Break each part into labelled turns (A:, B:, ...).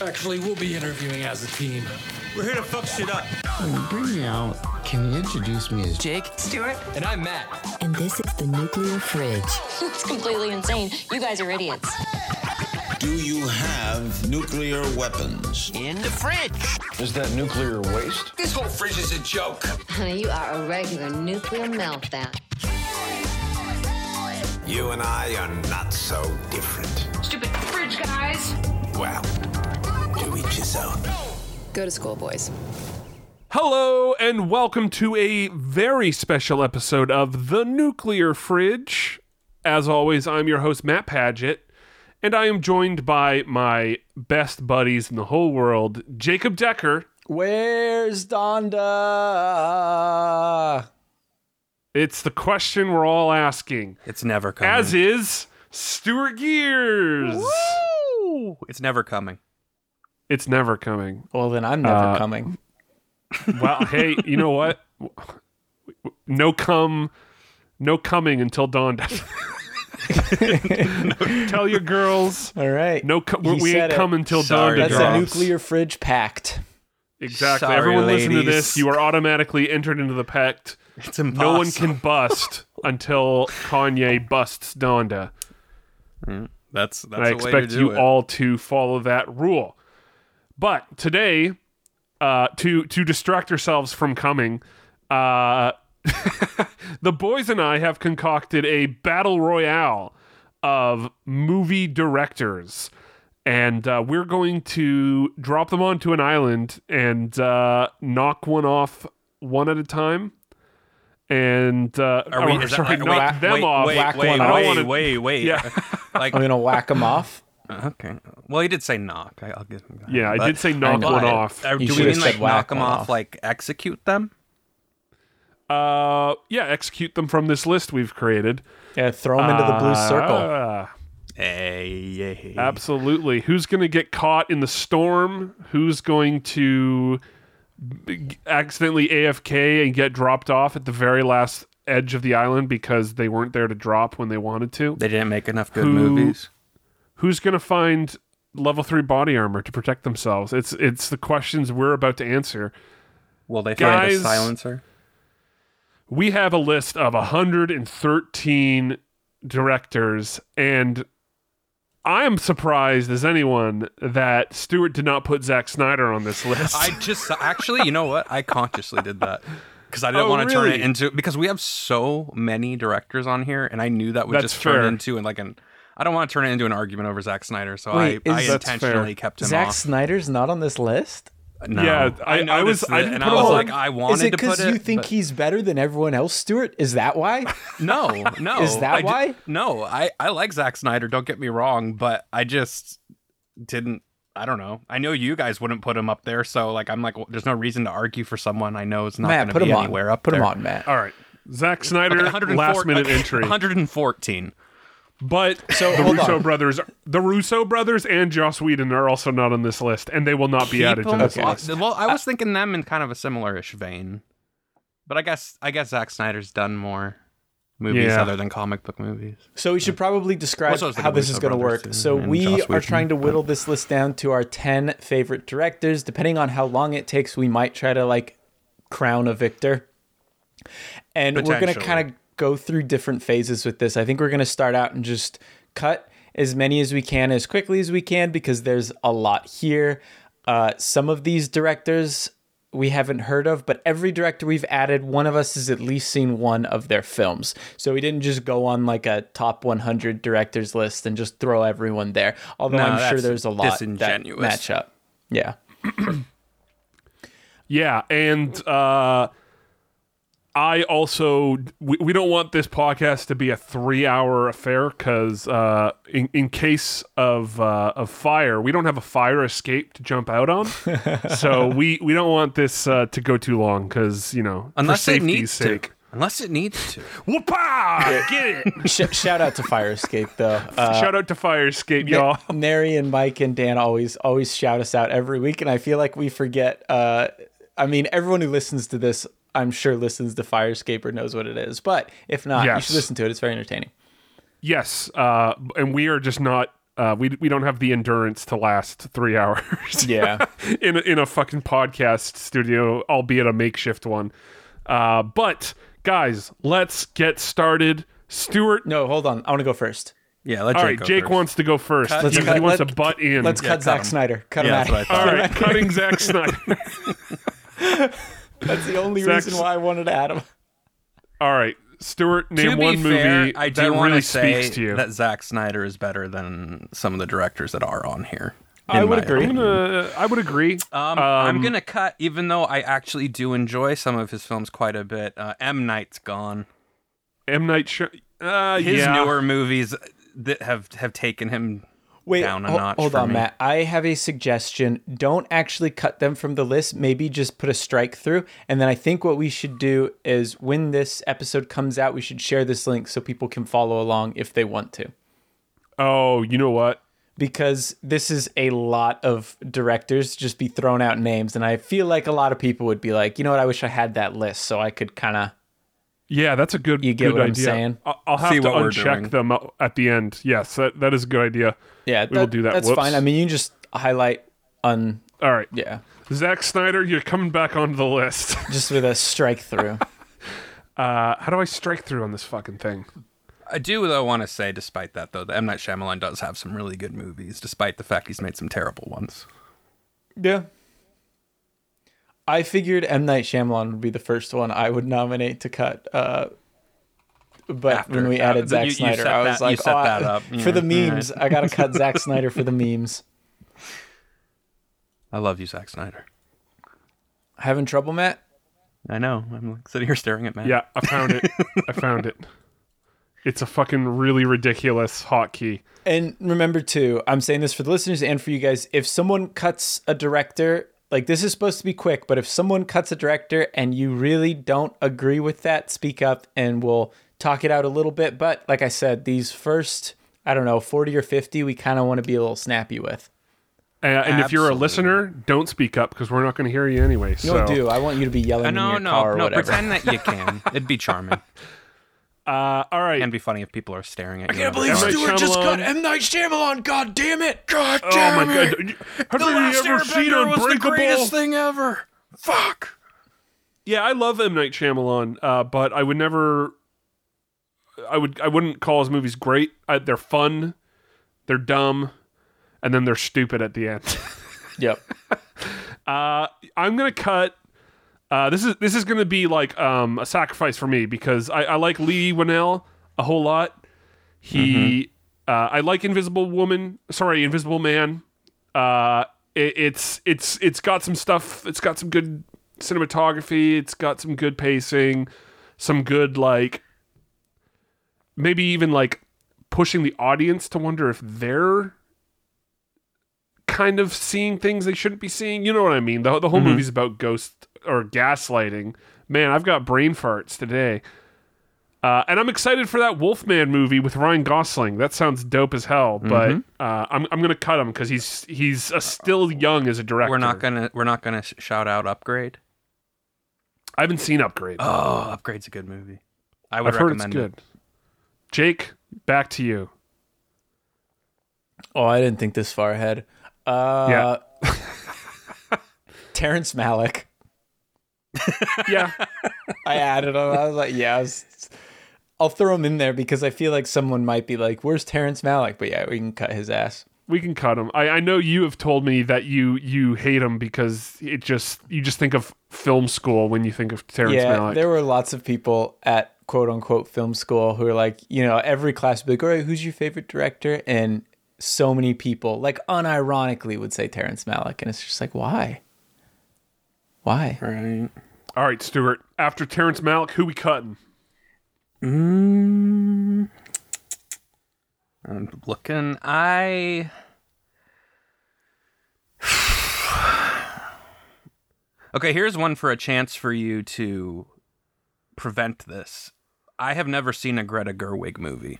A: Actually, we'll be interviewing as a team.
B: We're here to fuck shit up.
C: When you bring me out, can you introduce me as
D: Jake, Stuart,
B: And I'm Matt.
E: And this is the Nuclear Fridge.
F: It's completely insane. You guys are idiots.
G: Do you have nuclear weapons?
D: in the fridge.
H: Is that nuclear waste?
I: This whole fridge is a joke.
E: Honey, you are a regular nuclear meltdown.
I: You and I are not so different.
J: Stupid fridge guys.
I: Well, do each his own.
J: Go to school, boys.
K: Hello, and welcome to a very special episode of The Nuclear Fridge. As always, I'm your host, Matt Paget, and I am joined by my best buddies in the whole world, Jacob Decker.
L: Where's Donda?
K: It's the question we're all asking,
M: It's never coming.
K: as is Stuart Gears.
M: Ooh, it's never coming.
K: It's never coming.
L: Well, then I'm never
K: Uh,
L: coming.
K: Well, hey, you know what? No come, no coming until dawn. does. Tell your girls.
L: All right.
K: No, co-
L: You
K: we, we
L: said
K: ain't
L: it.
K: coming till
M: Sorry,
K: dawn.
L: That's
K: to
L: a
K: drops.
L: nuclear fridge pact.
K: Exactly.
M: Sorry,
K: Everyone listen to
M: ladies.
K: this. You are automatically entered into the pact.
M: It's impossible.
K: No one can bust until Kanye busts Donda.
M: Mm, That's that's
K: And I
M: a way to
K: expect
M: do
K: you
M: it.
K: all to follow that rule. But today, uh, to to distract ourselves from coming, uh, the boys and I have concocted a battle royale of movie directors, and uh, we're going to drop them onto an island and uh, knock one off one at a time. And uh,
M: Are we?
K: or,
M: Is that,
K: sorry,
M: wait,
K: knock
M: wait,
K: them
M: wait,
K: off.
M: Wait,
L: Whack
M: wait,
L: one
M: wait,
L: off.
M: wait,
K: wanna-
M: wait, wait.
K: Yeah.
M: Like
L: I'm gonna whack him off.
M: okay. Well, he did say knock. I, I'll give him that.
K: Yeah, I
M: But-
K: did say knock
M: but-
K: one off.
M: uh, do
L: You
M: we
L: should've
M: mean
L: said
M: like
L: whack
M: knock them
L: one
M: off,
L: off.
M: like execute them?
K: Uh, yeah, execute them from this list we've created.
L: Yeah, throw him into the blue circle.
K: Ah,
M: Hey,
K: absolutely. Who's going to get caught in the storm? Who's going to b- accidentally AFK and get dropped off at the very last edge of the island because they weren't there to drop when they wanted to?
M: they didn't make enough good
K: Who-
M: movies.
K: Who's going to find level 3 body armor to protect themselves? It's it's the questions we're about to answer.
M: Will they find
K: Guys-
M: a silencer?
K: we have a list of 113 directors and I am surprised as anyone that Stewart did not put Zack Snyder on this list.
M: I just actually, you know what? I consciously did that because I didn't
K: Oh,
M: want to turn
K: really?
M: it into because we have so many directors on here, and I knew that would
K: That's
M: just
K: fair.
M: turn into and like an. I don't want to turn it into an argument over Zack Snyder, so
L: Wait,
M: I, I
L: is- That's
M: intentionally
K: fair.
M: kept him
L: Zack
M: off.
L: Snyder's not on this list.
M: No.
K: Yeah, I- I
M: noticed
K: was- I
M: it,
K: didn't
M: and
K: put
M: I was
K: all-
M: like, I wanted
L: is it
M: to put it.
L: you think
M: but-
L: he's better than everyone else, Stuart? Is that why?
M: No, no.
L: Is that
M: I ju-
L: why?
M: no, I I like Zack Snyder. Don't get me wrong, but I just didn't. I don't know. I know you guys wouldn't put him up there, so like I'm like, well, there's no reason to argue for someone I know is not going
L: Matt,
M: to
L: put
M: be
L: him on.
M: anywhere up
L: put
M: there. Uh,
L: him on, Matt.
K: All right. Zack Snyder,
M: 104
K: last minute
M: okay,
K: entry.
M: 114.
K: But
L: So,
K: the
L: hold
K: Russo
L: on.
K: brothers, the Russo brothers, and Joss Whedon are also not on this list, and they will not be added to
M: People-
K: this
L: Okay.
K: list.
M: Well, I was thinking them in kind of a similar-ish vein, but I guess I guess Zack Snyder's done more movies
K: Yeah.
M: other than comic book movies.
L: So we should probably describe
M: Also, it's like
L: how
M: a
L: this
M: Russo
L: is going to
M: brothers
L: work.
M: and-
L: So
M: and
L: we
M: Joss
L: are
M: Whedon,
L: trying to
M: but-
L: whittle this list down to our 10 favorite directors. Depending on how long it takes, we might try to like crown a victor. And we're going to
M: Potentially.
L: kind of go through different phases with this. I think we're going to start out and just cut as many as we can as quickly as we can because there's a lot here. Uh, some of these directors we haven't heard of, but every director we've added, one of us has at least seen one of their films. So we didn't just go on like a top 100 directors list and just throw everyone there. Although
M: No,
L: I'm sure
M: that's
L: there's a lot that
M: disingenuous.
L: match up. Yeah.
K: Yeah, and uh, I also we, we don't want this podcast to be a three-hour affair because uh, in in case of uh, of fire, we don't have a fire escape to jump out on, so we we don't want this uh, to go too long because you know
M: Unless
K: for
M: it
K: safety's
M: needs
K: sake.
M: to. Unless it needs to.
K: Whoopah! Get it!
L: Sh- shout out to Fire Escape though. Uh,
K: Shout out to Fire Escape, y'all.
L: Nary and Mike and Dan always always shout us out every week, and I feel like we forget. Uh, I mean, everyone who listens to this, I'm sure listens to Fire Escape or knows what it is. But if not, you
K: Yes.
L: should listen to it. It's very entertaining.
K: Yes, uh, and we are just not Uh, we we don't have the endurance to last three hours.
L: Yeah.
K: in a, in a fucking podcast studio, albeit a makeshift one. Uh, but guys, let's get started. Stuart,
L: no, hold on. I want to go first.
M: Yeah, let
K: All
M: Jake
K: right,
M: go
K: Jake
M: first.
K: wants to go first.
L: Cut-
K: he,
L: let's
K: he
L: cut-
K: wants
L: let-
K: to butt in.
L: Let's cut Zack Snyder. Cut
M: Yeah,
L: him
M: that's
L: out.
M: what I
K: All
M: thought.
K: right, cutting Zack Snyder.
L: That's the only
K: Zack-
L: reason why I wanted to add him.
K: All right, Stuart,
M: To
K: name
M: be
K: one
M: fair,
K: movie
M: I do
K: that
M: want
K: really
M: to say
K: speaks to you.
M: that Zack Snyder is better than some of the directors that are on here.
L: I
M: in
L: would
M: my
L: agree.
K: I'm gonna, I would agree.
M: Um, I'm gonna cut, even though I actually do enjoy some of his films quite a bit. Uh, M Night's gone.
K: M Night. Shy- uh,
M: His
K: yeah.
M: newer movies that have have taken him
L: Wait,
M: down a
L: hol-
M: notch.
L: hold
M: for
L: on,
M: me.
L: Matt. I have a suggestion. Don't actually cut them from the list. Maybe just put a strike through. And then I think what we should do is when this episode comes out, we should share this link so people can follow along if they want to.
K: Oh, you know what?
L: Because this is a lot of directors just be thrown out names. And I feel like a lot of people would be like, you know what? I wish I had that list so I could kind of.
K: Yeah, that's a good.
L: You get
K: good
L: what I'm
K: idea.
L: saying?
K: I'll, I'll have
M: See
K: to
M: what we're
K: uncheck
M: doing.
K: them uh, at the end. Yes, that, that is a good idea.
L: Yeah,
K: we will do that.
L: That's
K: Whoops.
L: fine. I mean, you can just highlight on.
K: all right.
L: Yeah.
K: Zack Snyder, you're coming back onto the list.
L: Just with a strike through.
K: Uh, how do I strike through on this fucking thing?
M: I do though want to say, despite that though, that M Night Shyamalan does have some really good movies, despite the fact he's made some terrible ones.
L: Yeah. I figured M Night Shyamalan would be the first one I would nominate to cut. Uh, but
M: After-
L: when we
M: uh,
L: added Zack
M: you- you
L: Snyder,
M: set
L: I was
M: that- you
L: like,
M: set
L: "Oh, I-
M: that up, Mm-hmm. yeah,
L: for the
M: all right."
L: memes, I gotta cut Zack Snyder for the memes.
M: I love you, Zack Snyder.
L: Having trouble, Matt?
M: I know. I'm like sitting here staring at Matt.
K: Yeah, I found it. I found it. It's a fucking really ridiculous hotkey.
L: And remember too, I'm saying this for the listeners and for you guys. If someone cuts a director, like this is supposed to be quick, but if someone cuts a director and you really don't agree with that, speak up and we'll talk it out a little bit. But like I said, these first, I don't know, 40 or 50, we kind of want to be a little snappy with.
K: Uh, and if you're a listener, don't speak up because we're not going to hear you anyway. So
L: No, do. I want you to be yelling
M: Uh,
L: in
M: no,
L: your
M: no,
L: car or
M: no.
L: whatever.
M: Pretend that you can. It'd be charming
K: Uh, all right.
M: and be funny if people are staring at you.
A: Can't believe
K: M. Night
A: Stewart just cut
K: Shyamalan.
A: M. Night Shyamalan. God damn it. God
K: oh my
A: damn it.
K: god! Have you ever seen Unbreakable?
M: thing ever. Fuck.
K: Yeah, I love M Night Shyamalan, uh, but I would never. I would. I wouldn't call his movies great. I, they're fun, they're dumb, and then they're stupid at the end.
L: Yep.
K: Uh, I'm gonna cut. Uh, this is this is gonna be like um, a sacrifice for me because I, I like Lee Winnell a whole lot. He, uh, I like Invisible Woman. Sorry, Invisible Man. Uh, it, it's it's it's got some stuff. It's got some good cinematography. It's got some good pacing. Some good like maybe even like pushing the audience to wonder if they're kind of seeing things they shouldn't be seeing. You know what I mean? The, the
M: Mm-hmm.
K: whole movie's about ghost or gaslighting. Man, I've got brain farts today. Uh, and I'm excited for that Wolfman movie with Ryan Gosling. That sounds dope as hell,
M: Mm-hmm.
K: but uh, I'm, I'm gonna cut him because he's he's uh, still young as a director.
M: We're not gonna. We're not gonna sh- shout out Upgrade.
K: I haven't seen Upgrade.
M: Oh, Upgrade's a good movie. I would
K: I've heard it's
M: recommend
K: good.
M: it.
K: Jake, back to you.
L: Oh, I didn't think this far ahead. Uh, Terrence Malick.
K: Yeah,
L: I added him. I was like, yeah, I was- I'll throw him in there because I feel like someone might be like, where's Terrence Malick? But yeah, we can cut his ass.
K: we can cut him. I, I know you have told me that you you hate him because it just you just think of film school when you think of Terrence
L: yeah,
K: Malick.
L: there were lots of people at quote unquote film school who are like, you know, every class would be like, all right, who's your favorite director? And so many people, like unironically, would say Terrence Malick. And it's just like, why? Why?
M: Right.
K: All right, Stuart. After Terrence Malick, who we cutting?
M: I'm looking. I. okay, here's one for a chance for you to prevent this. I have never seen a Greta Gerwig movie.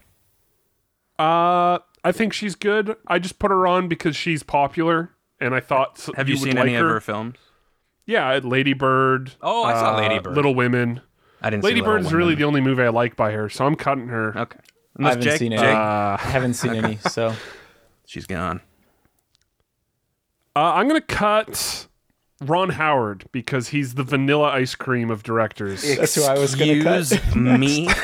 K: Uh, I think she's good. I just put her on because she's popular, and I thought s-
M: Have you,
K: would
M: seen
K: like
M: any
K: her.
M: of her films?
K: Yeah, Lady Bird.
M: Oh, I saw
K: uh,
M: Lady Bird.
K: Little Women.
M: I didn't.
K: Lady
M: see Little
K: Bird is really
M: Women.
K: the only movie I like by her, so I'm cutting her.
M: okay. Unless
L: haven't Uh,
M: Jake,
L: seen it.
M: Jake,
L: I haven't seen any, so
M: She's gone.
K: Uh, I'm gonna cut Ron Howard because he's the vanilla ice cream of directors.
L: That's who I was gonna cut. Excuse
M: me.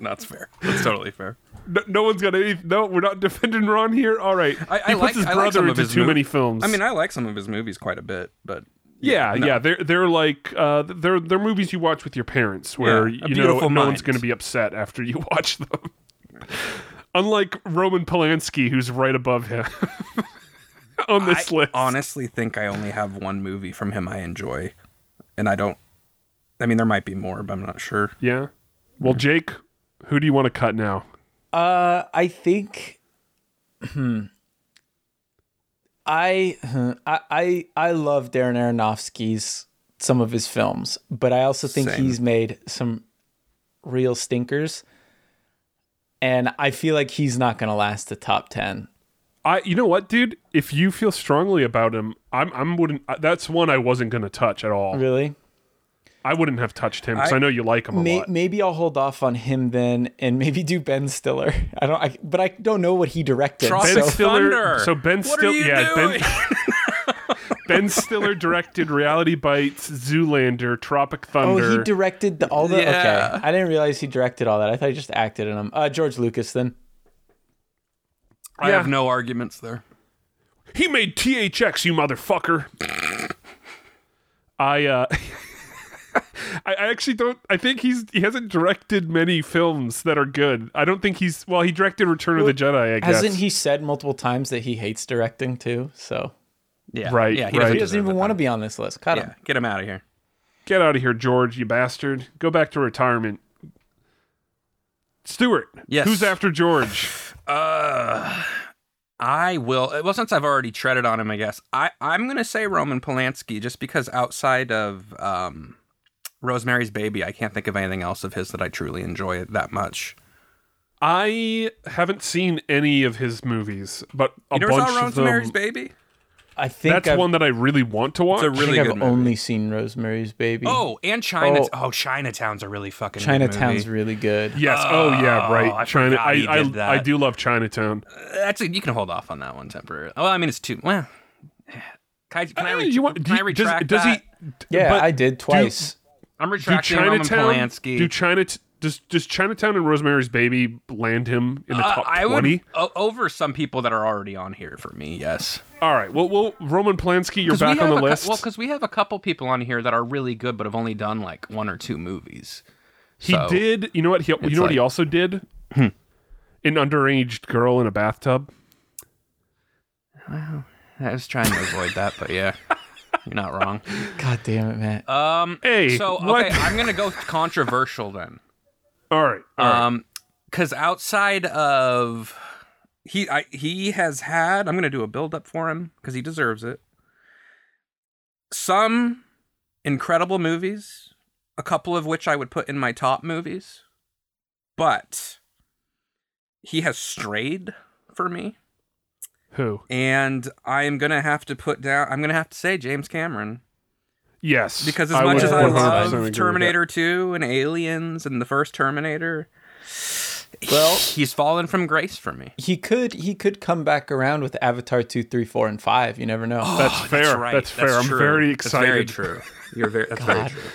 M: That's fair. That's totally fair.
K: No, no one's got any. No, we're not defending Ron here. All right,
M: I, I
K: he puts
M: like,
K: his
M: I
K: brother
M: like some of
K: into
M: his
K: too
M: mov-
K: many films.
M: I mean, I like some of his movies quite a bit, but
K: yeah,
M: no.
K: yeah, they're they're like uh, they're they're movies you watch with your parents where
M: Yeah, A
K: you know
M: Beautiful
K: no one's
M: Mind.
K: gonna be upset after you watch them. Unlike Roman Polanski, who's right above him on this
M: I
K: list.
M: honestly think I only have one movie from him I enjoy, and I don't. I mean, there might be more, but I'm not sure.
K: Yeah. Well, Jake, who do you want to cut now?
L: Uh, I think. Hmm. I hmm, I I I love Darren Aronofsky's some of his films, but I also think
M: Same.
L: he's made some real stinkers, and I feel like he's not gonna last the top ten.
K: I you know what, dude? If you feel strongly about him, I'm I'm wouldn't. uh, That's one I wasn't gonna touch at all.
L: Really?
K: I wouldn't have touched him because I,
L: I-
K: know you like him a
L: May,
K: lot.
L: maybe I'll hold off on him then, and maybe do Ben Stiller. I don't, I, but I don't know what he directed.
M: Tropic
L: so-
M: Thunder.
K: So Ben
M: What are
K: Stiller,
M: you
K: yeah,
M: doing?
K: Ben, Ben Stiller directed Reality Bites, Zoolander, Tropic
L: Oh,
K: Thunder.
L: he directed the, all the.
M: Yeah.
L: Okay, I didn't realize he directed all that. I thought he just acted in them. Uh, George Lucas, then.
M: I
K: Yeah.
M: have no arguments there.
K: He made THX, you motherfucker. I uh I I actually don't I think he's he hasn't directed many films that are good. I don't think he's well, he directed Return of the Jedi, I guess.
L: Hasn't he said multiple times that he hates directing too? So
M: Yeah,
K: Right,
M: Yeah,
K: right.
L: he
K: He
L: doesn't even want to be on this list. Cut
M: Yeah,
L: him.
M: get him out of here.
K: Get out of here, George, you bastard. Go back to retirement. Stuart.
M: Yes.
K: Who's after George?
M: Uh, I will. uh, Well, since I've already treaded on him, I guess I I'm gonna say Roman Polanski just because outside of um, Rosemary's Baby, I can't think of anything else of his that I truly enjoy that much.
K: I haven't seen any of his movies, but a
M: You never
K: bunch
M: saw
K: of them. Mm.
M: Rosemary's Baby?
L: I think
K: That's
L: I've,
K: one that I really want to watch.
M: It's a
L: I
M: really
L: think
M: good
L: I've
M: movie.
L: only seen Rosemary's Baby.
M: Oh, and China.
L: Oh.
M: Oh, Chinatown's a really fucking good
L: Chinatown's
M: movie.
L: really good.
K: Yes. Oh, yeah. Right.
M: I
K: China.
M: forgot
K: I
M: he
K: I,
M: did that.
K: I do love Chinatown.
M: Actually, you can hold off on that one temporarily. Well, I mean, it's too. Well, can I, can I,
K: Uh,
M: re-
K: you want-
M: can
K: do-
M: I retract
K: does,
M: that?
K: Does he?
L: Yeah,
K: but
L: I did twice.
M: I'm
K: Do
M: retracting Roman
K: Chinatown?
M: Polanski.
K: Do China? Does does Chinatown and Rosemary's Baby land him in the
M: Uh,
K: top
M: I would
K: twenty?
M: o- over some people that are already on here for me. Yes,
K: All right. Well, well, Roman Polanski, you're
M: 'Cause we
K: back on the
M: have a cou-
K: list.
M: well, because we have a couple people on here that are really good, but have only done like one or two movies.
K: he
M: so-
K: did. You know what? He, you know what he
M: like-
K: also did? An underage girl in a bathtub.
M: I was trying to avoid that, but yeah, you're not wrong.
L: God damn it, Matt.
M: Um,
K: Hey,
M: so okay,
K: Eh, what?
M: I'm gonna go controversial then.
K: All right. All right.
M: Um, because outside of he, I he has had. I'm gonna do a build up for him because he deserves it. Some incredible movies, a couple of which I would put in my top movies, but he has strayed for me,
K: Who?
M: and I am gonna have to put down. I'm gonna have to say James Cameron.
K: Yes.
M: Because as much
K: would
M: as I
K: 100% agree
M: love
K: with that.
M: Terminator 2 and Aliens and the first Terminator, well, he's fallen from grace for me.
L: He could he could come back around with Avatar two, three, four, and five. You never know.
K: That's fair. That's, fair. I'm
M: true.
K: very
M: oh, That's
K: excited.
M: very true. You're very. That's very true.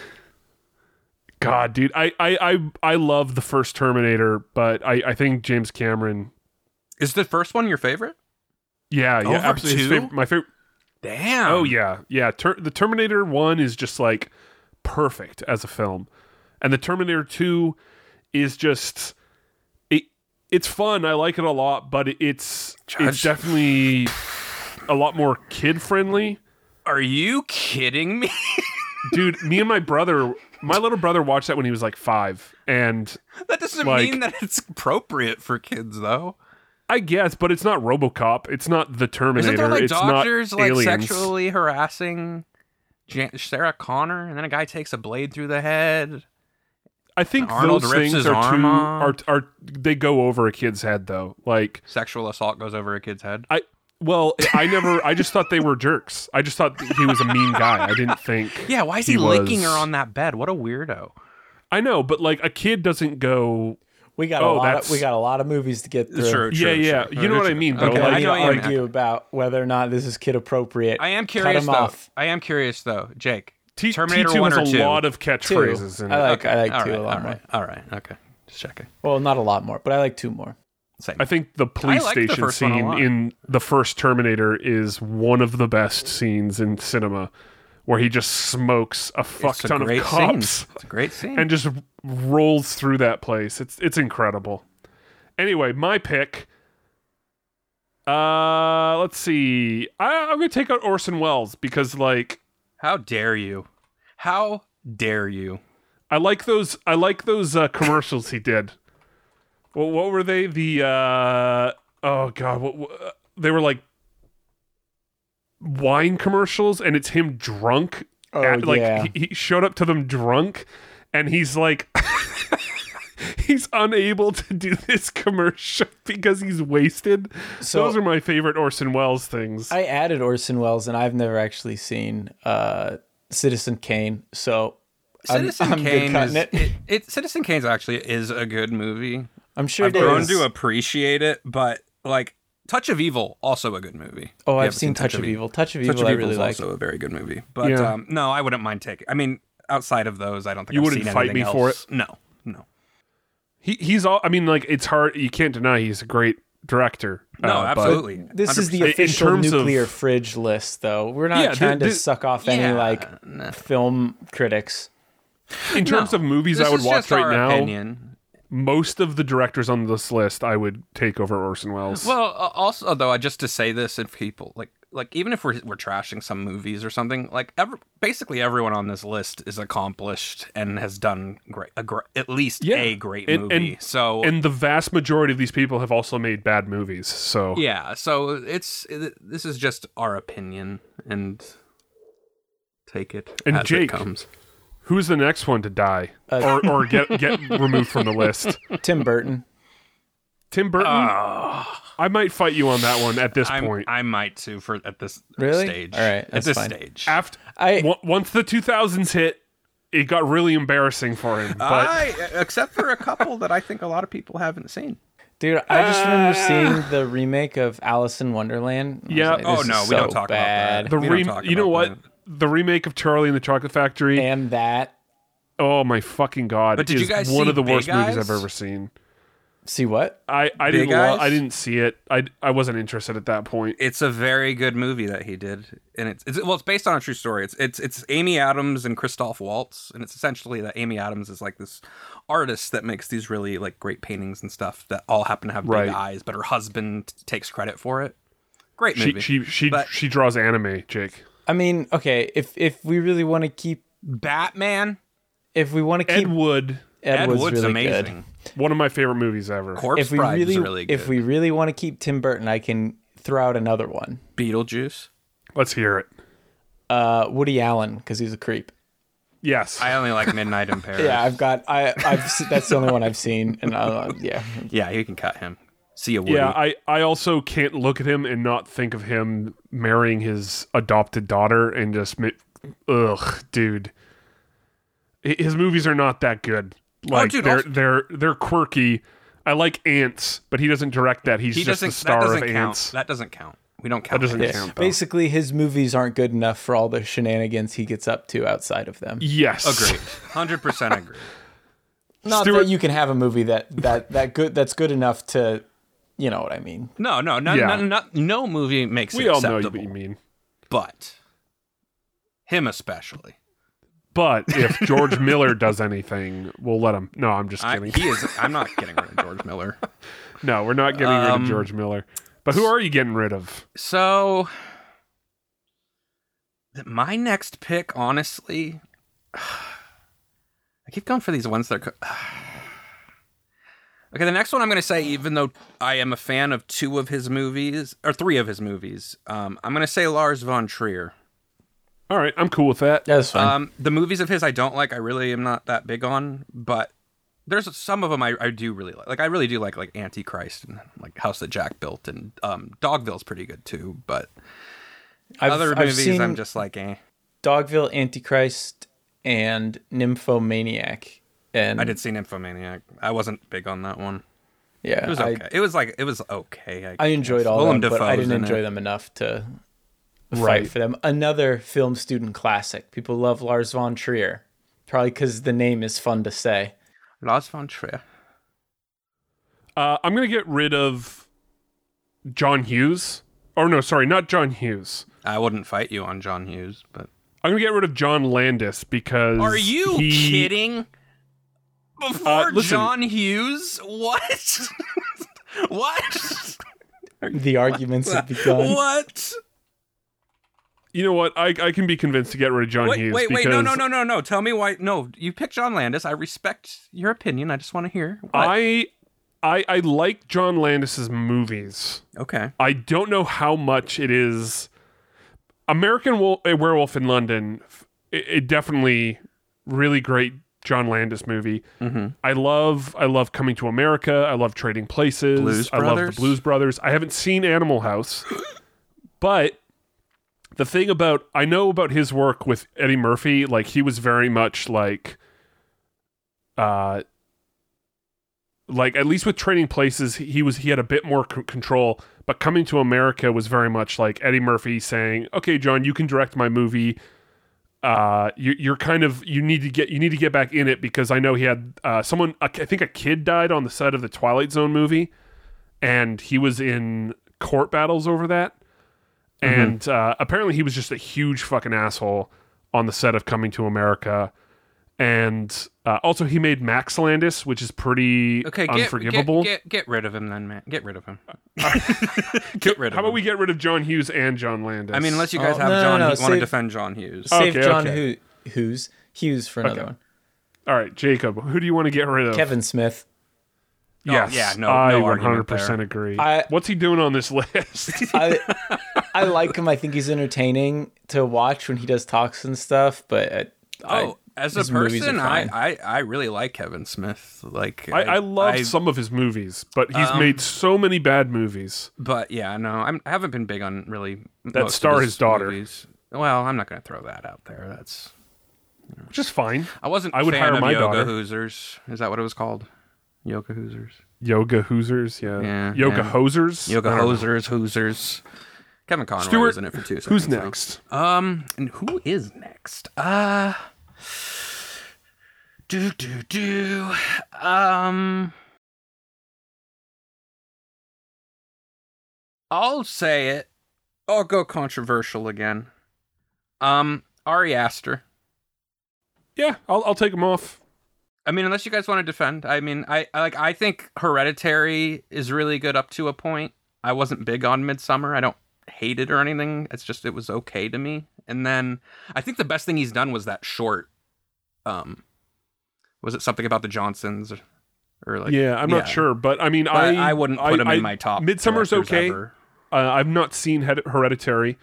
K: God, dude, I, I, I, I love the first Terminator, but I, I think James Cameron.
M: Is the first one your favorite?
K: Yeah, yeah,
M: Over
K: absolutely. his
M: two? Um,
K: fav- my favorite.
M: Damn.
K: Oh yeah, yeah. Ter- the Terminator one is just like perfect as a film, and the Terminator two is just it. It's fun. I like it a lot, but it's it's
M: Judge.
K: definitely a lot more kid friendly.
M: Are you kidding me?
K: Dude, me and my brother, my little brother watched that when he was like five, and
M: that doesn't
K: Like-
M: mean that it's appropriate for kids, though.
K: I guess, but it's not RoboCop. It's not the Terminator.
M: Isn't there like
K: it's
M: doctors
K: not
M: like
K: aliens.
M: sexually harassing Jan- Sarah Connor, and then a guy takes a blade through the head?
K: I think
M: Arnold
K: those
M: rips
K: things
M: his
K: are
M: arm
K: too are,
M: off?
K: are they go over a kid's head though. Like
M: Sexual assault goes over a kid's head.
K: I well, I never. I just thought they were jerks. I just thought he was a mean guy. I didn't think.
M: Yeah, why is he,
K: was-
M: licking her on that bed? What a weirdo.
K: I know, but like a kid doesn't go.
L: We got
K: Oh,
L: a lot. Of,
K: that's-
L: we got a lot of movies to get through.
M: True,
K: Yeah,
M: true,
K: yeah.
M: true.
K: You know what I
M: True.
K: mean, though.
M: Okay,
K: Like,
M: I
L: I
M: know
L: don't
M: what you mean.
L: argue about whether or not this is kid appropriate.
M: I am
L: Cut
M: curious
L: 'em
M: though.
L: off.
M: I am curious though, Jake.
K: T-
M: Terminator
K: T2
M: one
K: has
M: or
K: a
M: two.
K: lot of
L: Two.
K: catchphrases in it.
L: I like. I like
M: all
L: two
M: right,
L: a lot
M: all
L: more.
M: right, all right, okay. Just checking.
L: Well, not a lot more, but I like two more.
M: Same.
K: I think the police
M: liked the
K: station
M: first one a
K: scene
M: lot.
K: in the first Terminator is one of the best scenes in cinema, where he just smokes a fuck
M: It's a
K: ton of
M: great
K: cops
M: Scene. It's a great scene.
K: and just rolls through that place. It's it's incredible. Anyway, my pick. Uh, let's see. I, I'm gonna take out Orson Welles because like
M: How dare you? How dare you?
K: I like those. I like those uh, commercials he did. Well, what were they? The uh, oh god, what, what they were like wine commercials, and it's him drunk.
L: Oh,
K: like
L: yeah.
K: he, he showed up to them drunk, and he's like. He's unable to do this commercial because he's wasted.
L: So-
K: Those are my favorite Orson Welles things.
L: I added Orson Welles, and I've never actually seen uh, Citizen Kane, so I'm-
M: Citizen
L: I'm good
M: Kane is,
L: cutting
M: it.
L: it.
M: it- Citizen Kane's actually is a good movie.
L: I'm sure
M: I've
L: it
M: grown
L: is.
M: to appreciate it, but like Touch of Evil also a good movie.
L: oh,
M: You
L: I've
M: haven't
L: seen Touch of Evil. Touch of Evil,
M: Touch of
L: I
M: Evil
L: really
M: is
L: like.
M: also a very good movie. But
K: Yeah.
M: um, no, I wouldn't mind taking. I mean, outside of those, I don't think
K: You
M: I've
K: wouldn't
M: seen
K: fight
M: anything
K: me for
M: else. No, no,
K: he, he's all. I mean, like it's hard. You can't deny he's a great director.
M: no,
K: uh, but-
M: absolutely.
L: Oh, This is
K: 100%.
L: the
K: In
L: official
K: terms of-
L: nuclear fridge list, though. We're not
K: Yeah, thi-
L: trying to
K: thi-
L: suck off
M: Yeah,
L: any like
M: nah.
L: film critics.
K: in terms
M: No,
K: of movies
M: this
K: I would
M: is
K: watch
M: just
K: right
M: our
K: now,
M: Opinion.
K: most of the directors on this list I would take over Orson Welles.
M: Well, uh, also though, I just to say this, if people like, like even if we're we're trashing some movies or something, like every, basically everyone on this list is accomplished and has done great, a gr- at least a great
K: and-
M: movie.
K: and-
M: so
K: and the vast majority of these people have also made bad movies. So
M: yeah, so it's it, this is just our opinion and take it
K: And
M: as it
K: Jake.
M: comes.
K: who's the next one to die or, or get get removed from the list?
L: Tim Burton.
K: Tim Burton. I might fight you on that one at this
M: I'm,
K: point.
M: I might too for at this
L: Really?
M: stage.
L: All right,
M: at
L: that's
M: this
L: fine.
M: stage.
K: After
L: I-
K: once the 2000s hit, it got really embarrassing for him. But
M: I, except for a couple that I think a lot of people haven't seen.
L: Dude, I just remember
M: Ah.
L: seeing the remake of Alice in Wonderland. and I was
K: Yeah.
L: like,
M: Oh
L: this is
M: no, we don't
L: so
M: talk
L: bad.
M: about that.
K: the
M: we don't
K: re-
M: talk
K: you know
M: about
K: what
M: that.
K: the remake of Charlie and the Chocolate Factory.
L: And that.
K: oh my fucking god!
M: But did you
K: is
M: guys
K: one
M: see
K: of the
M: Big
K: worst
M: Eyes?
K: movies I've ever seen.
L: See what?
K: I, I
M: Big
K: didn't lo-
M: Eyes?
K: I didn't see it. I, I wasn't interested at that point.
M: It's a very good movie that he did, and it's, it's well, it's based on a true story. It's it's it's Amy Adams and Christoph Waltz, and it's essentially that Amy Adams is like this artist that makes these really like great paintings and stuff that all happen to have big
K: Right.
M: eyes, but her husband takes credit for it. Great
K: She
M: movie.
K: she she,
M: But-
K: she draws anime, Jake.
L: I mean, okay, if if we really want to keep
M: Batman.
L: if we want to
K: Ed
L: keep
K: Wood,
L: Ed,
M: Ed
L: was
M: Wood's
L: really
M: amazing.
L: good.
K: one of my favorite movies ever.
M: Corpse
L: If we
M: Bride
L: really,
M: is really good.
L: if we really want to keep Tim Burton, I can throw out another one.
M: Beetlejuice.
K: Let's hear it.
L: Uh, Woody Allen because he's a creep.
K: Yes.
M: I only like Midnight in Paris.
L: Yeah, I've got I I've se- that's the only one I've seen, and uh, yeah,
M: yeah, you can cut him. See you, Woody.
K: yeah, I, I also can't look at him and not think of him marrying his adopted daughter and just mi- ugh, dude. Hi- His movies are not that good. Like
M: Oh, dude,
K: they're
M: also-
K: they're they're quirky. I like Ants, but he doesn't direct that. He's
M: he
K: just
M: doesn't.
K: the star
M: that doesn't
K: of
M: count.
K: Ants.
M: That doesn't count. We don't count.
K: doesn't
M: Ants.
K: count. though.
L: basically his movies aren't good enough for all the shenanigans he gets up to outside of them.
K: yes.
M: Agreed. Hundred percent agree.
L: Not
K: Stuart-
L: that you can have a movie that that that good that's good enough to, you know what I mean.
M: No, no, no,
K: Yeah.
M: no, no, no movie makes
K: We
M: it
K: all know
M: acceptable.
K: what you mean.
M: But him especially.
K: But if George Miller does anything, we'll let him. No, I'm just
M: I,
K: kidding.
M: he is. I'm not getting rid of George Miller.
K: no, we're not getting
M: Um,
K: rid of George Miller. But who are you getting rid of?
M: So, th- my next pick, honestly, I keep going for these ones that are. Co- okay, the next one I'm going to say, even though I am a fan of two of his movies, or three of his movies, um, I'm going to say Lars von Trier.
K: All right, I'm cool with that.
L: That's fine.
M: Um, the movies of his I don't like. I really am not that big on, but there's some of them I, I do really like. Like I really do like like Antichrist and like House that Jack built, and um, Dogville's pretty good too. But
L: I've,
M: other
L: I've
M: movies
L: seen
M: I'm just like eh.
L: Dogville, Antichrist, and Nymphomaniac And
M: I did see Nymphomaniac. I wasn't big on that one.
L: Yeah,
M: it was
L: I-
M: okay. it was like it was okay.
L: I enjoyed all of
M: Willem
L: them, but I
M: Dafoe's in
L: didn't enjoy
M: it.
L: them enough to
M: Right.
L: fight for them. Another film student classic. People love Lars von Trier, probably because the name is fun to say.
M: Lars von Trier.
K: Uh, I'm gonna get rid of John Hughes. Or no, sorry, not John Hughes.
M: I wouldn't fight you on John Hughes, but
K: I'm gonna get rid of John Landis because
M: Are you
K: he- Uh,
M: kidding? Before
K: listen-
M: John Hughes, what? what?
L: The arguments have begun.
M: What?
K: You know what? I, I can be convinced to get rid of John
M: Wait,
K: Hughes.
M: wait, wait! No, no,
K: because
M: no, no, no! Tell me why. No, you picked John Landis. I respect your opinion. I just want to hear.
K: I I I like John Landis's movies.
M: Okay.
K: I don't know how much it is. American Wo- uh, Werewolf in London. f- It, it definitely really great John Landis movie.
M: Mhm.
K: I love I love Coming to America. I love Trading Places.
M: Blues
K: I love the
M: Brothers.
K: Blues Brothers. I haven't seen Animal House, but the thing about I know about his work with Eddie Murphy. Like he was very much like, uh, like at least with Trading Places, he was he had a bit more c- control. But Coming to America was very much like Eddie Murphy saying, "Okay, John, you can direct my movie." uh, you, you're kind of you need to get you need to get back in it because I know he had uh, someone I think a kid died on the set of the Twilight Zone movie, and he was in court battles over that,
M: Mm-hmm.
K: and uh, apparently he was just a huge fucking asshole on the set of Coming to America, and uh, also he made Max Landis, which is pretty
M: Okay, get,
K: unforgivable.
M: Get, get, get rid of him then, man. Get rid of him. get rid of
K: How
M: him.
K: about we get rid of John Hughes and John Landis?
M: I mean, unless you guys
L: Oh,
M: have
L: no, no,
M: John,
L: no,
M: want to
L: save-
M: defend John Hughes.
L: Save
K: Okay,
L: John
K: okay.
L: Who, Hughes Hughes for another
K: Okay.
L: one.
K: all right, Jacob, who do you want to get rid of?
L: Kevin Smith.
M: Oh,
K: Yes,
M: yeah, no-
K: I
M: no argument
K: 100%
M: there.
K: agree.
L: I-
K: What's he doing on this list?
L: I I like him. I think he's entertaining to watch when he does talks and stuff. But I, I-
M: Oh, as a
L: his movies are
M: person, I,
L: fine.
M: I, I really like Kevin Smith. Like
K: I, I love
M: I- Um,
K: some of his movies, but he's made so many bad movies.
M: but yeah, no, I'm, I haven't been big on really
K: That
M: most of
K: Star His Daughter.
M: movies. Well, I'm not going to throw that out there. That's
K: Which is fine.
M: I wasn't.
K: I would
M: fan
K: hire
M: of
K: my
M: Yoga
K: daughter.
M: Hoosers. Is that what it was called? Yoga Hoosers.
K: Yoga Hoosers, yeah.
M: Yeah,
K: Yoga
M: yeah.
K: Hosers.
M: Yoga
K: I don't know.
M: Hosers. Hoosers. Kevin Conroy
K: Stuart,
M: was in it for two seconds.
K: Who's
M: so-
K: next?
M: Um, and who is next? Uh do do do. Um, I'll say it. I'll go controversial again. Um, Ari Aster.
K: Yeah, I'll, I'll take him off.
M: I mean, unless you guys want to defend. I mean, I I- like. I think Hereditary is really good up to a point. I wasn't big on Midsummer. I don't hate it or anything. It's just it was okay to me. And then I think the best thing he's done was that short. Um, was it something about the Johnsons? Or, or like
K: yeah, I'm not sure, but I mean,
M: But
K: I
M: I wouldn't put him in my top
K: Midsummer's
M: directors
K: okay.
M: ever.
K: Uh, I've not seen Hered- Hereditary,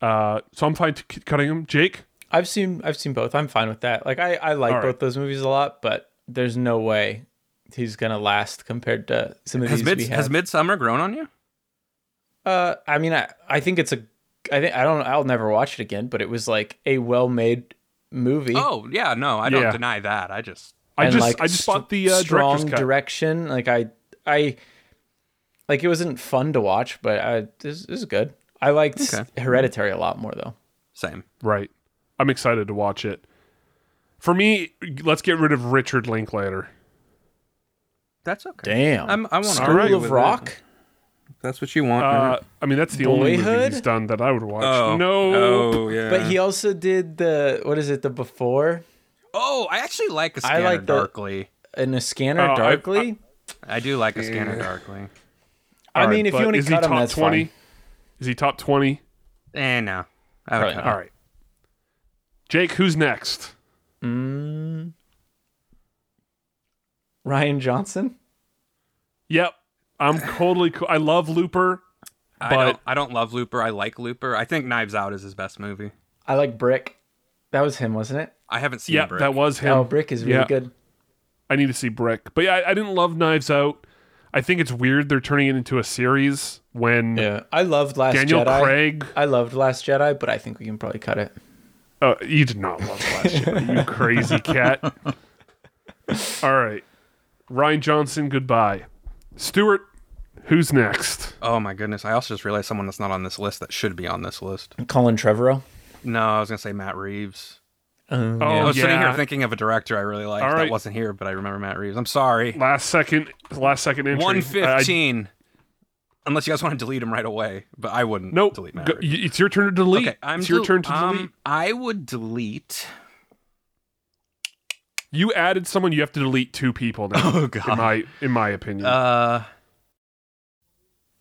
K: uh, so I'm fine to c- cutting him. Jake,
L: I've seen I've seen both. I'm fine with that. Like I I like
K: All right.
L: both those movies a lot, but there's no way he's gonna last compared to some of
M: Has
L: these
M: mid
L: we have.
M: has Midsummer grown on you?
L: uh, I mean, I I think it's a I think I don't I'll never watch it again, but it was like a well made movie.
M: Oh yeah, no, I don't
K: Yeah.
M: deny that. I just
K: I
L: and,
K: just
L: like,
K: I just
L: str-
K: bought the uh,
L: strong
K: director's cut.
L: direction. Like I I like it wasn't fun to watch, but I this is good. I liked
M: Okay.
L: Hereditary a lot more though.
M: same.
K: Right, I'm excited to watch it. For me, let's get rid of Richard Linklater.
M: That's okay.
L: Damn.
M: I'm, I won't
L: School
M: argue
L: of
M: with
L: Rock.
M: It. If That's what you want.
K: Uh, I mean, that's the only movie
L: Boyhood?
K: he's done that I would watch.
M: Oh
K: No,
M: Oh yeah.
L: But he also did the what is it? The before
M: Oh, I actually like a
L: I
M: scanner
L: like the-
M: darkly.
L: in a Scanner
K: Oh, I-
L: Darkly. I,
M: I do like a scanner darkly.
K: All right,
L: mean, if
K: but
L: you want to
K: is he
L: cut him,
K: top
L: that's
K: 20?
L: fine.
K: Is he top twenty?
M: Eh, no. I would
L: Probably
M: cut
L: not.
K: All right, Jake, who's next?
L: Mm. Ryan Johnson.
K: Yep, I'm totally cool. I love Looper.
M: I
K: But-
M: don't, I don't love Looper. I like Looper. I think Knives Out is his best movie.
L: I like Brick. That was him, wasn't it?
M: I haven't seen
K: Yep,
M: Brick.
K: that was him.
L: Oh, Brick is really
K: Yeah.
L: good.
K: I need to see Brick, but yeah, I, I didn't love Knives Out. I think it's weird they're turning it into a series when
L: Yeah, I loved Last
K: Daniel
L: Jedi.
K: Craig.
L: I loved Last Jedi, but I think we can
K: Oh,
L: probably cut it.
K: Uh, you did not love Last Jedi, you crazy cat. All right. Ryan Johnson, goodbye. Stuart, who's next?
M: Oh my goodness! I also just realized someone that's not on this list that should be on this list.
L: Colin Trevorrow.
M: No, I was gonna say Matt Reeves.
L: Um,
M: I
K: Oh,
M: was sitting here
K: yeah.
M: thinking of a director I really liked
K: All right.
M: that wasn't here, but I remember Matt Reeves. I'm sorry.
K: Last second, last second entry.
M: One
K: I-
M: fifteen. Unless you guys want to delete him right away, but I wouldn't.
K: Nope.
M: delete Matt
K: Go-
M: Reeves.
K: y- it's your turn to delete.
M: Okay, I'm
K: it's your
M: del-
K: turn to
M: um,
K: delete.
M: I would delete.
K: you added someone. You have to delete two people now.
M: Oh, God.
K: In my in my opinion.
M: Uh,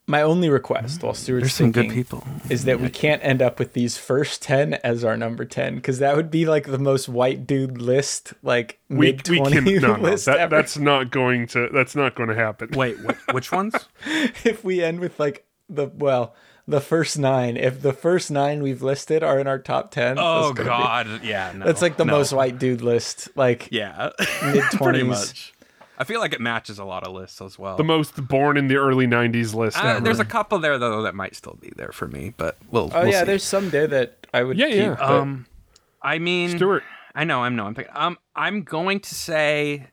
L: My only request while Stuart's
M: There's some good
L: thinking
M: people.
L: is that we can't end up with these first 10 as our number 10 because that would be like the most white dude list, like
K: we
L: mid
K: we
L: 20
K: can no, no
L: list
K: that,
L: ever.
K: that's not going to that's not going to happen.
M: wait, wh- which ones?
L: if we end with like the, well, the first nine. If the first nine we've listed are in our top 10,
M: Oh
L: that's gonna be-
M: God, yeah. No,
L: that's like the
M: no.
L: most white dude list. Like,
M: Yeah, pretty
L: Mid-twenties.
M: much. I feel like it matches a lot of lists as well.
K: The most born in the early '90s list.
M: Uh,
K: ever.
M: there's a couple there though that might still be there for me, but we'll.
L: oh
M: we'll
L: yeah,
M: see.
L: there's some there that I would
K: Yeah,
L: keep.
K: yeah.
L: but-
M: Um, I mean,
K: Stuart.
M: I know, I know. I'm picking. Um, I'm going to say,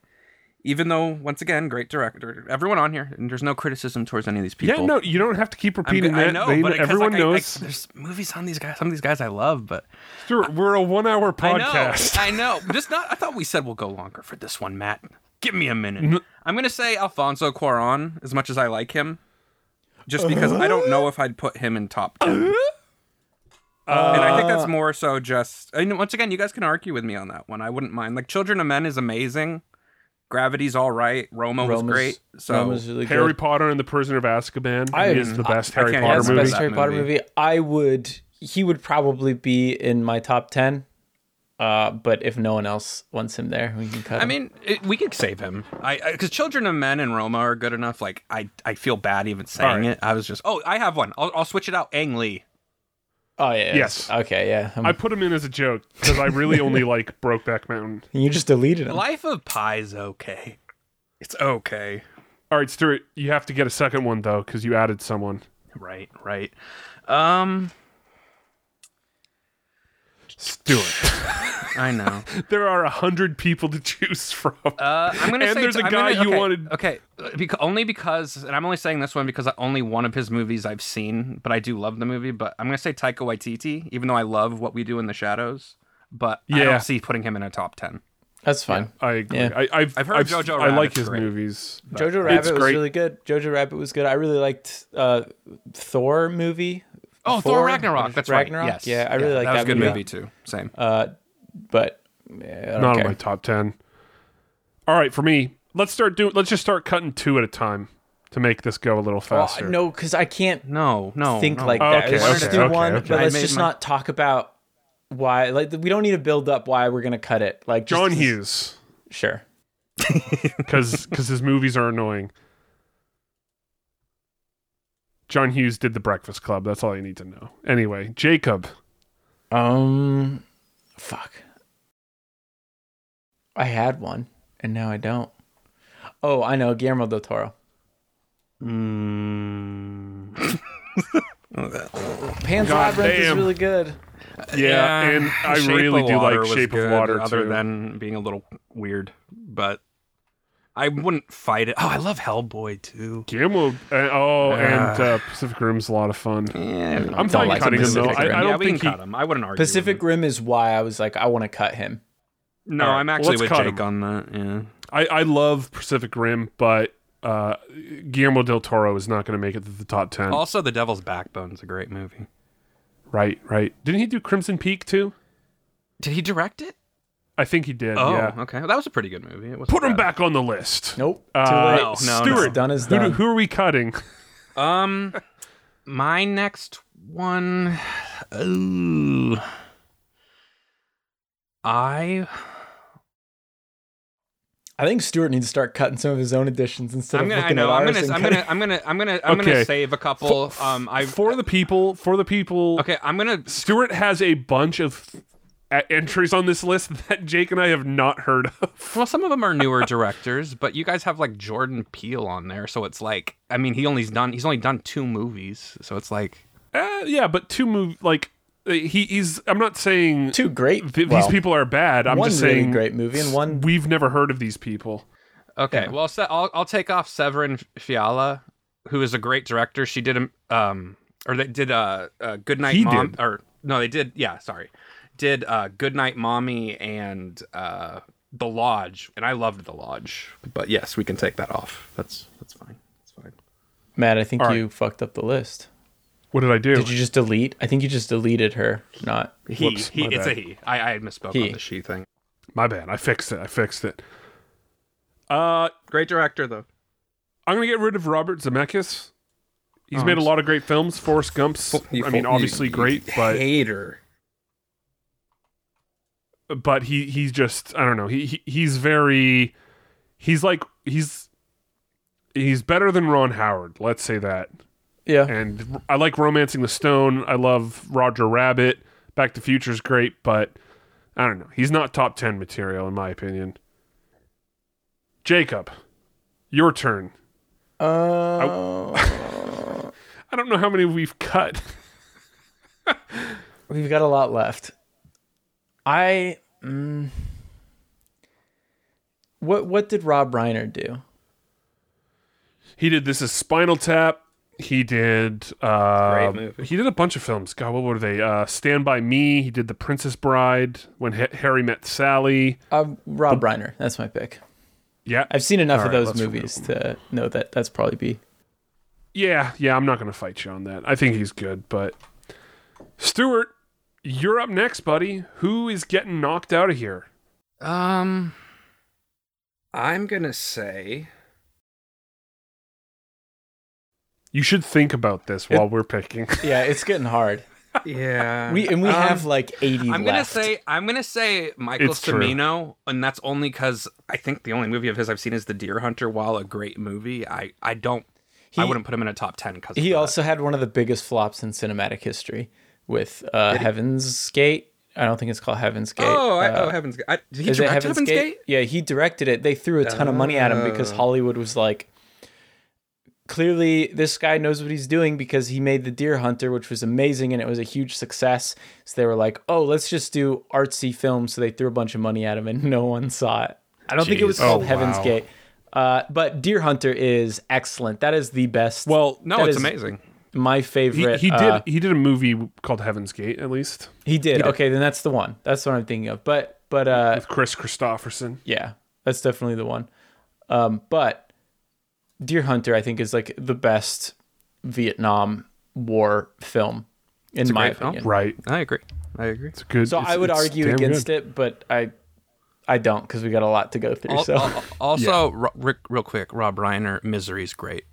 M: even though once again, great director, everyone on here, and there's no criticism towards any of these people.
K: Yeah, no, you don't have to keep
M: I'm, go-
K: repeating that.
M: I know,
K: They-
M: but 'cause,
K: everyone
M: like, I- I-
K: knows.
M: there's movies on these guys. Some of these guys I love, but
K: Stuart, we're a one-hour
M: I
K: podcast.
M: know, I know. Just not. I thought we said we'll go longer for this one, Matt. Give me a minute. I'm gonna say Alfonso Cuaron, as much as I like him, just because I don't know if I'd put him in top ten.
L: Uh-huh.
M: and I think
L: Uh.
M: that's more so just. And once again, you guys can argue with me on that one. I wouldn't mind. Like Children of Men is amazing. Gravity's all right. Roma was
L: Roma's-
M: great. So
L: Roma's really good.
K: Harry Potter and the Prisoner of Azkaban
L: I-
K: is the best
M: I
K: Harry
M: can't
K: Potter
L: That's
M: even
K: movie.
L: the best
M: That
L: Harry Potter
M: movie.
L: movie. I would. He would probably be in my top ten. Uh, but if no one else wants him there, we can cut.
M: I
L: him.
M: mean, it, we could save him. I because Children of Men and Roma are good enough. Like I, I feel bad even saying
K: right.
M: it. I was just, oh, I have one. I'll, I'll switch it out. Ang Lee.
L: oh yeah.
K: yes.
L: Okay. Yeah. Um, I'm-
K: I put him in as a joke because I really only like Brokeback Mountain.
L: you just deleted him.
M: Life of Pi's okay. It's okay.
K: All right, Stuart, you have to get a second one though because you added someone.
M: Right, right. Um,
K: Stuart,
M: I know.
K: there are a hundred people to choose from.
M: Uh, I'm gonna
K: And
M: say
K: there's a
M: I'm
K: guy
M: gonna-
K: you
M: okay,
K: wanted-
M: Okay, because, only because, and I'm only saying this one because only one of his movies I've seen, but I do love the movie. But I'm gonna say Taika Waititi, even though I love what we do in the shadows. But I
K: Yeah.
M: don't see putting him in a top ten.
L: That's fine.
K: I agree.
L: Yeah.
K: I, I've,
M: I've heard
K: I've,
M: Jojo
K: I like
M: Rabbit's
K: his
M: great.
K: movies.
L: Jojo
K: It's
L: Rabbit was
K: great.
L: really good. Jojo Rabbit was good. I really liked uh, Thor movie.
M: Oh, Thor
L: Thor
M: Ragnarok. That's
L: Ragnarok?
M: right. Yes.
L: Yeah, I really like
M: that. was
L: that
M: a good
L: movie. Uh,
M: movie too. Same.
L: But yeah, I
K: Not in
L: don't
K: my
L: care.
K: top ten. All right, for me, let's start doing. Let's just start cutting two at a time to make this go a little
L: Oh,
K: faster.
L: no, because I can't
M: no, no.
L: think
M: no.
L: like
K: Oh,
L: that.
K: okay,
L: let's
K: okay,
L: do
K: okay,
L: one,
K: okay.
L: but
M: I
L: let's
M: made
L: just
M: my-
L: not talk about why. Like, we don't need to build up why we're gonna cut it. Like, just,
K: John Hughes,
L: Sure.
K: because because his movies are annoying. John Hughes did The Breakfast Club. That's all you need to know. Anyway, Jacob.
L: Um, fuck. I had one, and now I don't. Oh, I know Guillermo del Toro.
M: Mm.
L: Pan's
K: God
L: Labyrinth is
K: damn.
L: really good.
K: Yeah, and I
M: Uh, Shape
K: really
M: of
K: do
M: Water
K: like
M: was
K: Shape
M: good,
K: of Water
M: other
K: too.
M: than being a little weird, but I wouldn't fight it. Oh, I love Hellboy too.
K: Guillermo, uh, oh, and uh, Pacific Rim's a lot of fun.
M: Yeah,
K: I'm fine
L: like
K: cutting him though.
L: Pacific
K: I,
L: Rim.
K: I don't
M: yeah, we
K: think
M: can
K: he,
M: cut him. I wouldn't argue. with
L: Pacific
M: him.
L: Rim is why I was like, I want to cut him.
M: No,
K: Alright,
M: I'm
K: well,
M: actually
K: let's
M: with
K: cut
M: Jake
K: him.
M: on that. Yeah.
K: I, I love Pacific Rim, but uh, Guillermo del Toro is not going to make it to the top ten.
M: Also, The Devil's Backbone is a great movie.
K: Right, right. Didn't he do Crimson Peak too?
M: Did he direct it?
K: I think he did.
M: Oh,
K: yeah.
M: okay. Well, that was a pretty good movie. It wasn't
K: Put him
M: bad.
K: back on the list.
L: Nope. Too
K: Uh,
L: late.
M: No, no, no.
K: Stuart,
L: Done is
K: who do-
L: done.
K: Who, are we cutting?
M: Um, my next one. Ooh. I
L: I think Stuart needs to start cutting some of his own editions instead
M: I'm
L: of
M: gonna I
L: looking
M: know
L: at
M: I'm
L: ours.
M: gonna
L: and
M: I'm
L: cutting-
M: gonna I'm gonna I'm gonna I'm
K: Okay.
M: gonna save a couple. um, I
K: for the people, for the people.
M: okay. I'm gonna
K: Stuart has a bunch of uh, entries on this list that Jake and I have not heard of.
M: well, some of them are newer directors, but you guys have like Jordan Peele on there, so it's like I mean he only's done he's only done two movies, so it's like
K: Uh, yeah, but two move like he, he's. I'm not saying
L: two great.
K: th-
L: well,
K: these people are bad. I'm
L: one
K: just
L: really
K: saying
L: great movie and one-
K: we've never heard of these people.
M: Okay, well, so I'll I'll take off Severin Fiala, who is a great director. She did a um or they did uh, uh Good Night
K: He
M: Mom
K: did.
M: or no, they did. Yeah, sorry. Did uh Good Night Mommy and uh The Lodge, and I loved The Lodge. But yes, we can take that off. That's that's fine. That's fine.
L: Matt, I think
M: All right.
L: you fucked up the list.
K: What did I do?
L: Did you just delete? I think you just deleted her, not
M: He,
L: Whoops,
M: he
L: my
M: it's a
L: bad.
M: he. I I misspoke
L: He.
M: on the she thing.
K: My bad. I fixed it. I fixed it. Uh,
M: Great director though.
K: I'm gonna get rid of Robert Zemeckis. He's
M: Oh,
K: made
M: I'm
K: a
M: s-
K: lot of great films. Forrest Gump's.
M: You
K: I
M: full-
K: mean,
M: you-
K: obviously
M: you
K: great, but
M: hater.
K: but he he's just I don't know. He, he he's very he's like he's he's better than Ron Howard. Let's say that.
L: Yeah.
K: And I like Romancing the Stone. I love Roger Rabbit. Back to Future's great, but I don't know. He's not top 10 material in my opinion. Jacob, your turn.
L: Uh,
K: I don't know how many we've cut.
L: we've got a lot left. I. Mm, what what did Rob Reiner do?
K: He did this is Spinal Tap. He did uh
M: Great movie.
K: he did a bunch of films. God, what were they? Uh Stand by Me, he did The Princess Bride, When Ha- Harry Met Sally.
L: Um, Rob Reiner. That's my pick.
K: Yeah.
L: I've seen enough
K: All
L: of
K: right,
L: those
K: let's remove
L: movies to know that that's probably be.
K: Yeah, yeah, I'm not going to fight you on that. I think he's good, but Stuart, you're up next, buddy. Who is getting knocked out of here?
M: Um, I'm gonna say
K: You should think about this while we're picking.
L: Yeah, it's getting hard.
M: yeah.
L: We and we
M: Um,
L: have like 80
M: I'm gonna
L: left.
M: say I'm gonna say Michael
K: It's true.
M: Cimino, and that's only because I think the only movie of his I've seen is The Deer Hunter. While a great movie, I I don't I
L: He-
M: wouldn't put him in a top ten because
L: he also had one of the biggest flops in cinematic history with uh, Heaven's Gate. I don't think it's called Heaven's Gate.
M: oh I,
L: Uh,
M: oh Heaven's Gate. I, did he
L: Is it
M: direct
L: Heaven's, Gate? Yeah, he directed it. They threw a ton of money at him because
M: Oh.
L: Hollywood was like, clearly this guy knows what he's doing because he made The Deer Hunter, which was amazing and it was a huge success. So they were like, oh, let's just do artsy films. So they threw a bunch of money at him and no one saw it. I don't think it was
K: Jeez. Oh,
L: called Heaven's
K: wow.
L: Gate. Uh, but Deer Hunter is excellent. That is the best.
K: Well,
M: No,
L: that
M: it's
L: is
M: amazing.
L: My
K: He,
L: favorite.
K: he did
L: uh,
K: he did a movie called Heaven's Gate at least
L: he did. Okay, then that's the one. That's what I'm thinking of. But but uh,
K: with Chris Christopherson.
L: yeah, that's definitely the one. Um, but Deer Hunter, I think, is like the best Vietnam War film, in
M: a
L: my
M: great film.
L: opinion.
K: Right.
M: I agree. I agree.
K: It's good.
L: So I would argue against it, but I, I don't because we got a lot to go through.
M: Al-
L: so
M: al- also, Ro- Rick, real quick, Rob Reiner, Misery's great.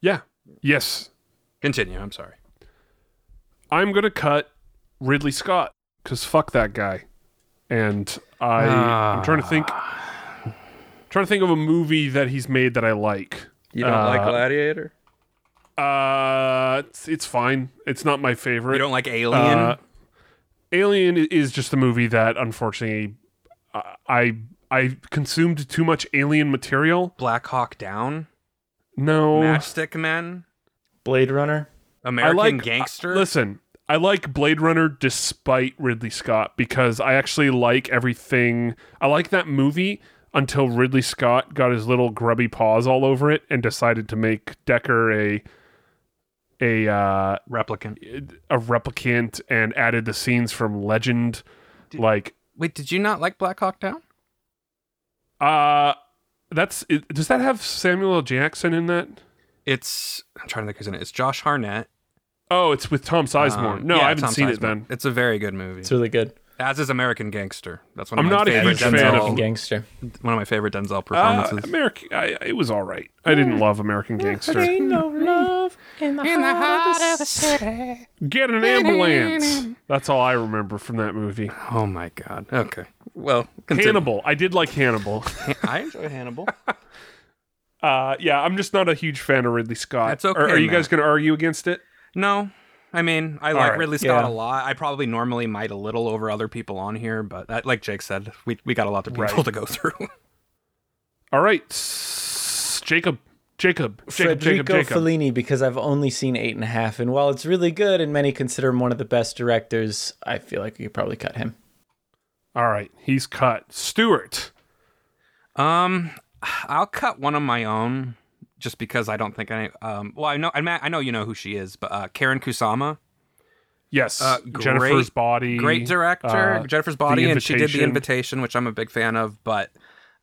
K: Yeah. Yes.
M: Continue. I'm sorry.
K: I'm gonna cut Ridley Scott because fuck that guy. And I I'm trying to think trying to think of a movie that he's made that I like.
M: You don't like
K: Uh,
M: Gladiator?
K: Uh, it's, it's fine. It's not my favorite.
M: You don't like Alien?
K: Uh, Alien i- is just a movie that unfortunately I- I I consumed too much alien material.
M: Black Hawk Down?
L: oh.
K: No.
M: Matchstick Men?
L: Blade Runner.
M: American
K: I like
M: Gangster?
K: uh, listen, I like Blade Runner despite Ridley Scott because I actually like everything. I like that movie until Ridley Scott got his little grubby paws all over it and decided to make Decker a a uh,
M: Replicant.
K: a replicant and added the scenes from Legend. Like,
M: Wait, did you not like Black Hawk Down?
K: uh, that's it, does that have Samuel L. Jackson in that?
M: It's I'm trying to think who's in it. It's Josh Harnett.
K: Oh, it's with Tom Sizemore.
M: Um,
K: no,
M: yeah,
K: I haven't
M: Tom
K: seen
M: Sizemore.
K: it then.
M: It's a very good movie.
L: It's really good.
M: As is American Gangster. That's one of
K: I'm
M: my
K: not a
M: favorite
K: huge fan
M: Denzel,
K: of-
L: Gangster.
M: one of my favorite Denzel
K: Uh,
M: performances.
K: American, I, it was all right. I didn't love American Gangster. Get an ambulance. That's all I remember from that movie.
M: oh my god. Okay. Well, continue.
K: Hannibal. I did like Hannibal.
M: I enjoy Hannibal.
K: Uh, yeah, I'm just not a huge fan of Ridley Scott.
M: That's
K: Are,
M: okay,
K: are you
M: Matt.
K: guys going to argue against it?
M: no. I mean, I like
K: right,
M: Ridley Scott a
L: yeah.
M: lot. I probably normally might a little over other people on here, but uh, like Jake said, we, we got a lot of people
K: Right.
M: to go through.
K: All right, s- Jacob, Jacob. Jacob, Jacob,
L: Federico
K: Jacob.
L: Fellini because I've only seen eight and a half, and while it's really good and many consider him one of the best directors, I feel like we could probably cut him.
K: All right, he's cut. Stewart.
M: Um, I'll cut one of my own just because I don't think I. Um, well, I know I, ma- I know you know who she is, but uh, Karen Kusama.
K: Yes, Uh, Jennifer's Body,
M: Uh, Great director,
K: uh,
M: Jennifer's
K: The
M: Body, and she did the
K: Invitation.
M: invitation, which I'm a big fan of. But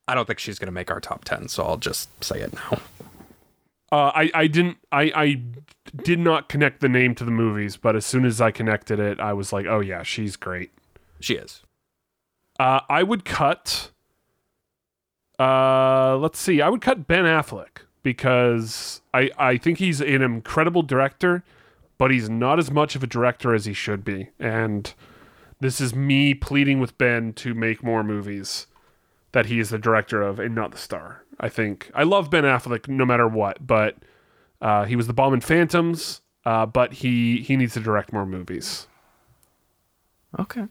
M: I don't think she's gonna make our top ten, so I'll just say it now.
K: Uh, I I didn't I I did not connect the name to the movies, but as soon as I connected it, I was like, oh yeah, she's great.
M: She is.
K: Uh, I would cut. Uh, let's see. I would cut Ben Affleck because I I think he's an incredible director, but he's not as much of a director as he should be. And this is me pleading with Ben to make more movies that he is the director of and not the star. I think I love Ben Affleck no matter what, but uh, he was the bomb in Phantoms. Uh, but he he needs to direct more movies.
L: Okay.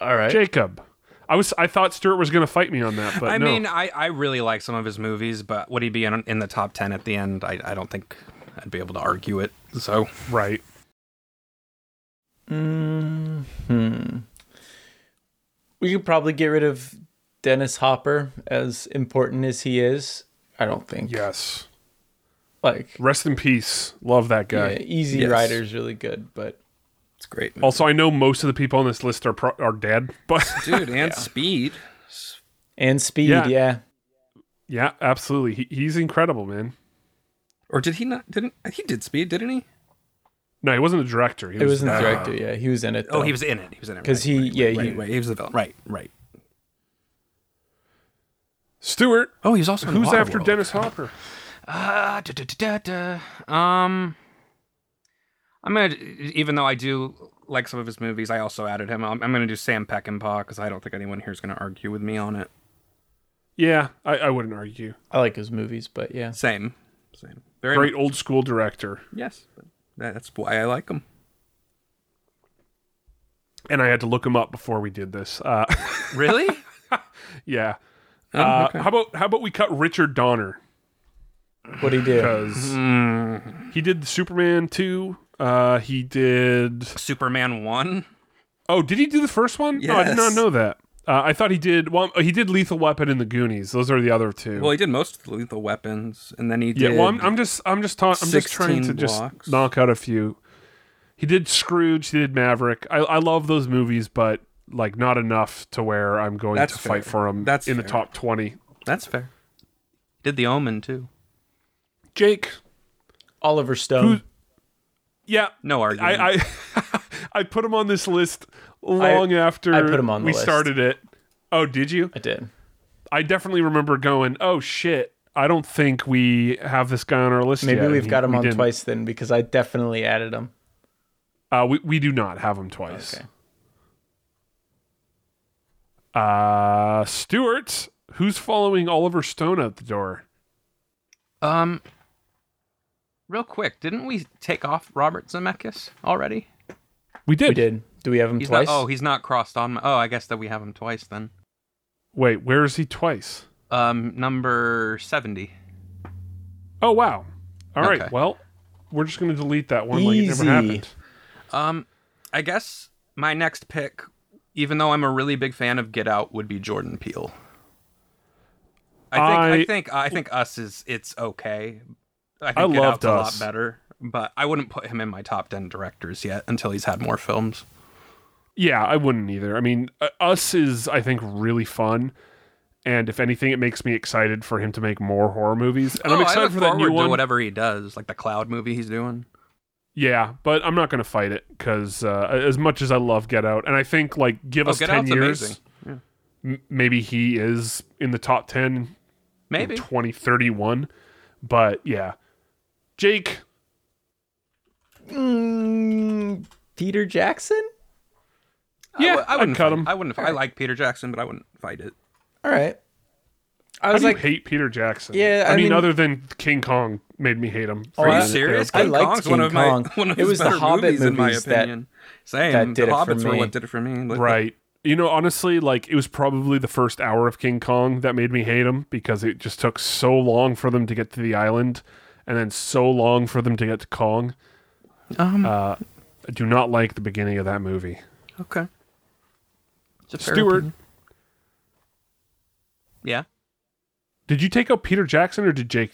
L: All right.
K: Jacob. I was I thought Stuart was gonna fight me on that, but
M: I
K: no.
M: mean, I, I really like some of his movies, but would he be in, in the top ten at the end? I, I don't think I'd be able to argue it. So
K: right.
L: Hmm. We could probably get rid of Dennis Hopper, as important as he is. I don't think.
K: Yes.
L: Like,
K: Rest in peace. Love that guy.
L: yeah, Easy
M: Yes.
L: Rider's really good, but
M: it's great.
K: Also, I know most of the people on this list are pro- are dead, but
M: dude, and Speed.
L: and Speed,
K: Yeah.
L: yeah.
K: yeah, absolutely. He, he's incredible, man.
M: Or did he not? Didn't he did Speed? Didn't he?
K: No, he wasn't a director. He
L: It wasn't
K: uh,
L: the director. Yeah, he was in it.
M: Oh,
L: though.
M: he was in it. He was in it.
L: 'Cause
M: right,
L: he-
M: right,
L: yeah,
M: right,
L: he-
M: right, right. he was the villain. Right, right.
K: Stewart.
M: Oh, he was also in
K: Who's after
M: Waterworld.
K: Dennis Hopper?
M: Uh, da, da, da, da, da. Um, I'm gonna even though I do like some of his movies, I also added him. I'm, I'm gonna do Sam Peckinpah because I don't think anyone here is gonna argue with me on it.
K: Yeah, I, I wouldn't argue.
L: I like his movies, but yeah.
M: Same, same. Very
K: Great old school director.
M: Yes, That- that's why I like him.
K: And I had to look him up before we did this. Uh,
M: Really?
K: yeah.
M: Oh,
K: Uh, How about how about we cut Richard Donner
L: What he did?
K: because he did Superman two. Uh, he did
M: Superman one.
K: Oh, did he do the first one? No, I did not
M: Yes.
K: know that. Uh, I thought he did. Well, he did Lethal Weapon and The Goonies. Those are the other two.
M: Well, he did most of the Lethal Weapons, and then he
K: yeah.
M: did.
K: Well, I'm, I'm just, I'm just, ta- I'm just trying to
M: 16 blocks.
K: just knock out a few. He did Scrooge. He did Maverick. I, I love those movies, but like not enough to where I'm going
M: That's
K: to
M: fair.
K: fight for him.
M: That's
K: in the
M: fair.
K: top twenty.
M: That's fair. Did the Omen too?
K: Jake.
L: Oliver Stone.
K: Yeah,
M: No argument.
K: I, I, I put him on this list long after
L: I put him on the
K: we
L: list.
K: started it. Oh, did you?
L: I did.
K: I definitely remember going, "Oh shit, I don't think we have this guy on our list."
L: Maybe
K: yet."
L: we've
K: And
L: got him
K: we
L: on
K: didn't.
L: twice then because I definitely added him.
K: Uh, we we do not have him twice.
L: Okay.
K: Uh, Stuart, who's following Oliver Stone out the door?
M: Um, real quick, didn't we take off Robert Zemeckis already?
K: We did.
L: We did. Do we have him
M: He's
L: twice?
M: not. Oh, he's not crossed on. My, oh, I guess that we have him twice then.
K: Wait, where is he twice?
M: Um, number seventy.
K: Oh wow. All right.
M: Okay.
K: Well, we're just gonna delete that one like it never
L: Easy.
K: happened.
M: Um, I guess my next pick, even though I'm a really big fan of Get Out, would be Jordan Peele. I think I,
K: I-
M: think I think Us is it's okay. I think
K: I
M: Get Out's
K: loved
M: a
K: Us.
M: lot better, but I wouldn't put him in my top ten directors yet until he's had more films.
K: Yeah, I wouldn't either. I mean, uh, Us is I think really fun, and if anything, it makes me excited for him to make more horror movies. And
M: oh,
K: I'm
M: I
K: excited
M: look
K: for that
M: forward
K: new
M: to
K: one.
M: Whatever he does, like the Cloud movie he's doing.
K: Yeah, but I'm not gonna fight it because uh, as much as I love Get Out, and I think like give
M: Oh,
K: us
M: Get
K: ten
M: Out's
K: years,
M: amazing.
K: m- maybe he is in the top ten, in
M: Maybe
K: 2031. But yeah, Jake,
L: Mm, Peter Jackson?
M: I,
K: Yeah,
M: w- I
K: I'd
M: wouldn't
K: cut
M: fight-
K: him.
M: I wouldn't. I like Peter Jackson, but I wouldn't fight it.
L: All right. I
K: I
L: was
K: do you
L: like,
K: hate Peter Jackson.
L: Yeah,
K: I,
L: I
K: mean,
L: mean-
K: other than King Kong made me hate him. for
L: Are you
K: his
M: serious?
K: terrible-
L: I liked
M: Kong's
L: King
M: one of my
L: Kong.
M: one of
L: It
M: his
L: was the
M: better
L: Hobbit
M: movies, in my
L: movies that-
M: opinion. Same.
L: that did
M: the
L: it for
M: Hobbits were
L: me.
M: what did it for me. Look-
K: Right. You know, honestly, like it was probably the first hour of King Kong that made me hate him because it just took so long for them to get to the island, and then so long for them to get to Kong.
M: Um,
K: uh, I do not like the beginning of that movie.
M: Okay.
K: Stewart,
M: Yeah.
K: did you take out Peter Jackson or did Jake?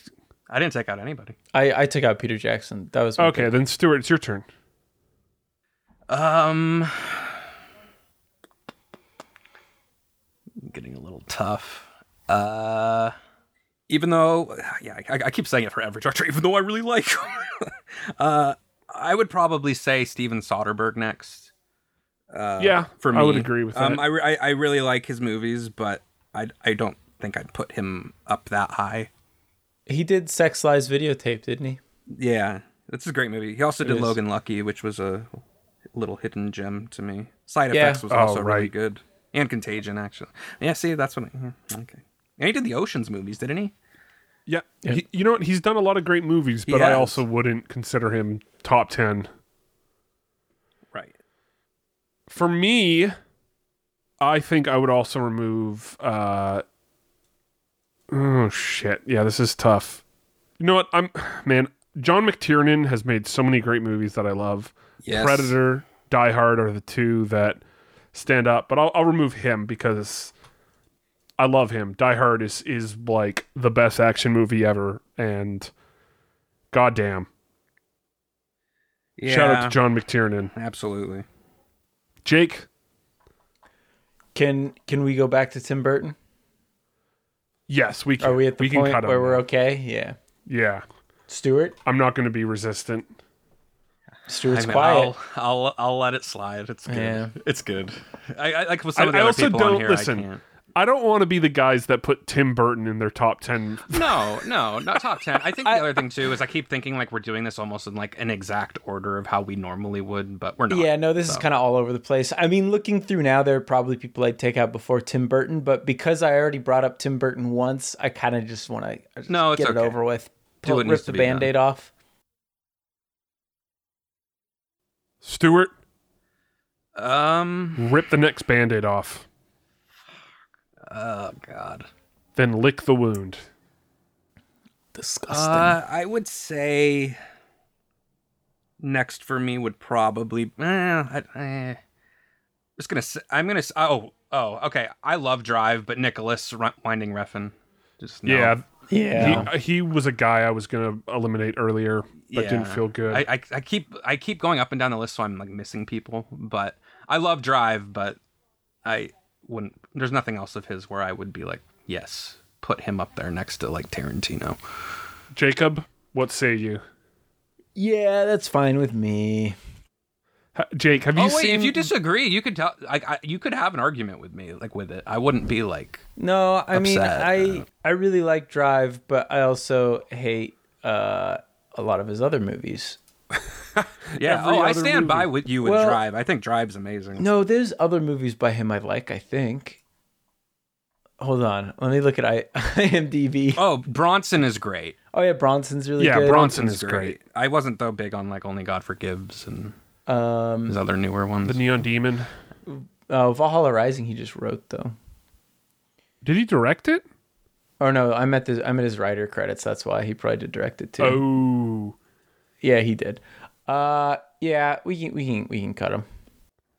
M: I didn't take out anybody.
L: I, I took out Peter Jackson. That was my
K: Okay, then Stewart, it's your turn.
M: Um, getting a little tough. Uh, even though, yeah, I, I keep saying it for every director, even though I really like. him. uh, I would probably say Steven Soderbergh next. Uh,
K: Yeah,
M: for me,
K: I would agree with
M: Um,
K: that.
M: I, re- I I really like his movies, but I I don't think I'd put him up that high.
L: pick. He did Sex Lies videotape, didn't he?
M: Yeah, this is a great movie. He also
L: It
M: did
L: is.
M: Logan Lucky, which was a little hidden gem to me. Side
L: Yeah.
M: Effects was
K: Oh,
M: also really
K: right.
M: good, and Contagion actually. Yeah, see, that's what. I, yeah, okay, and he did the Ocean's movies, didn't he?
K: Yeah, He- you know what? He's done a lot of great movies,
M: He
K: but I
M: has.
K: also wouldn't consider him top ten.
M: Right.
K: For me, I think I would also remove. Uh, oh shit! Yeah, this is tough. You know what? I'm man. John McTiernan has made so many great movies that I love.
M: Yes.
K: Predator, Die Hard are the two that stand up, but I'll, I'll remove him because I love him. Die Hard is is like the best action movie ever, and goddamn,
M: Yeah.
K: shout out to John McTiernan.
M: Absolutely.
K: Jake,
L: Can Can we go back to Tim Burton?
K: yes, we can.
L: Are we at the
K: can
L: point
K: cut him.
L: where we're okay? Yeah.
K: Yeah,
L: Stuart.
K: I'm not going to be resistant.
L: Stuart's
M: I mean,
L: quiet.
M: I'll, I'll I'll let it slide. It's good.
L: Yeah.
M: It's good. I, I like with some
K: I-
M: of the
K: I
M: other
K: also
M: people
K: don't-
M: on here.
K: listen.
M: I can't.
K: I don't want to be the guys that put Tim Burton in their top ten.
M: No, no, not top ten. I think the other thing too is I keep thinking like we're doing this almost in like an exact order of how we normally would, but we're not.
L: Yeah, no, this is kind of all over the place. I mean, looking through now, there are probably people I'd take out before Tim Burton, but because I already brought up Tim Burton once, I kind of just want to
M: No, it's
L: get it
M: okay.
L: over with.
M: Do
L: Pull-
M: what needs
L: rip
M: to
L: the
M: be done.
L: band aid off.
K: Stewart,
M: Um.
K: rip the next band-aid off,
M: Oh God.
K: then lick the wound.
L: Disgusting.
M: Uh, I would say next for me would probably. Eh, I, eh. just gonna. Say, I'm gonna. s- Oh, oh, okay. I love Drive, but Nicholas Ru- Winding Refn. Just no.
K: Yeah,
L: yeah.
K: He, he was a guy I was gonna eliminate earlier, but didn't
M: Yeah.
K: feel good.
M: I, I I keep I keep going up and down the list, so I'm like missing people. But I love Drive, but I wouldn't. There's nothing else of his where I would be like, yes, put him up there next to like Tarantino.
K: Jacob, what say you?
L: yeah, that's fine with me.
K: Ha- Jake, have you
M: oh wait,
K: seen?
M: if you disagree, you could tell. Like, I, you could have an argument with me, like with it. I wouldn't be like,
L: No, I mean,
M: Upset.
L: I I really like Drive, but I also hate uh, a lot of his other movies.
M: yeah.
K: every
M: Oh, I
K: other
M: stand by
K: movie.
M: with you with
L: Well-
M: Drive. I think Drive's amazing.
L: No, there's other movies by him I like. I think. Hold on, let me look at I IMDb.
M: Oh, Bronson is great.
L: Oh yeah, Bronson's really
K: Yeah,
L: good.
K: Bronson is great.
M: I wasn't though big on like Only God Forgives and
L: Um,
M: his other newer ones.
K: The Neon Demon.
L: oh, Valhalla Rising, he just wrote though.
K: Did he direct it?
L: Oh no, I'm at the I'm at his writer credits. That's why he probably did direct it too.
K: Oh,
L: Yeah, he did. Uh, yeah, we can we can we can cut him.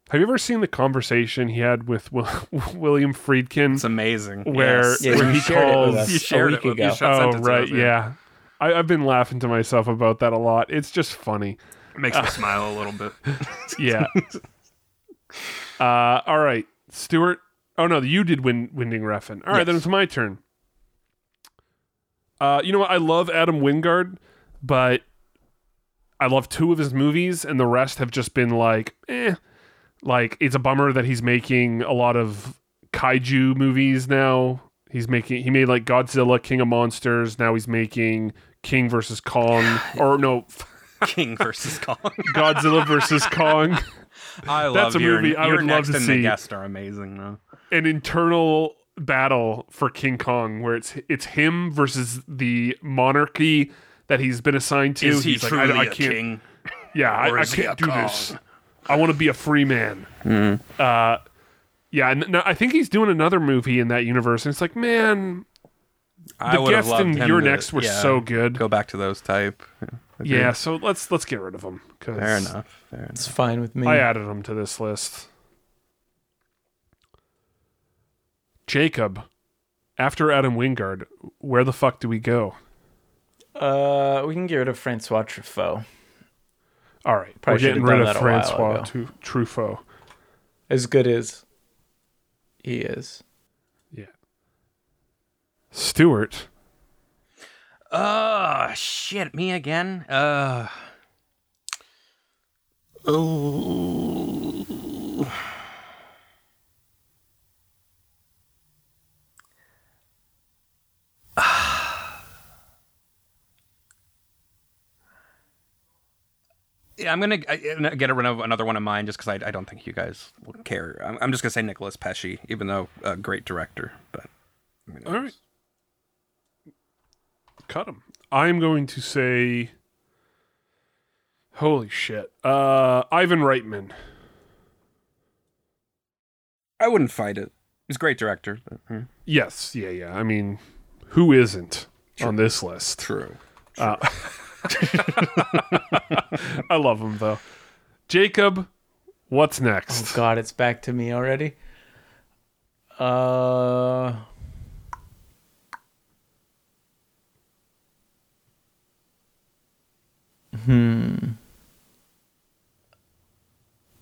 K: have you ever seen the conversation he had with Will- William Friedkin?
M: it's amazing.
K: Where-
M: Yes.
K: Yeah, When
L: you
K: he
L: shared it with
K: calls-
L: us
K: you
L: a
M: Oh, shared it
L: week
M: with- you
L: ago.
M: shared- that
K: oh
M: sentence
K: right,
M: out,
K: yeah.
M: yeah.
K: I, I've been laughing to myself about that a lot. It's just funny.
M: it makes me smile a little bit.
K: Yeah. uh, all right, Stuart. Oh no, you did win Winding Refn. All right, then it's my turn. Uh, you know what? I love Adam Wingard, but I love two of his movies, and the rest have just been like, eh. Like it's a bummer that he's making a lot of kaiju movies now. He's making he made like Godzilla, King of Monsters. Now he's making King versus Kong, or no,
M: King versus Kong.
K: Godzilla versus Kong.
M: I love
K: That's a
M: your,
K: movie I
M: your
K: would love
M: next
K: to
M: and
K: see.
M: the guest are amazing though.
K: an internal battle for King Kong where it's it's him versus the monarchy that he's been assigned to. he's like, I, I can't,
M: Mm-hmm.
K: Yeah, I, I can't do this. I want to be a free man. Uh, Yeah, and no, I think he's doing another movie in that universe, and it's like, man,
M: I
K: the
M: would have
K: guest
M: loved
K: in
M: him
K: your
M: to-
K: next were
M: yeah,
K: so good.
M: Go back to those type. Agreed.
K: Yeah, so let's let's get rid of them.
M: Fair enough. Fair enough.
L: It's fine with me.
K: I added them to this list. Jacob, after Adam Wingard, where the fuck do we go?
L: Uh, we can get rid of Francois Truffaut.
K: All right,
L: Probably
K: we're
L: should've
K: getting
L: done
K: rid of
L: that a while
K: Francois
L: ago.
K: Tu- Truffaut.
L: As good as he is.
K: Stewart,
M: Oh shit, me again. Uh. Oh. Yeah, I'm gonna I- I'm gonna get rid of another one of mine just because I, I don't think you guys will care. I'm, I'm just gonna say Nicholas Pesci, even though a great director, but
K: All right. cut him. I'm going to say, holy shit, uh, Ivan Reitman.
M: I wouldn't fight it. He's a great director. But, mm.
K: Yes, yeah, yeah. I mean, who isn't on this list?
M: True.
K: Uh, I love him though. Jacob, what's next?
L: Oh God, it's back to me already. Uh, hmm.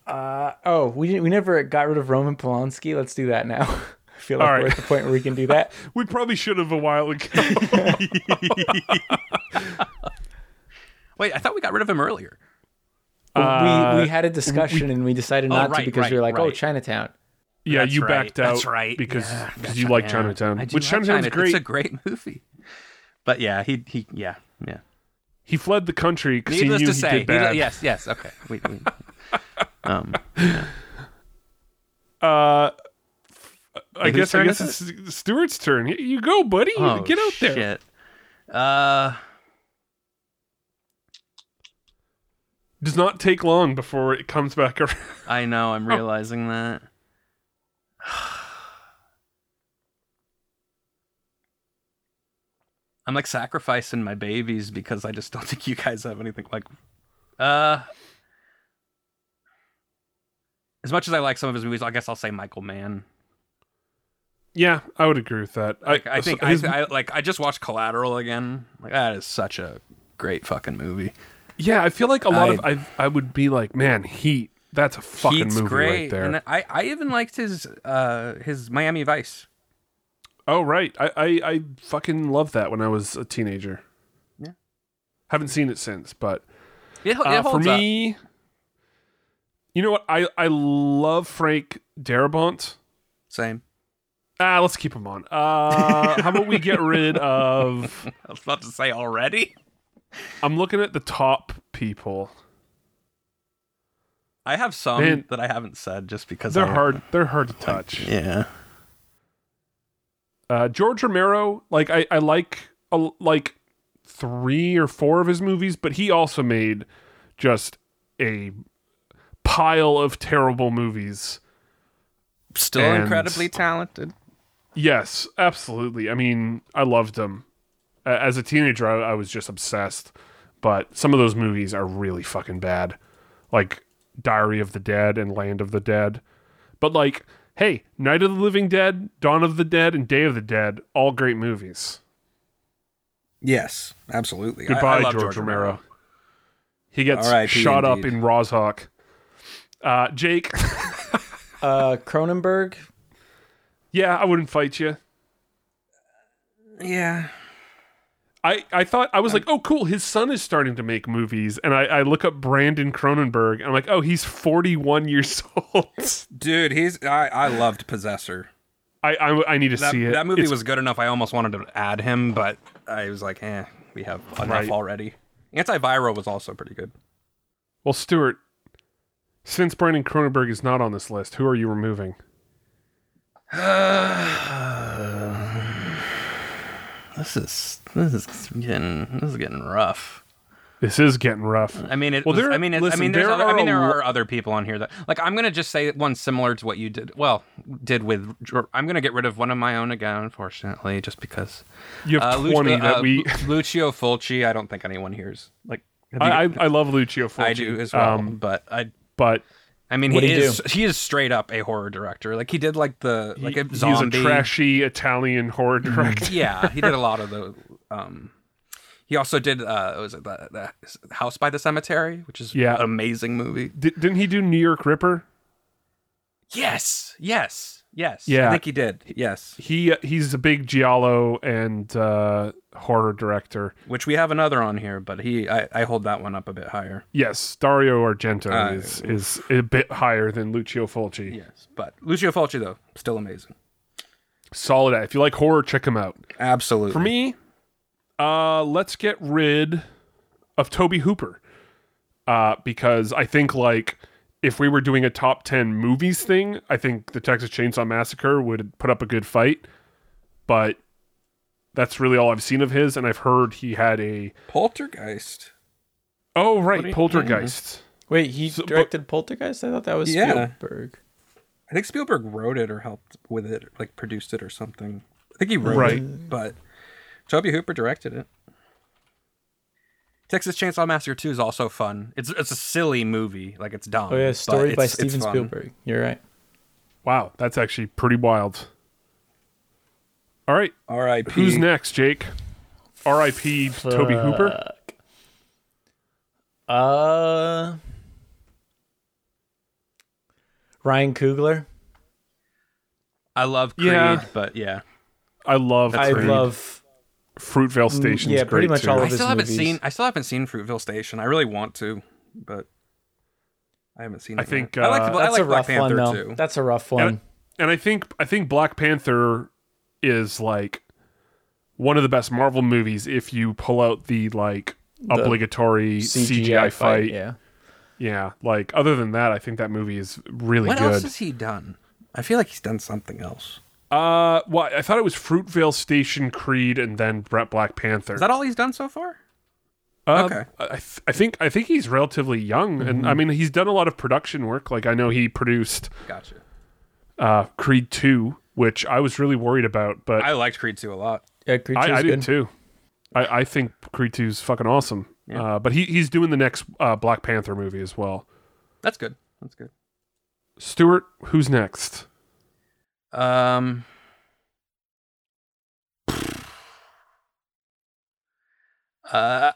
L: Uh, oh, we didn't, we never got rid of Roman Polanski. Let's do that now. I feel like
K: All
L: we're
K: right.
L: at the point where we can do that.
K: We probably should have a while ago.
M: Wait, I thought we got rid of him earlier.
K: Uh,
L: we we had a discussion and we decided
M: Oh,
L: not to
M: right,
L: because
M: right,
L: we were like, oh,
M: right.
L: Chinatown.
K: yeah,
M: That's
K: you
M: right.
K: backed out.
M: That's right.
K: because
M: Yeah.
K: because you like
M: Yeah.
K: Chinatown,
M: I do
K: which
M: like
K: Chinatown's
M: China-
K: great.
M: It's a great movie. But yeah, he he yeah yeah.
K: He fled the country because he knew
M: Needless
K: he
M: to say,
K: did
M: needle-
K: bad.
M: yes, yes, okay. We, we, um,
K: Uh, I
M: Wait, whose
K: guess I
M: turn
K: guess
M: is
K: it's Stewart's turn. Y- You go, buddy. You-
M: oh,
K: Get out there.
M: Shit. Uh,
K: Does not take long before it comes back around.
M: I know.
K: Oh.
M: I'm realizing that. I'm like sacrificing my babies because I just don't think you guys have anything like. Uh, as much as I like some of his movies, I guess I'll say Michael Mann.
K: Yeah, I would agree with that.
M: Like, I think
K: his-
M: I, I like I just watched Collateral again. Like that is such a great fucking movie.
K: yeah, I feel like a lot
M: I-
K: of I I would be like, man, Heat. That's a fucking
M: Heat's
K: movie
M: great,
K: right there.
M: and I I even liked his uh his Miami Vice.
K: oh right, I, I I fucking loved that when I was a teenager.
M: Yeah.
K: haven't seen it since, but
M: It, hol- it
K: Uh, for
M: holds up.
K: me, you know what? I I love Frank Darabont.
M: same.
K: Ah, let's keep him on. Uh, how about we get rid of?
M: I was about to say already.
K: I'm looking at the top people.
M: I have some
K: Man.
M: that I haven't said just because
K: They're
M: I-
K: hard. They're hard to touch.
M: Yeah.
K: Uh, George Romero, like I, I like a, like three or four of his movies, but he also made just a pile of terrible movies.
M: Still
K: And-
M: incredibly talented.
K: Yes, absolutely. I mean, I loved them. A- As a teenager, I, I was just obsessed. But some of those movies are really fucking bad, like Diary of the Dead and Land of the Dead. But like, hey, Night of the Living Dead, Dawn of the Dead, and Day of the Dead, all great movies.
M: Yes, absolutely. I- I
K: Goodbye,
M: love
K: George, Romero. He gets
M: R.I.P.
K: shot up
M: indeed.
K: in Rozhawk. Uh, Jake,
L: Uh, Cronenberg.
K: yeah, I wouldn't fight you.
M: Yeah.
K: I, I thought I was like, oh cool, his son is starting to make movies, and I, I look up Brandon Cronenberg, and I'm like, oh, he's 41 years old.
M: Dude, he's I, I loved Possessor.
K: I, I I need to
M: That,
K: see it.
M: that movie
K: It's-
M: was good enough. I almost wanted to add him, but I was like, eh, we have enough
K: Right.
M: already. Antiviral was also pretty good.
K: well, Stuart. Since Brandon Cronenberg is not on this list, who are you removing?
M: This is this is getting this is getting rough.
K: This is getting rough.
M: I mean, it
K: Well,
M: was-
K: there-
M: I mean, it's,
K: listen,
M: I mean, there's
K: there
M: other, I
K: are
M: mean,
K: a
M: there
K: lo-
M: are other people on here that like. I'm gonna just say one similar to what you did. Well, did with. I'm gonna get rid of one of my own again, unfortunately, just because
K: You have
M: Uh, Lucio-
K: 20 that we-
M: Lucio Fulci. I don't think anyone here's like. have
K: I, I,
M: you-
K: I love Lucio Fulci.
M: I do as well,
K: um,
M: but I.
K: But
M: I mean,
K: What'd
M: he
K: he
M: is
K: do?
M: he is straight up a horror director. Like he did like the like a
K: he's a
M: zombie. Mm-hmm.
K: trashy Italian horror director.
M: yeah, he did a lot of the. Um, he also did uh, was it the, the House by the Cemetery, which is
K: Yeah.
M: an amazing movie.
K: Di- didn't he do New York Ripper?
M: Yes, yes, yes.
K: Yeah.
M: I think he did. Yes,
K: He uh, he's a big giallo and uh, horror director.
M: which we have another on here, but he I, I hold that one up a bit higher.
K: Yes, Dario Argento
M: Uh,
K: is is a bit higher than Lucio Fulci.
M: Yes, but Lucio Fulci though still amazing.
K: Solid. If you like horror, check him out.
M: Absolutely.
K: For me, uh, let's get rid of Toby Hooper uh, because I think like if we were doing a top ten movies thing, I think the Texas Chainsaw Massacre would put up a good fight. But that's really all I've seen of his, and I've heard he had a
M: Poltergeist.
K: oh
M: do
K: right
M: you-
K: Poltergeist.
L: Wait, he
K: So, but-
L: directed Poltergeist? I thought that was
M: Yeah.
L: Spielberg.
M: I think Spielberg wrote it or helped with it, like produced it or something. I think he wrote
K: Right.
M: it, but Toby Hooper directed it. Texas Chainsaw Massacre 2 is also fun. It's it's a silly movie, like it's dumb.
L: Oh yeah,
M: Um, but
L: story by
M: it's- it's
L: Steven
M: fun.
L: Spielberg. You're right.
K: Wow, that's actually pretty wild. All right,
M: R.I.P.
K: who's next, Jake? R.I.P. Toby Hooper.
L: Fuck. Uh, Ryan Coogler.
M: I love Creed,
K: Yeah.
M: but yeah.
K: I love.
L: I
K: Creed.
L: love.
K: Fruitvale
L: Mm,
K: Station's
L: yeah,
K: great
L: pretty much
K: too.
L: all of
M: I
L: his
M: still haven't
L: movies.
M: seen I still haven't seen Fruitville Station. I really want to, but I haven't seen it.
K: I think,
M: yet. I like
K: uh,
M: the, I
L: That's
M: like
L: a rough
M: Black Panther
L: one though.
M: too.
L: That's a rough
K: and,
L: one.
K: and I think I think Black Panther is like one of the best Marvel movies if you pull out the like obligatory CGI, fight. Yeah.
L: Yeah.
K: like other than that, I think that movie is really
M: what
K: good.
M: else has he done? I feel like he's done something else.
K: uh, well, I thought it was Fruitvale Station, Creed, and then Brett Black Panther.
M: Is that all he's done so far?
K: Uh,
M: okay. Mm-hmm.
K: I, th- I think I think he's relatively young, and I mean he's done a lot of production work. Like I know he produced
M: Gotcha.
K: uh, Creed Two, which I was really worried about, but
M: I liked Creed 2 a lot.
L: Yeah, Creature's
K: I, I
L: good.
K: did too. I, I think Creed 2 is fucking awesome. Uh, but he, he's doing the next uh, Black Panther movie as well.
M: That's good. That's good.
K: Stuart, who's next?
M: Um Uh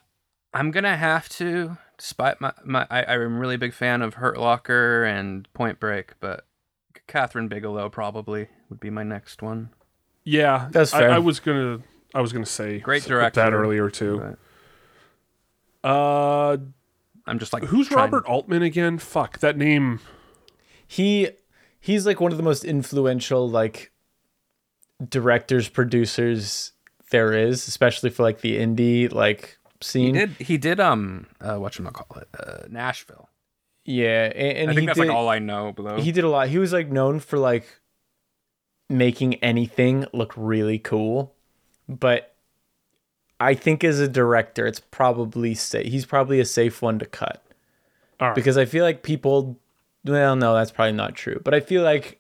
M: I'm gonna have to, despite my, my I, I'm a really big fan of Hurt Locker and Point Break, but Catherine Bigelow probably would be my next one.
K: Yeah,
L: That's
K: I-
L: fair.
K: I, was gonna I was gonna say
M: Great
K: s-
M: director.
K: that earlier too.
M: but
K: Uh,
M: I'm just like
K: who's
M: trying-
K: Robert Altman again? Fuck that name.
L: he he's like one of the most influential like directors producers there is especially for like the indie like
M: He
L: scene
M: did he did um uh whatchamacallit, uh Nashville.
L: yeah a- and,
M: I think
L: he
M: that's
L: did,
M: like all I know below.
L: he did a lot he was like known for like making anything look really cool but i think as a director it's probably safe he's probably a safe one to cut
K: All right.
L: because I feel like people well no that's probably not true but I feel like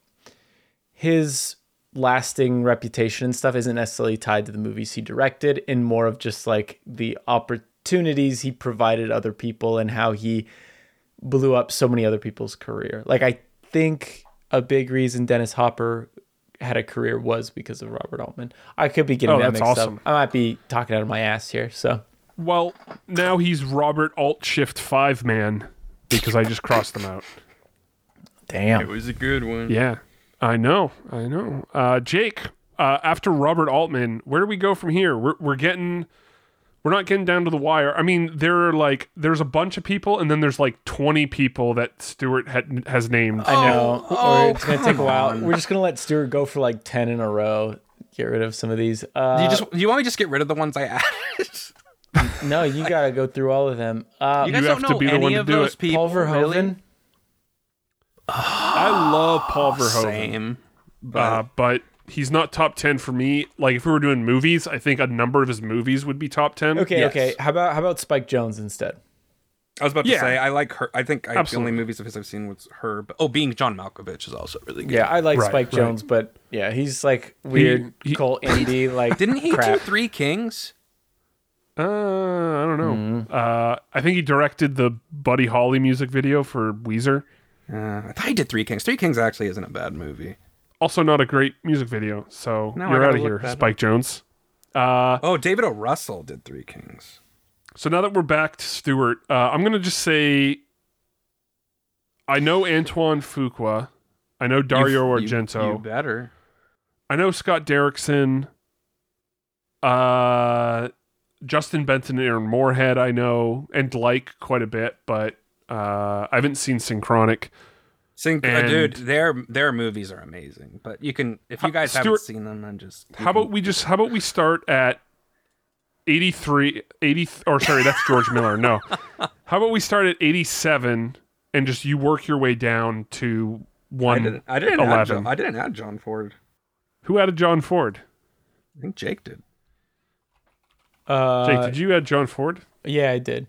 L: his lasting reputation and stuff isn't necessarily tied to the movies he directed and more of just like the opportunities he provided other people and how he blew up so many other people's career like I think a big reason Dennis Hopper had a career was because of Robert Altman. I could be getting
K: Oh,
L: that
K: that's
L: mixed
K: awesome.
L: up. I might be talking out of my ass here. So
K: well, now he's Robert Alt Shift Five Man because I just crossed them out.
M: it
L: damn.
M: was a good one.
K: Yeah, I know, I know. Uh, Jake, uh, after Robert Altman, where do we go from here? We're we're getting, we're not getting down to the wire. I mean, there are like there's a bunch of people, and then there's like twenty people that Stewart had, has named.
L: I know.
M: oh,
L: We're- it's gonna take a while. We're just gonna let Stuart go for like ten in a row. Get rid of some of these. Uh,
M: Do you just do you want me to just get rid of the ones I added?
L: no, you gotta go through all of them. Uh,
M: You guys
K: You
M: don't
K: have to
M: know
K: be the
M: any
K: one to
M: of
K: do
M: those
K: it.
M: people.
L: Paul Verhoeven.
M: Really?
K: I love Paul Verhoeven,
M: Same. But
K: uh, but he's not top ten for me. Like if we were doing movies, I think a number of his movies would be top ten.
L: Okay,
M: Yes.
L: okay. How about how about Spike Jones instead?
M: I was about
K: Yeah.
M: to say I like her. I think I, the
K: Absolutely.
M: only movies of his I've seen was her. But, oh, being John Malkovich is also really good.
L: Yeah, I like
K: Right,
L: Spike
K: right.
L: Jones, but yeah, he's like weird
K: He- he-
L: cult indie. Like,
M: Didn't he do
L: crap.
M: Three Kings?
K: Uh, I don't know.
M: Mm-hmm.
K: Uh, I think he directed the Buddy Holly music video for Weezer.
M: Uh, I thought he did Three Kings. Three Kings actually isn't a bad movie.
K: Also, not a great music video. So
M: No, I
K: you're
M: gotta
K: out of
M: look
K: here,
M: that up.
K: Spike Jones. Uh,
M: Oh, David O. Russell did Three Kings.
K: so now that we're back to Stewart, uh, I'm gonna just say, I know Antoine Fuqua, I know Dario
M: You-
K: Argento,
M: You, you better.
K: I know Scott Derrickson, uh, Justin Benton and Aaron Moorhead, I know, and like quite a bit, but uh, I haven't seen Synchronic.
M: Sing, uh,
K: And-
M: dude, their their movies are amazing. But you can if you guys haven't
K: Stuart-
M: seen them, then just you
K: How
M: can-
K: about we just, how about we start at 83, 80, or sorry, that's George Miller. No. How about we start at 87 and just you work your way down to
M: I
K: 111?
M: didn't. I didn't add John. I didn't add John Ford.
K: Who added John Ford?
M: I think Jake did.
L: Uh,
K: Jake,
M: Uh,
K: did you add John Ford?
L: yeah, I did.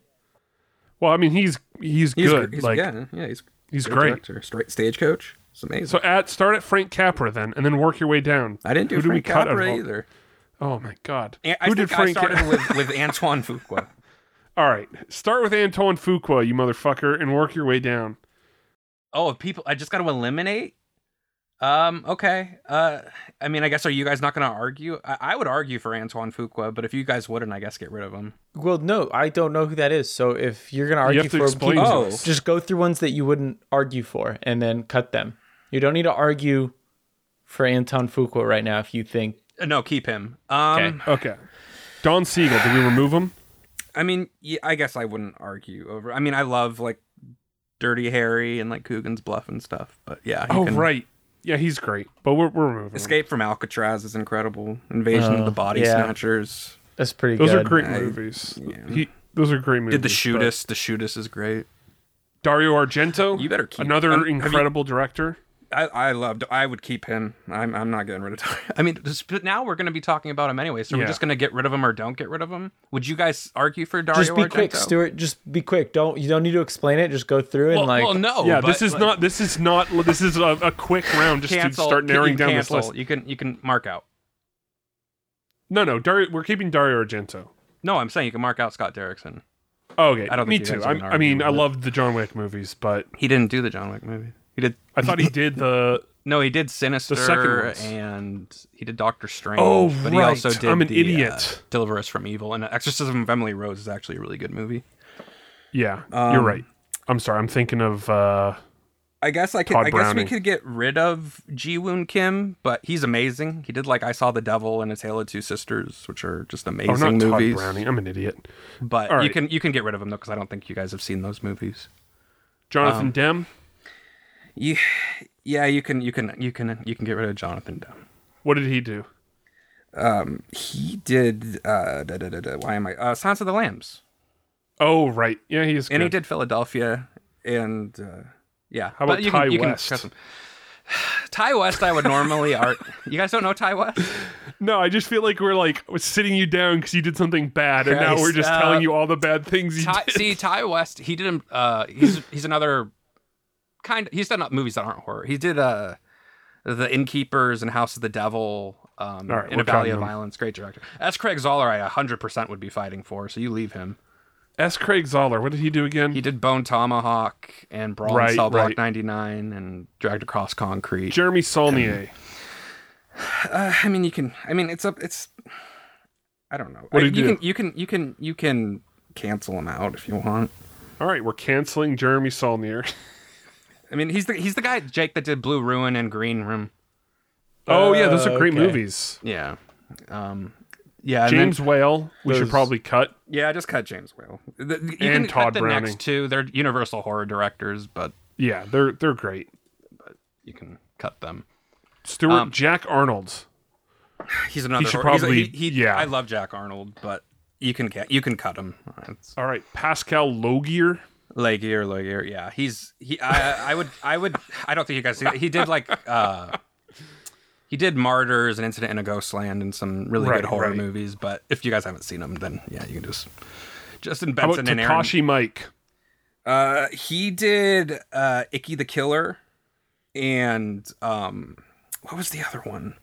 K: Well, I mean, he's he's,
M: He's
K: good.
M: He's,
K: like,
M: yeah, yeah, he's
K: he's
M: good
K: great.
M: Director, straight stagecoach. It's amazing.
K: So at start at Frank Capra then, and then work your way down.
M: I didn't do
K: Who
M: Frank
K: we cut
M: Capra
K: out of all-
M: either.
K: Oh my god.
M: A- I
K: Who
M: think
K: did Frank?
M: I started
K: Capra?
M: with, with Antoine Fuqua.
K: all right, start with Antoine Fuqua, you motherfucker, and work your way down.
M: Oh, people, I just got to eliminate. Um. Okay. Uh. I mean, I guess are you guys not going to argue? I, I would argue for Antoine Fuqua, but if you guys wouldn't, I guess get rid of him.
L: Well, no, I don't know who that is. So if you're gonna
K: You
L: argue
K: have to
L: for,
K: explain
L: please
K: to
M: Oh.
K: us.
L: just go through ones that you wouldn't argue for, and then cut them. You don't need to argue for Anton Fuqua right now if you think.
M: Uh, No, keep him. Um.
L: Okay.
K: Okay. Don Siegel, did we remove him?
M: I mean, yeah, I guess I wouldn't argue over. I mean, I love like Dirty Harry and like Coogan's Bluff and stuff. But yeah. you
K: Oh
M: can-
K: right. Yeah, he's great, but we're we're removing him.
M: Escape from Alcatraz is incredible. Invasion of the Body
L: Mm-hmm. Oh, yeah.
M: Snatchers.
L: That's pretty
K: Those
L: good.
K: are great
M: I-
K: movies.
M: yeah.
K: He those are great movies.
M: Did the Shoot
K: but
M: Us? The Shoot Us is great.
K: Dario Argento?
M: You better keep-
K: another
M: I'm- have you-
K: incredible director.
M: I, I loved. I would keep him. I'm I'm not getting rid of. Tyler. I mean, this, but now we're going to be talking about him anyway, so
K: Yeah.
M: we're just going to get rid of him or don't get rid of him. Would you guys argue for Dario
L: Just be quick,
M: Argento?
L: Stuart. Just be quick. Don't you don't need to explain it. Just go through and
M: Well,
L: like.
M: well, no.
K: yeah,
M: Oh, but,
K: this is
M: like,
K: not this is not this is a, a quick round just
M: cancel.
K: to start narrowing
M: you
K: down
M: cancel.
K: this list.
M: You can you can mark out.
K: No, no, Dario, we're keeping Dario Argento.
M: No, I'm saying you can mark out Scott Derrickson.
K: Oh, okay,
M: I don't
K: me
M: think you
K: too.
M: guys
K: I,
M: can
K: I mean,
M: argue
K: I
M: with
K: loved the John Wick movies, but
M: He didn't do the John Wick movie. He did.
K: I thought he did the.
M: No, he did Sinister
K: ones.
M: and he did Doctor Strange.
K: Oh,
M: but he also
K: right.
M: did
K: I'm an
M: the,
K: idiot.
M: uh, Deliver Us from Evil and Exorcism of Emily Rose is actually a really good movie.
K: Yeah,
M: Um,
K: you're right. I'm sorry. I'm thinking of. uh
M: I guess I could.
K: Todd
M: I guess we
K: Browning.
M: could get rid of Ji Woon Kim, but he's amazing. He did like I Saw the Devil and A Tale of Two Sisters, which are just amazing
K: Oh, not
M: movies.
K: Todd Browning. I'm an idiot.
M: But
K: All
M: you
K: right.
M: can you can get rid of him though, because I don't think you guys have seen those movies. Um,
K: Jonathan Demme.
M: You, yeah, you can you can you can you can get rid of Jonathan Demme.
K: What did he do?
M: He did. Uh, da, da, da, da, why am I? Uh, Sons of the Lambs,
K: Oh, right. Yeah, he's.
M: and he
K: good.
M: did Philadelphia, and uh, yeah.
K: How
M: but
K: about
M: you can-
K: Ty
M: you can
K: West?
M: cut some- Ty West, I would normally art. You guys don't know Ty West?
K: No, I just feel like we're like we're sitting you down because you did something bad, and now
M: Christ,
K: we're just
M: uh,
K: telling you all the bad things you
M: Ty,
K: did.
M: see, Ty West, he didn't. Uh, he's he's another kind. He's done movies that aren't horror. He did uh, the Innkeepers and House of the Devil. Um,
K: All right,
M: in
K: we're
M: a Valley
K: counting
M: of
K: him.
M: Violence, great director. That's Craig Zoller. I 100% would be fighting for. So you leave him.
K: S. Craig Zoller. What did he do again?
M: He did Bone Tomahawk and Brawl in
K: Right,
M: Cell Block
K: right.
M: 99 and Dragged Across Concrete.
K: Jeremy Saulnier.
M: I mean, you can. I mean, it's up. It's. I don't know.
K: What
M: I-
K: did he
M: you
K: do?
M: can. You can. You can. You can cancel him out if you want.
K: All right, we're canceling Jeremy Saulnier.
M: I mean, he's the he's the guy Jake that did Blue Ruin and Green Room.
K: oh yeah, those are great
L: okay.
K: movies.
M: Yeah. Um, yeah. and
K: James
M: then-
K: Whale. We should
L: those-
K: probably cut.
M: yeah, just cut James Whale. The- the- you can
K: And Todd
M: cut the
K: Browning.
M: next two. They're Universal horror directors, but
K: Yeah, they're they're great.
M: you can cut them.
K: Stuart
M: Um,
K: Jack Arnold.
M: He's another.
K: should
M: horror- he's a-
K: probably-
M: he, he-
K: yeah.
M: I love Jack Arnold, but you can ca- you can cut him. It's
K: All right, Pascal Logier.
M: Lagier, Lagier. Yeah, he's he. I I would I would I don't think you guys see that. He did like uh. He did Martyrs and Incident in a Ghostland and some really
K: Right,
M: good horror
K: right.
M: movies, but if you guys haven't seen them, then yeah, you can just Justin
K: How about
M: Benson and Aaron
K: Takashi Mike?
M: Uh, he did uh, Icky the Killer, and um, what was the other one?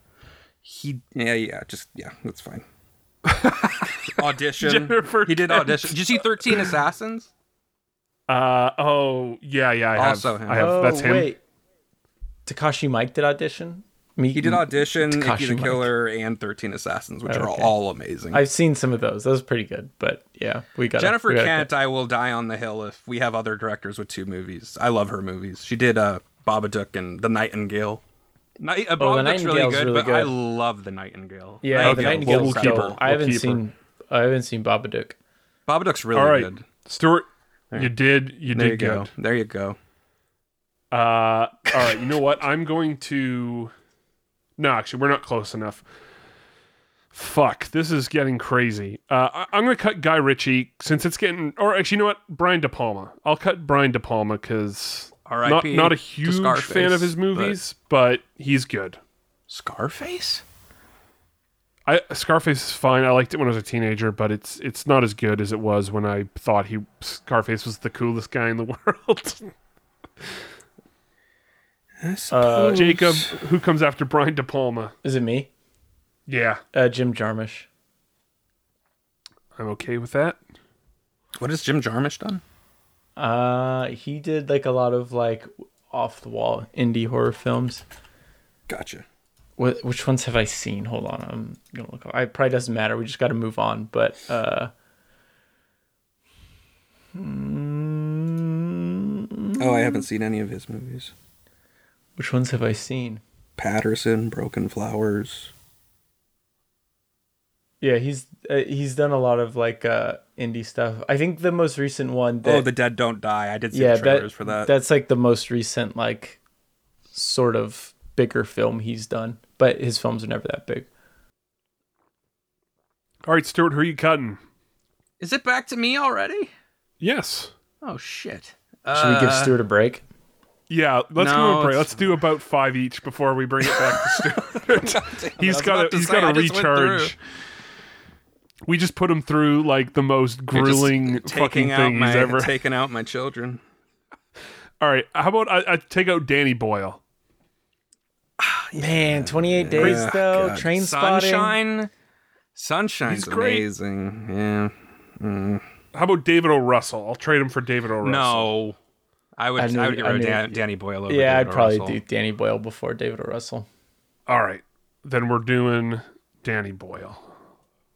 M: He yeah yeah just yeah that's fine. audition.
K: Jennifer
M: he did
K: Kent.
M: audition. Did you see Thirteen Assassins?
K: Uh oh yeah yeah I have,
M: Also him.
K: I have that's him.
L: Oh, Wait, Takashi Mike did audition.
M: He
L: Mm,
M: did audition, Icky
L: Takashi
M: the
L: Mike.
M: Killer, and Thirteen Assassins, which are
L: Okay.
M: all amazing.
L: I've seen some of those. Those are pretty good. But yeah, we got
M: Jennifer Kent, I will die on the hill if we have other directors with two movies. I love her movies. She did uh, Babadook and The Nightingale. Night, uh,
L: Oh, The
M: Babadook's really
L: Nightingale's
M: good,
L: really
M: but I
L: good.
M: love The Nightingale.
L: Yeah, the
M: Nightingale's
L: Nightingale.
K: We'll keep her.
L: I
K: We'll
L: haven't
K: keep her.
L: seen. I haven't seen Babadook.
M: Babadook's really
K: All right,
M: good.
K: Stuart, you did you
M: There
K: did
M: you
K: good.
M: go. There you go.
K: Uh, all right, you know what? I'm going to. No, actually, we're not close enough. Fuck, this is getting crazy. Uh, I- I'm going to cut Guy Ritchie since it's getting. Or actually, you know what? Brian De Palma. I'll cut Brian De Palma because
M: R.I.P.
K: not not a
M: to
K: huge fan
M: Scarface,
K: of his
M: but-
K: movies, but, he's good.
M: Scarface?
K: I Scarface is fine. I liked it when I was a teenager, but it's it's not as good as it was when I thought he Scarface was the coolest guy in the world. Uh, Jacob, who comes after Brian De Palma?
L: Is it me?
K: Yeah,
L: Uh, Jim Jarmusch.
K: I'm okay with that.
M: What has Jim Jarmusch done?
L: Uh, he did like a lot of like off the wall indie horror films.
M: Gotcha.
L: What, which ones have I seen? Hold on, I'm gonna look. Up. I probably doesn't matter. We just got to move on. But uh,
M: Oh, I haven't seen any of his movies.
L: which ones have I seen?
M: Patterson, Broken Flowers.
L: Yeah, he's uh, he's done a lot of like uh indie stuff. I think the most recent one. That,
M: oh, The Dead Don't Die. I did see
L: yeah,
M: the trailers
L: that,
M: for that.
L: that's like the most recent like sort of bigger film he's done. But his films are never that big.
K: All right, Stuart, who are you cutting?
M: Is it back to me already?
K: Yes.
M: Oh, shit.
L: Should we
M: Uh,
L: give Stuart a break?
K: Yeah, let's
M: No,
K: go a break.
M: it's-
K: Let's do about five each before we bring it back to Stuart. he's got to, he's got to recharge. We just put him through like the most grueling fucking
M: taking out
K: thing
M: my
K: he's ever.
M: taking out my children.
K: All right, how about I, I take out Danny Boyle?
L: Man, 28 days though.
M: God.
L: Oh, Train spotting.
M: sunshine. Sunshine's
K: He's great.
M: amazing. Yeah.
K: How about David O. Russell? I'll trade him for David O. Russell.
M: No, I would. I,
L: I knew-
M: would get
L: I
M: rid of
L: knew-
M: Dan, Danny Boyle. Over
L: Yeah,
M: David
L: I'd probably
M: Russell.
L: do Danny Boyle before David O. Russell.
K: All right, then we're doing Danny Boyle.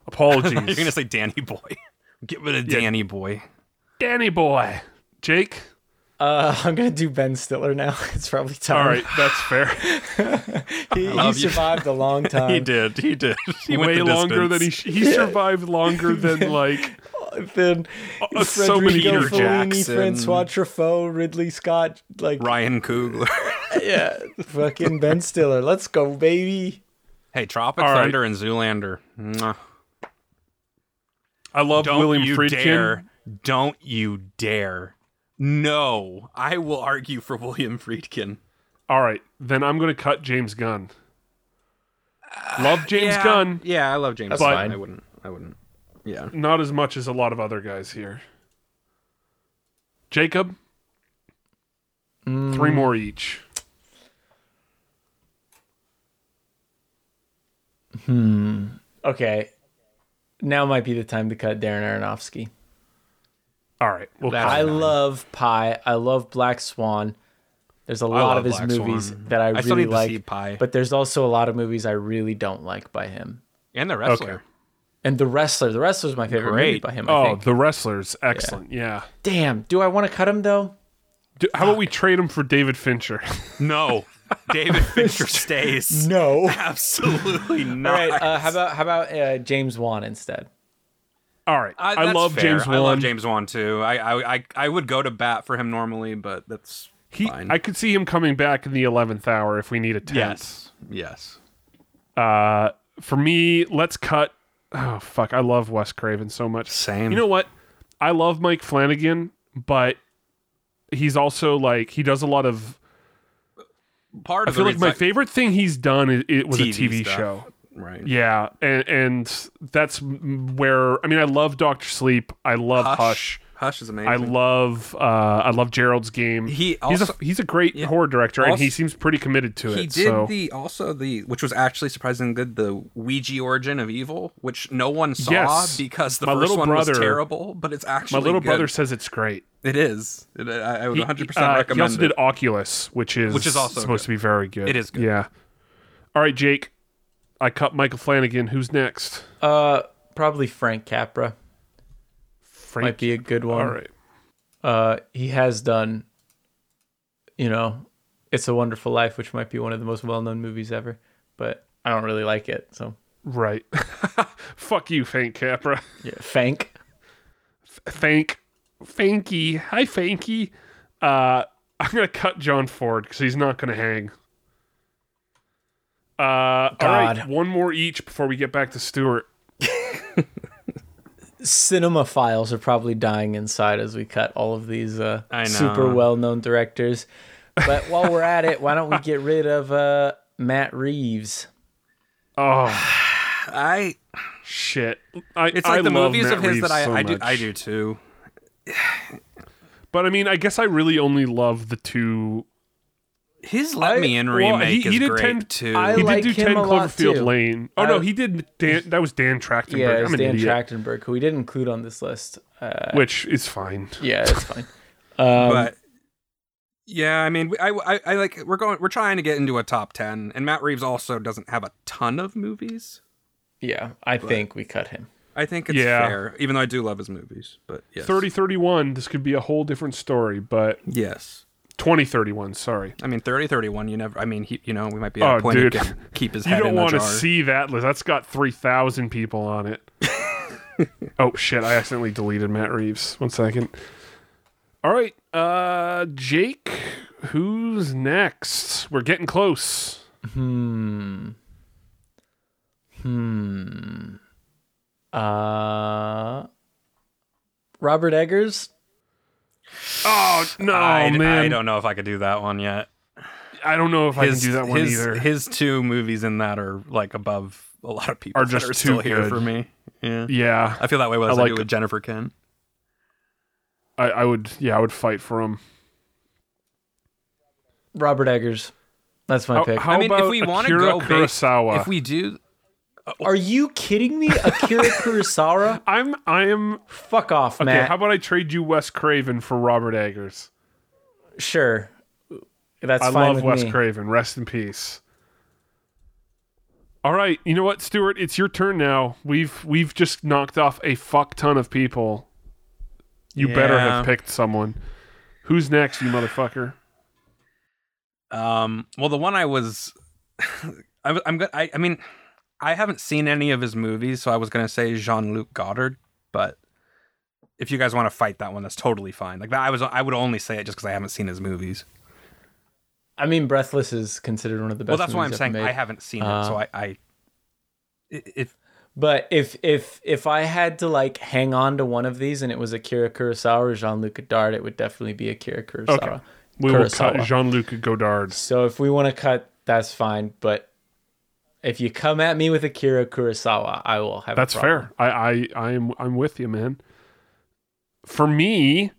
K: Apologies,
M: You're gonna say Danny Boy. Get rid of Danny Boy.
K: Danny Boy. Jake.
L: Uh, I'm gonna do Ben Stiller now. It's probably time.
K: All right, that's fair.
L: he, he
M: love you.
L: survived a long time.
M: He did. He did. He went
K: Way
M: the
K: longer than he
M: distance.
K: sh- he survived longer than like
L: Then
K: Uh, so many
L: Federico
K: Peter
L: Fellini,
M: Jackson.
L: Francois Truffaut, Ridley Scott, like
M: Ryan Coogler.
L: yeah, fucking Ben Stiller. Let's go, baby.
M: hey, Tropic
K: All right.
M: Thunder and Zoolander. Mwah.
K: I love
M: Don't
K: William
M: you
K: Friedkin.
M: dare! Don't you dare! No, I will argue for William Friedkin.
K: All right, then I'm going to cut James Gunn. Love James
M: Uh, yeah,
K: Gunn,
M: Yeah, I love James
K: But-
M: Gunn. I wouldn't. I wouldn't. Yeah.
K: not as much as a lot of other guys here. Jacob,
L: Mm.
K: three more each.
L: Okay, now might be the time to cut Darren Aronofsky.
K: All right, we'll cut
L: I
K: it.
L: love Pie. I love Black Swan. There's a lot
M: love
L: of his
M: Black
L: movies
M: Swan.
L: that I,
M: I still
L: really
M: need to
L: like,
M: see Pi.
L: but there's also a lot of movies I really don't like by him.
M: And the wrestler.
K: Okay.
L: And The Wrestler. The Wrestler's my favorite movie
M: Great.
L: by him. I
K: Oh,
L: think.
K: the wrestlers, excellent. Yeah.
L: Damn. Do I want to cut him though?
K: Do- how about we trade him for David Fincher?
M: No, David Fincher stays.
L: No.
M: Absolutely not.
L: All right. Uh, how about how about uh, James Wan instead?
K: All right,
M: I,
K: I,
M: Uh, that's
K: love
M: fair.
K: James
M: I love
K: Wan.
M: James Wan too. I, I I I would go to bat for him normally, but that's
K: He,
M: fine.
K: I could see him coming back in the eleventh hour if we need a tenth.
M: yes, yes.
K: Uh, for me, let's cut. Oh fuck, I love Wes Craven so much.
M: Same.
K: You know what? I love Mike Flanagan, but he's also like he does a lot of.
M: Part
K: I
M: of
K: feel
M: the
K: like my
M: reason
K: favorite thing he's done it, it was a
M: TV
K: TV
M: stuff.
K: show.
M: I- Right.
K: Yeah, and and that's where I mean I love Doctor Sleep. I love Hush.
M: Hush. Hush is amazing.
K: I love uh, I love Gerald's game.
M: He
K: he's
M: also-
K: a he's a great horror director, and
M: Also-
K: he seems pretty committed to it.
M: He did
K: so.
M: the also the which was actually surprisingly good the Ouija origin of evil, which no one saw
K: Yes.
M: because the
K: My
M: first
K: little
M: one was
K: brother-
M: terrible, but it's actually
K: my little
M: good.
K: brother says it's great.
M: it is. It, I, I would 100
K: He- uh,
M: percent recommend.
K: He also
M: it.
K: did Oculus, which is
M: Which is also
K: supposed to be very good.
M: It is good.
K: Yeah. All right, Jake. I cut Michael Flanagan. Who's next?
L: Uh, probably Frank Capra.
K: Frank
L: might be a good one.
K: All right.
L: Uh, he has done, you know, It's a Wonderful Life, which might be one of the most well-known movies ever, but I don't really like it. So
K: Right. Fuck you, Fank Capra.
L: yeah, Fank.
K: Fank. Fanky. Hi, Fanky. Uh, I'm gonna cut John Ford because he's not gonna hang. Uh, all right,
L: God.
K: one more each before we get back to Stuart.
L: Cinema files are probably dying inside as we cut all of these uh,
M: I know.
L: super well-known directors. But while we're at it, why don't we get rid of uh, Matt Reeves?
K: Oh
M: I
K: shit! I,
M: it's
K: I
M: like the
K: love
M: movies
K: Matt
M: of his
K: Reeves
M: that I,
K: so
M: I do
K: much.
M: I do too.
K: But I mean, I guess I really only love the two.
M: His Let
L: I-
M: Me In
K: well,
M: remake
K: he- he
M: is
K: did
M: great
K: 10
M: too.
L: I
K: he
L: like
K: did do
L: him
K: Ten
L: a lot,
K: Cloverfield
L: too.
K: Lane. Oh
L: I-
K: no, he did Dan. That was Dan Trachtenberg.
L: Yeah,
K: I'm
L: it's
K: an
L: Dan
K: idiot.
L: Trachtenberg, who we didn't include on this list. Uh,
K: which is fine.
L: yeah, it's fine. Um,
M: but yeah, I mean, I, I, I like we're going we're trying to get into a top ten, and Matt Reeves also doesn't have a ton of movies.
L: yeah, I think we cut him.
M: I think it's
K: Yeah.
M: fair, even though I do love his movies. But yes,
K: Thirty thirty one. This could be a whole different story, but
M: yes.
K: twenty thirty one. Sorry.
M: I mean, 30 31, you never, I mean, he, you know, we might be at
K: Oh,
M: a point
K: dude.
M: he can keep his
K: You
M: head
K: don't
M: in the
K: want to
M: jar.
K: see that list. That's got 3,000 people on it. oh, shit. I accidentally deleted Matt Reeves. One second. All right. Uh, Jake, who's next? We're getting close.
L: Hmm. Hmm. Uh. Robert Eggers.
K: Oh, no,
M: I,
K: man.
M: I don't know if I could do that one yet.
K: I don't know if I can
M: His,
K: do that one
M: his,
K: either.
M: his two movies in that are like above a lot of people
K: Are
M: that
K: just
M: are still
K: too
M: here
K: good.
M: for me. Yeah.
K: yeah.
M: I feel that way when
K: I
M: I,
K: like
M: do with Jennifer Ken.
K: I, I would, yeah, I would fight for him.
L: Robert Eggers. That's my
K: How,
L: pick.
K: how
M: I mean,
K: about
M: if we want to
K: Akira
M: go based-
K: Kurosawa?
M: if we do,
L: Are you kidding me? Akira Kurosawa?
K: I'm, I am,
L: Fuck off,
K: okay,
L: Matt.
K: how about I trade you Wes Craven for Robert Eggers?
L: sure. That's
K: I
L: fine
K: love
L: with
K: Wes
L: me.
K: Craven. Rest in peace. All right, you know what, Stuart? It's your turn now. We've we've just knocked off a fuck ton of people. You better
M: Yeah.
K: have picked someone. Who's next, you motherfucker?
M: Um, well, the one I was, I, was- I'm good. I, I mean, I haven't seen any of his movies, so I was gonna say Jean Luc Goddard, but if you guys want to fight that one, that's totally fine. Like that, I was, I would only say it just because I haven't seen his movies.
L: I mean, Breathless is considered one of the best.
M: well, that's why I'm
L: movies
M: saying
L: ever
M: I
L: made.
M: haven't seen
L: Uh,
M: it, so I, I i- if
L: But if if if I had to like hang on to one of these and it was Akira Kurosawa or Jean Luc Godard, it would definitely be Akira Kurosawa.
K: Okay. We will
L: Kurosawa.
K: cut Jean Luc Godard.
L: So if we want to cut, that's fine. But if you come at me with Akira Kurosawa, I will have. a
K: That's
L: problem.
K: fair. I, I I am I'm with you, man. For me,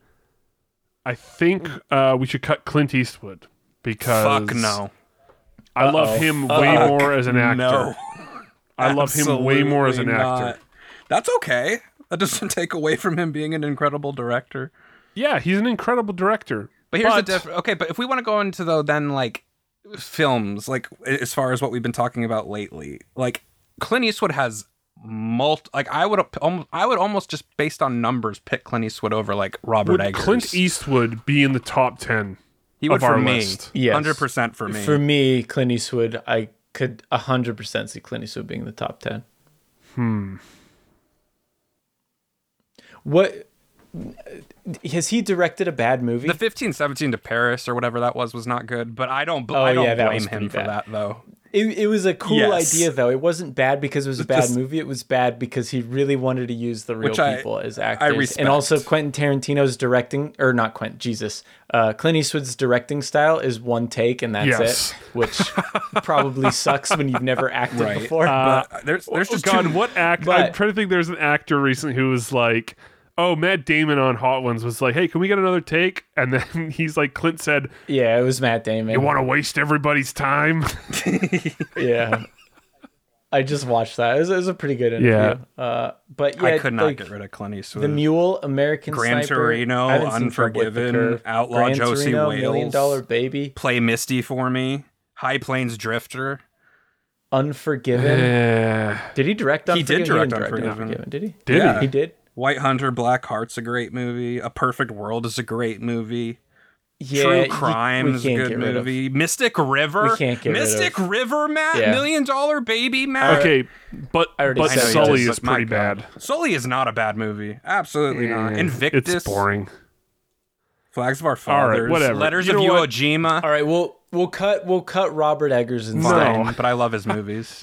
K: I think
M: Hmm.
K: uh, we should cut Clint Eastwood because
M: fuck no,
K: I love him way
M: Fuck
K: more as an actor.
M: Uh, no,
K: I love him way more as an actor.
M: Absolutely not. That's okay. That doesn't take away from him being an incredible director.
K: Yeah, he's an incredible director.
M: But here's
K: But-
M: the difference. Okay, but if we want to go into though, then like films, like as far as what we've been talking about lately, like Clint Eastwood has multi. Like I would, almost, I would almost just based on numbers pick Clint Eastwood over like Robert
K: Would
M: Eggers.
K: Clint Eastwood be in the top ten?
M: he would
K: of
M: for
K: our
M: me,
K: list?
L: Yes.
M: hundred percent for me.
L: For me, Clint Eastwood, I could hundred percent see Clint Eastwood being in the top ten. Hmm. What has he directed a bad movie?
M: the fifteen seventeen to Paris or whatever that was was not good, but I don't. Bl-
L: Oh,
M: I don't
L: yeah, that
M: blame
L: was
M: him
L: pretty
M: for
L: bad.
M: that though.
L: It, it was a cool
M: Yes.
L: idea though. It wasn't bad because it was a bad
M: just-
L: movie. It was bad because he really wanted to use the real
M: Which I-
L: people as
M: I
L: actors. And
M: respect.
L: also Quentin Tarantino's directing or not Quentin, Jesus. Uh Clint Eastwood's directing style is one take and that's
K: Yes.
L: it, which probably sucks when you've never acted
M: Right.
L: before.
M: Uh, There's, there's
K: Oh,
M: just
K: God,
M: too-
K: what act? I'm
L: but-
K: trying to think. There's an actor recently who was like, oh, Matt Damon on Hot Ones was like, hey, can we get another take? And then he's like, Clint said,
L: yeah, it was Matt Damon.
K: You want to waste everybody's time?
L: yeah. I just watched that. It was, it was a pretty good interview. Yeah. Uh, but yeah,
M: I could not
L: like,
M: get rid of Clint Eastwood.
L: The Mule, American
M: Gran
L: Sniper,
M: Torino,
L: I haven't seen Trouble with the
M: Unforgiven,
L: Curve,
M: Outlaw
L: Gran
M: Josie
L: Torino,
M: Wales.
L: Million Dollar Baby,
M: Play Misty for me. High Plains Drifter.
L: Unforgiven. Did he direct
M: He
L: Unforgiven?
M: did direct
L: didn't
M: Unforgiven.
L: Did he?
K: Did he?
L: He did.
M: White Hunter, Black Heart's a great movie. A Perfect World is a great movie.
L: Yeah, you-
M: True
L: we
M: Crime is a
L: can't
M: good
L: get rid of-
M: movie. Mystic River.
L: We can't get rid of-
M: Mystic River, Matt.
L: Yeah.
M: Million Dollar Baby, Matt.
K: okay, but
L: already
K: but
L: said he
K: Sully
M: did,
K: is
M: but my
K: pretty
M: God.
K: bad.
M: Sully is not a bad movie. Absolutely not. Invictus.
K: It's boring.
M: Flags of Our
K: All right,
M: Fathers.
K: whatever.
M: Letters
K: You
M: of
K: know
M: Iwo
K: what?
M: Jima.
L: All right, we'll we'll cut we'll cut Robert Eggers and
M: Fine, but I love his movies.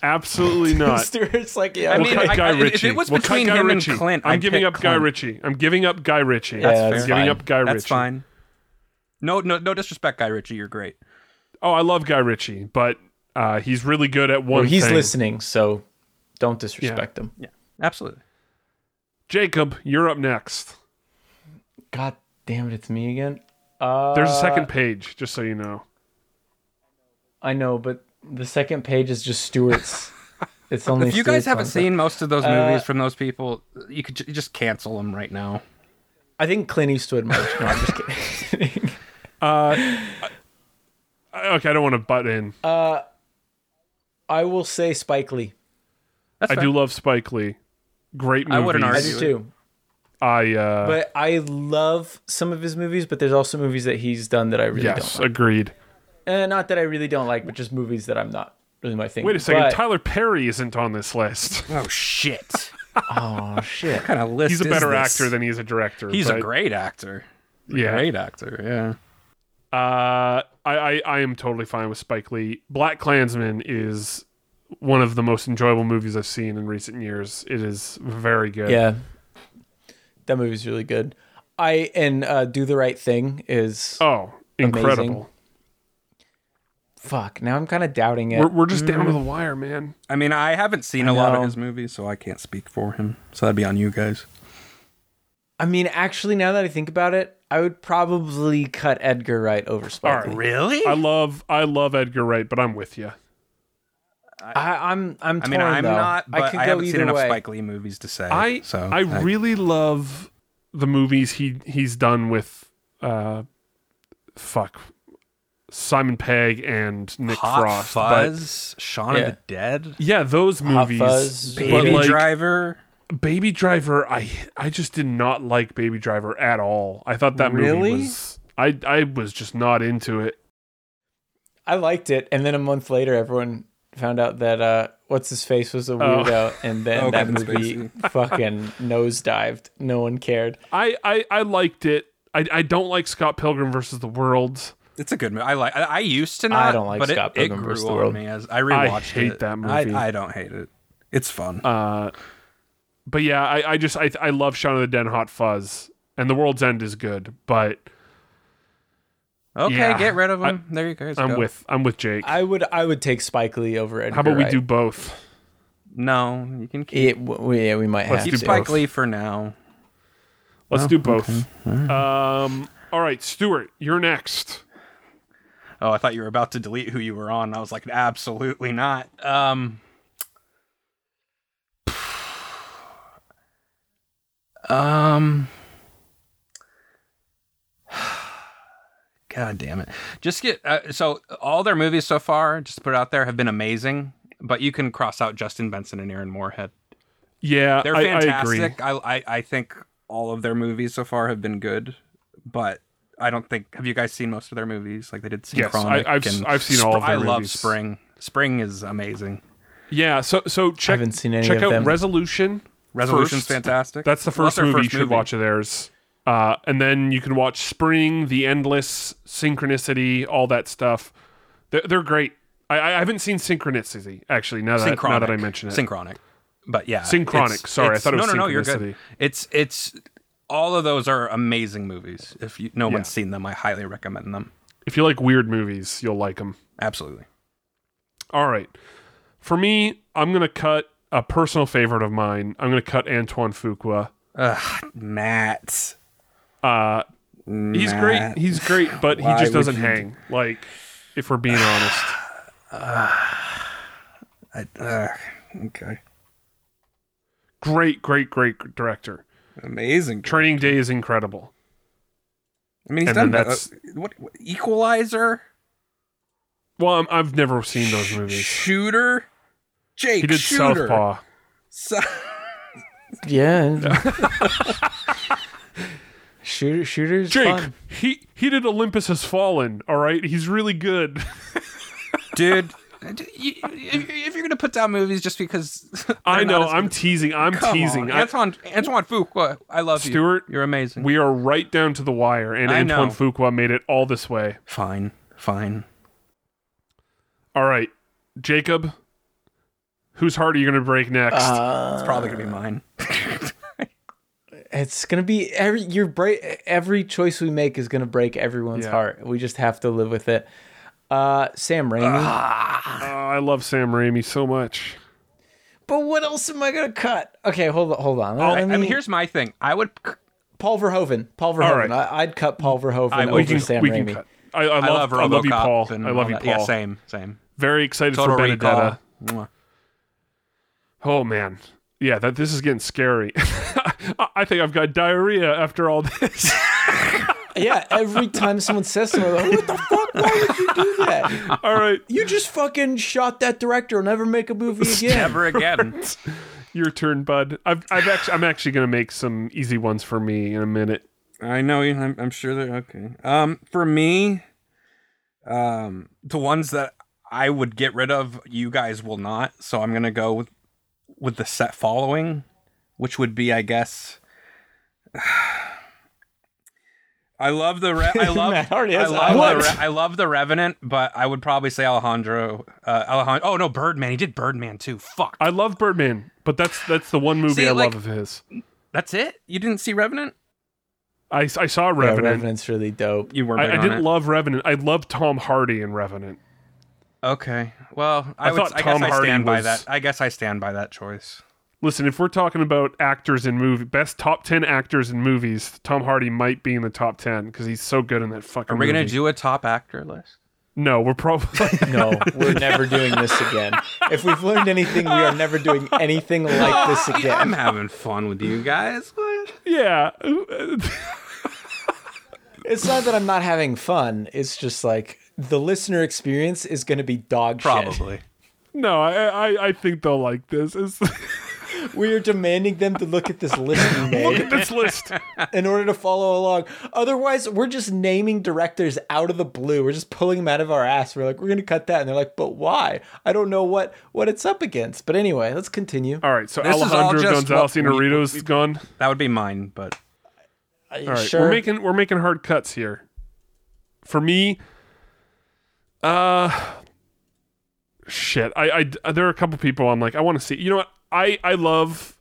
K: Absolutely not.
L: Stewart's like, yeah,
M: I
L: I
K: We'll
M: mean,
K: cut Guy
M: I- if it
K: Ritchie.
M: was
K: we'll cut
M: between
K: Guy
M: him and
K: Ritchie.
M: Clint,
K: I'm
M: I'd
K: giving
M: pick
K: up Guy
M: Clint.
K: Ritchie. I'm giving up Guy Ritchie.
L: That's Yeah, fair.
K: I'm giving
L: fine.
K: up Guy Ritchie.
M: That's fine. No, no, no disrespect, Guy Ritchie. You're great.
K: Oh, I love Guy Ritchie, but uh, he's really good at one.
L: he's
K: thing.
L: listening, so don't disrespect him.
M: Yeah, absolutely.
K: Jacob, you're up next.
L: God damn it, it's me again. Uh,
K: There's a second page, just so you know.
L: I know, but the second page is just Stewart's. It's only
M: If you guys
L: Stewart's
M: haven't
L: ones.
M: seen most of those movies
L: Uh,
M: from those people, you could ju- just cancel them right now.
L: I think Clint Eastwood might. No, I'm just kidding.
K: Uh, Okay, I don't want to butt in.
L: I will say Spike Lee.
M: That's
K: I
M: fair.
K: do love Spike Lee. Great movies.
M: I wouldn't
L: I
M: argue.
L: do
M: Really?
L: too.
K: I uh,
L: But I love some of his movies, but there's also movies that he's done that I really
K: yes,
L: don't like.
K: agreed.
L: Uh, not that I really don't like, but just movies that I'm not really my thing.
K: Wait a second,
L: But-
K: Tyler Perry isn't on this list.
M: Oh shit!
L: Oh shit.
M: kind of list.
K: He's a
M: is
K: better
M: this?
K: actor than he is a director.
M: He's a
K: but,
M: great actor.
K: yeah.
M: Great actor. Yeah.
K: Uh, I, I I am totally fine with Spike Lee. Black Klansman is one of the most enjoyable movies I've seen in recent years. It is very good.
L: Yeah. That movie's really good. I and uh, Do the Right Thing is
K: Oh, incredible.
L: fuck. Now I'm kind of doubting it.
K: We're, we're just
M: Mm-hmm.
K: down to the wire, man.
M: I mean, I haven't seen a lot of
L: know.
M: his movies, so I can't speak for him. So that'd be on you guys.
L: I mean, actually, now that I think about it, I would probably cut Edgar Wright over
K: All
L: Spike.
K: right.
L: Lee.
M: Really?
K: I love I love Edgar Wright, but I'm with you.
L: I, I'm I'm
M: I
L: torn
M: mean, I'm
L: though.
M: not. But I,
L: could go
M: haven't
L: either
M: seen enough
L: way.
M: Spike Lee movies to say.
K: I
M: so
K: I really love the movies he he's done with uh fuck Simon Pegg and Nick
M: Hot
K: Frost. but-
M: Fuzz, Shaun
L: Yeah.
M: of the Dead,
K: yeah, those
L: Hot
K: movies.
L: Fuzz,
K: but,
M: Baby
K: like,
M: Driver.
K: Baby Driver, I I just did not like Baby Driver at all. I thought that
M: Really?
K: movie was I I was just not into it.
L: I liked it, and then a month later, everyone found out that uh, what's his face was a weirdo, and then
M: Oh,
L: that
M: Kevin
L: movie fucking nosedived. No one cared.
K: I I, I liked it. I, I don't like Scott Pilgrim versus the World.
M: It's a good movie. I like. I, I used to not.
L: I don't like
M: but it-
L: Scott
M: it,
L: Pilgrim
M: grew
L: versus the
M: on
L: World.
M: me as I rewatched
K: hate
M: it.
K: that
M: I-
K: movie.
M: I, don't hate it. It's fun.
K: Uh, but yeah, I, I just I I love Shaun of the Dead, and Hot Fuzz, and The World's End is good. But
M: okay,
K: yeah.
M: get rid of him. there you guys
K: I'm
M: go.
K: with I'm with Jake.
L: I would I would take Spike Lee over Edgar.
K: How about we
L: Wright.
K: do both?
M: No, you can keep,
L: It, w- we- yeah, we might
K: Let's
L: have
M: keep
L: to.
K: do
M: Spike
K: both.
M: Lee for now.
K: Let's do both. Um. All right, Stuart, you're next.
M: Oh, I thought you were about to delete who you were on. I was like, absolutely not. Um. Um. God damn it! Just get uh, so all their movies so far, just to put it out there, have been amazing. But you can cross out Justin Benson and Aaron Moorhead.
K: Yeah,
M: They're
K: I, I agree.
M: fantastic. I, I, I think all of their movies so far have been good, but I don't think. Have you guys seen most of their movies? Like they did.
K: Yes,
M: Synchronic
K: I- I've s-
M: and
K: I've seen all of
M: I
K: their
M: love
K: movies.
M: Spring. Spring is amazing.
K: Yeah, so so check
L: haven't seen any
K: check
L: of
K: out
L: them.
K: Resolution.
M: Resolution's
K: first.
M: fantastic.
K: That's the
M: Well,
K: first
M: their
K: movie you should watch of theirs. Uh, and then you can watch Spring, The Endless, Synchronicity, all that stuff. They're, they're great. I, I haven't seen Synchronicity actually. Now that
M: Synchronic.
K: now that I mention it,
M: Synchronic. But yeah,
K: Synchronic.
M: it's-
K: Sorry, I
M: it's-
K: thought it was
M: no, no, no. You're
K: synchronicity.
M: good. It's it's all of those are amazing movies. If you, no
K: Yeah.
M: one's seen them, I highly recommend them.
K: if you like weird movies, you'll like them.
M: Absolutely.
K: All right, for me, I'm gonna cut a personal favorite of mine. I'm gonna cut Antoine Fuqua.
M: Ugh, Matt.
K: Uh, he's
M: Matt.
K: great. He's great, but he
M: Why
K: just
M: would
K: doesn't
M: you-
K: hang. Like, if we're being honest,
M: I, uh, okay.
K: great, great, great director.
M: Amazing.
K: Training Day is incredible.
M: I mean, he's
K: And then
M: done that.
K: that's-
M: what, what Equalizer,
K: Well, I'm, I've never seen those movies.
M: Shooter, Jake.
K: He did
M: Shooter.
K: Southpaw.
M: So-
L: Yeah. Shooter, shooters.
K: Jake,
L: fun.
K: he he did Olympus Has Fallen. All right, he's really good.
M: dude. d- you- If if you're gonna put down movies just because,
K: I
M: they're not
K: know.
M: as
K: I'm
M: good-
K: teasing. I'm
M: Come
K: teasing.
M: On.
K: I-
M: Antoine Antoine Fuqua, I love
K: Stuart,
M: you. You're amazing.
K: we are right down to the wire, and
M: I
K: Antoine
M: know.
K: Fuqua made it all this way.
M: fine, fine.
K: All right, Jacob, whose heart are you going to break next?
M: It's probably gonna be mine.
K: Uh,
L: It's gonna be every your break. Every choice we make is gonna break everyone's
K: Yeah.
L: heart. We just have to live with it. Uh, Sam Raimi.
K: Oh, I love Sam Raimi so much.
L: But what else am I gonna cut? Okay, hold on, hold
K: Oh,
L: on.
M: I, I mean, here's my thing. I would.
L: Paul Verhoeven. Paul Verhoeven.
K: right.
L: I, I'd cut Paul Verhoeven
M: I- we
L: over
K: We can,
L: Sam
K: we
L: Raimi.
K: can cut. I, I,
M: I love,
K: love, I love you,
M: RoboCop
K: Paul.
M: and
K: I
M: all
K: love you, Paul.
M: that. Yeah, same, same.
K: Very excited
M: Total
K: for Benedetta.
M: Recall. Mwah.
K: Oh man, yeah, that this is getting scary. I I think I've got diarrhea after all this.
L: Yeah, every time someone says something, I'm like, what the fuck? Why would you do that?
K: all right,
L: You just fucking shot that director. I'll never make a movie again.
M: Never again.
K: your turn, bud. I've, I've actually, I'm actually going to make some easy ones for me in a minute.
M: I know. you- I'm, I'm sure they're okay. Um, for me, um, the ones that I would get rid of, you guys will not. So I'm gonna go with with the set following, which would be, I guess. I love the re- I love
L: Matt already
M: I
L: has
M: love
L: eyes.
M: the
L: What?
M: re- I love the Revenant, but I would probably say Alejandro. Uh, Alejandro. Oh no, Birdman. He did Birdman too. Fuck.
K: I love Birdman, but that's that's the one movie
M: See,
K: I
M: like-
K: love of his.
M: That's it. You didn't see Revenant.
K: I, I saw
L: Yeah,
K: Revenant.
L: Revenant's really dope.
M: You were.
K: I, I didn't love Revenant. I love Tom Hardy in Revenant.
M: Okay. Well, I,
K: I
M: would.
K: thought
M: I
K: Tom
M: guess I
K: Hardy
M: stand by
K: was-
M: that. I guess I stand by that choice.
K: Listen, if we're talking about actors in movie, best top ten actors in movies, Tom Hardy might be in the top ten because he's so good in that fucking.
M: Are we gonna
K: movie.
M: do a top actor list?
K: No, we're probably.
L: No, we're never doing this again. If we've learned anything, we are never doing anything like this
M: I'm
L: again.
M: having fun with you guys. What?
K: yeah,
L: It's not that I'm not having fun. It's just like the listener experience is going to be dog shit.
M: Probably.
K: no, I, I I think they'll like this. It's,
L: We are demanding them to look at this list we
K: look
L: made
K: at this list.
L: in order to follow along. Otherwise, we're just naming directors out of the blue. We're just pulling them out of our ass. We're like, we're going to cut that, and they're like, but why? I don't know what what it's up against. But anyway, let's continue.
K: All right, so
M: This is all
K: Alejandro
M: just what
K: Gonzalez
M: we-
K: Inarritu's gone.
M: That would be mine, but
L: Are you
K: All right,
L: sure?
K: we're making we're making hard cuts here. For me, uh, shit. I, I there are a couple people I'm like I want to see. You know what? I I love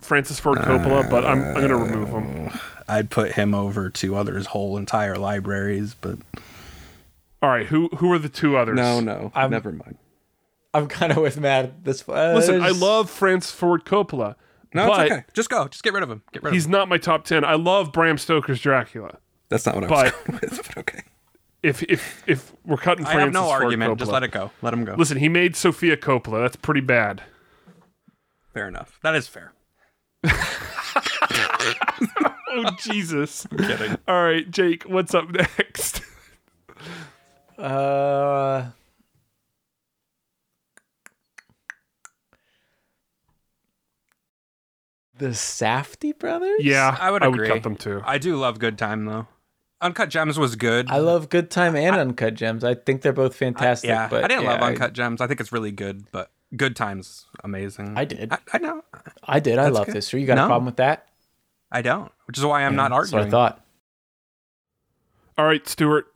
K: Francis Ford Coppola, but I'm I'm gonna remove him.
M: I'd put him over to others' whole entire libraries. But
K: All right, who who are the two others?
M: no, never mind.
L: I'm kind of with Matt at this point. Uh,
K: Listen, I
L: there's-
K: love Francis Ford Coppola.
M: No,
K: but
M: it's okay. Just go. Just get rid of him. Get rid of
K: He's
M: him.
K: not my top ten. I love Bram Stoker's Dracula.
M: That's not what I
K: was
M: going with. But okay.
K: If if if we're cutting,
M: I
K: Francis
M: have no
K: Ford
M: argument.
K: Coppola.
M: Just let it go. Let him go.
K: Listen, he made Sophia Coppola. That's pretty bad.
M: Fair enough. That is fair.
K: Oh Jesus! All right, Jake, what's up next?
L: Uh, the Safety brothers.
K: yeah,
M: I would agree.
K: cut them too.
M: I do love Good Time though. Uncut Gems was good.
L: I love Good Time and Uncut Gems. I think they're both fantastic.
M: yeah,
L: but
M: I didn't
L: yeah,
M: love Uncut Gems. I think it's really good, but Good Times amazing.
L: I did.
M: I, I know.
L: I did. I
M: That's
L: love
M: good.
L: this. So you got a
M: No.
L: problem with that?
M: I don't, which is why I'm not
L: That's what
M: arguing.
L: I thought.
K: All right, Stuart.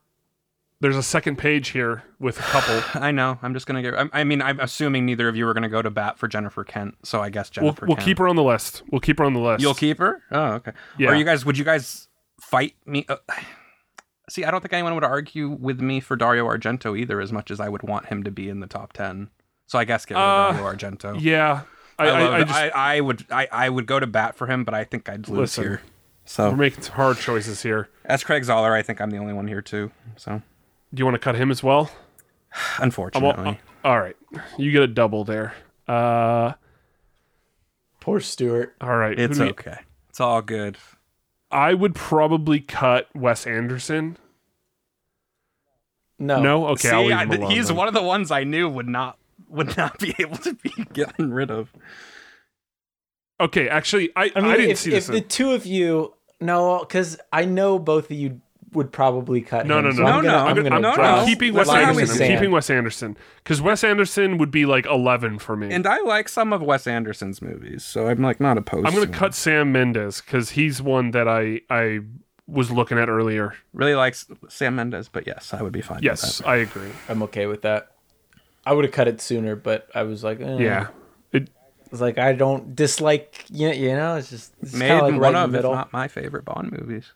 K: There's a second page here with a couple.
M: I know. I'm just gonna get. I, I mean, I'm assuming neither of you are gonna go to bat for Jennifer Kent, so I guess
K: we'll
M: Jennifer.
K: we'll
M: Kent.
K: keep her on the list. We'll keep her on the list.
M: You'll keep her. Oh, okay.
K: Yeah.
M: Are you guys? Would you guys fight me? Uh, see, I don't think anyone would argue with me for Dario Argento either, as much as I would want him to be in the top ten. So I guess get rid of
K: Uh,
M: Dario Argento.
K: Yeah,
M: I I, I, just, I, I, would I, I would go to bat for him, but I think I'd lose
K: Listen,
M: here. So
K: we're making some hard choices here.
M: As Craig Zoller, I think I'm the only one here too. So
K: Do you want to cut him as well?
M: unfortunately,
K: I'm all, uh, all right, you get a double there. Uh,
L: Poor Stewart.
K: all right, who
M: it's
K: do we-
M: okay. It's all good.
K: I would probably cut Wes Anderson.
L: No.
K: No, okay, I'll
M: See,
K: leave
M: I-
K: him alone
M: he's
K: then.
M: one of the ones I knew would not would not be able to be gotten rid of.
K: Okay, actually, I I,
L: I mean,
K: didn't
L: if,
K: see this.
L: if the two of you, no, because I know both of you would probably cut.
K: no,
L: him,
K: no,
L: so
K: no,
L: I'm gonna-
M: no,
L: I'm
K: I'm,
L: gonna
K: I'm,
M: no,
L: drop-
K: I'm keeping
M: That's
K: Wes
M: what I was
K: Anderson. I'm
M: saying.
K: keeping Wes Anderson because Wes Anderson would be like eleven for me.
M: And I like some of Wes Anderson's movies, so I'm like not opposed.
K: I'm gonna
M: to him.
K: cut Sam Mendes because he's one that I I was looking at earlier.
M: Really likes Sam Mendes, but yes, I would be fine. with
K: Yes,
M: that.
K: I agree.
L: I'm okay with that. I would have cut it sooner, but I was like, eh.
K: Yeah, it,
L: It's like I don't dislike. You, you know, it's just it's
M: made
L: kind of like
M: one
L: right in the
M: of if
L: middle.
M: not my favorite Bond movies.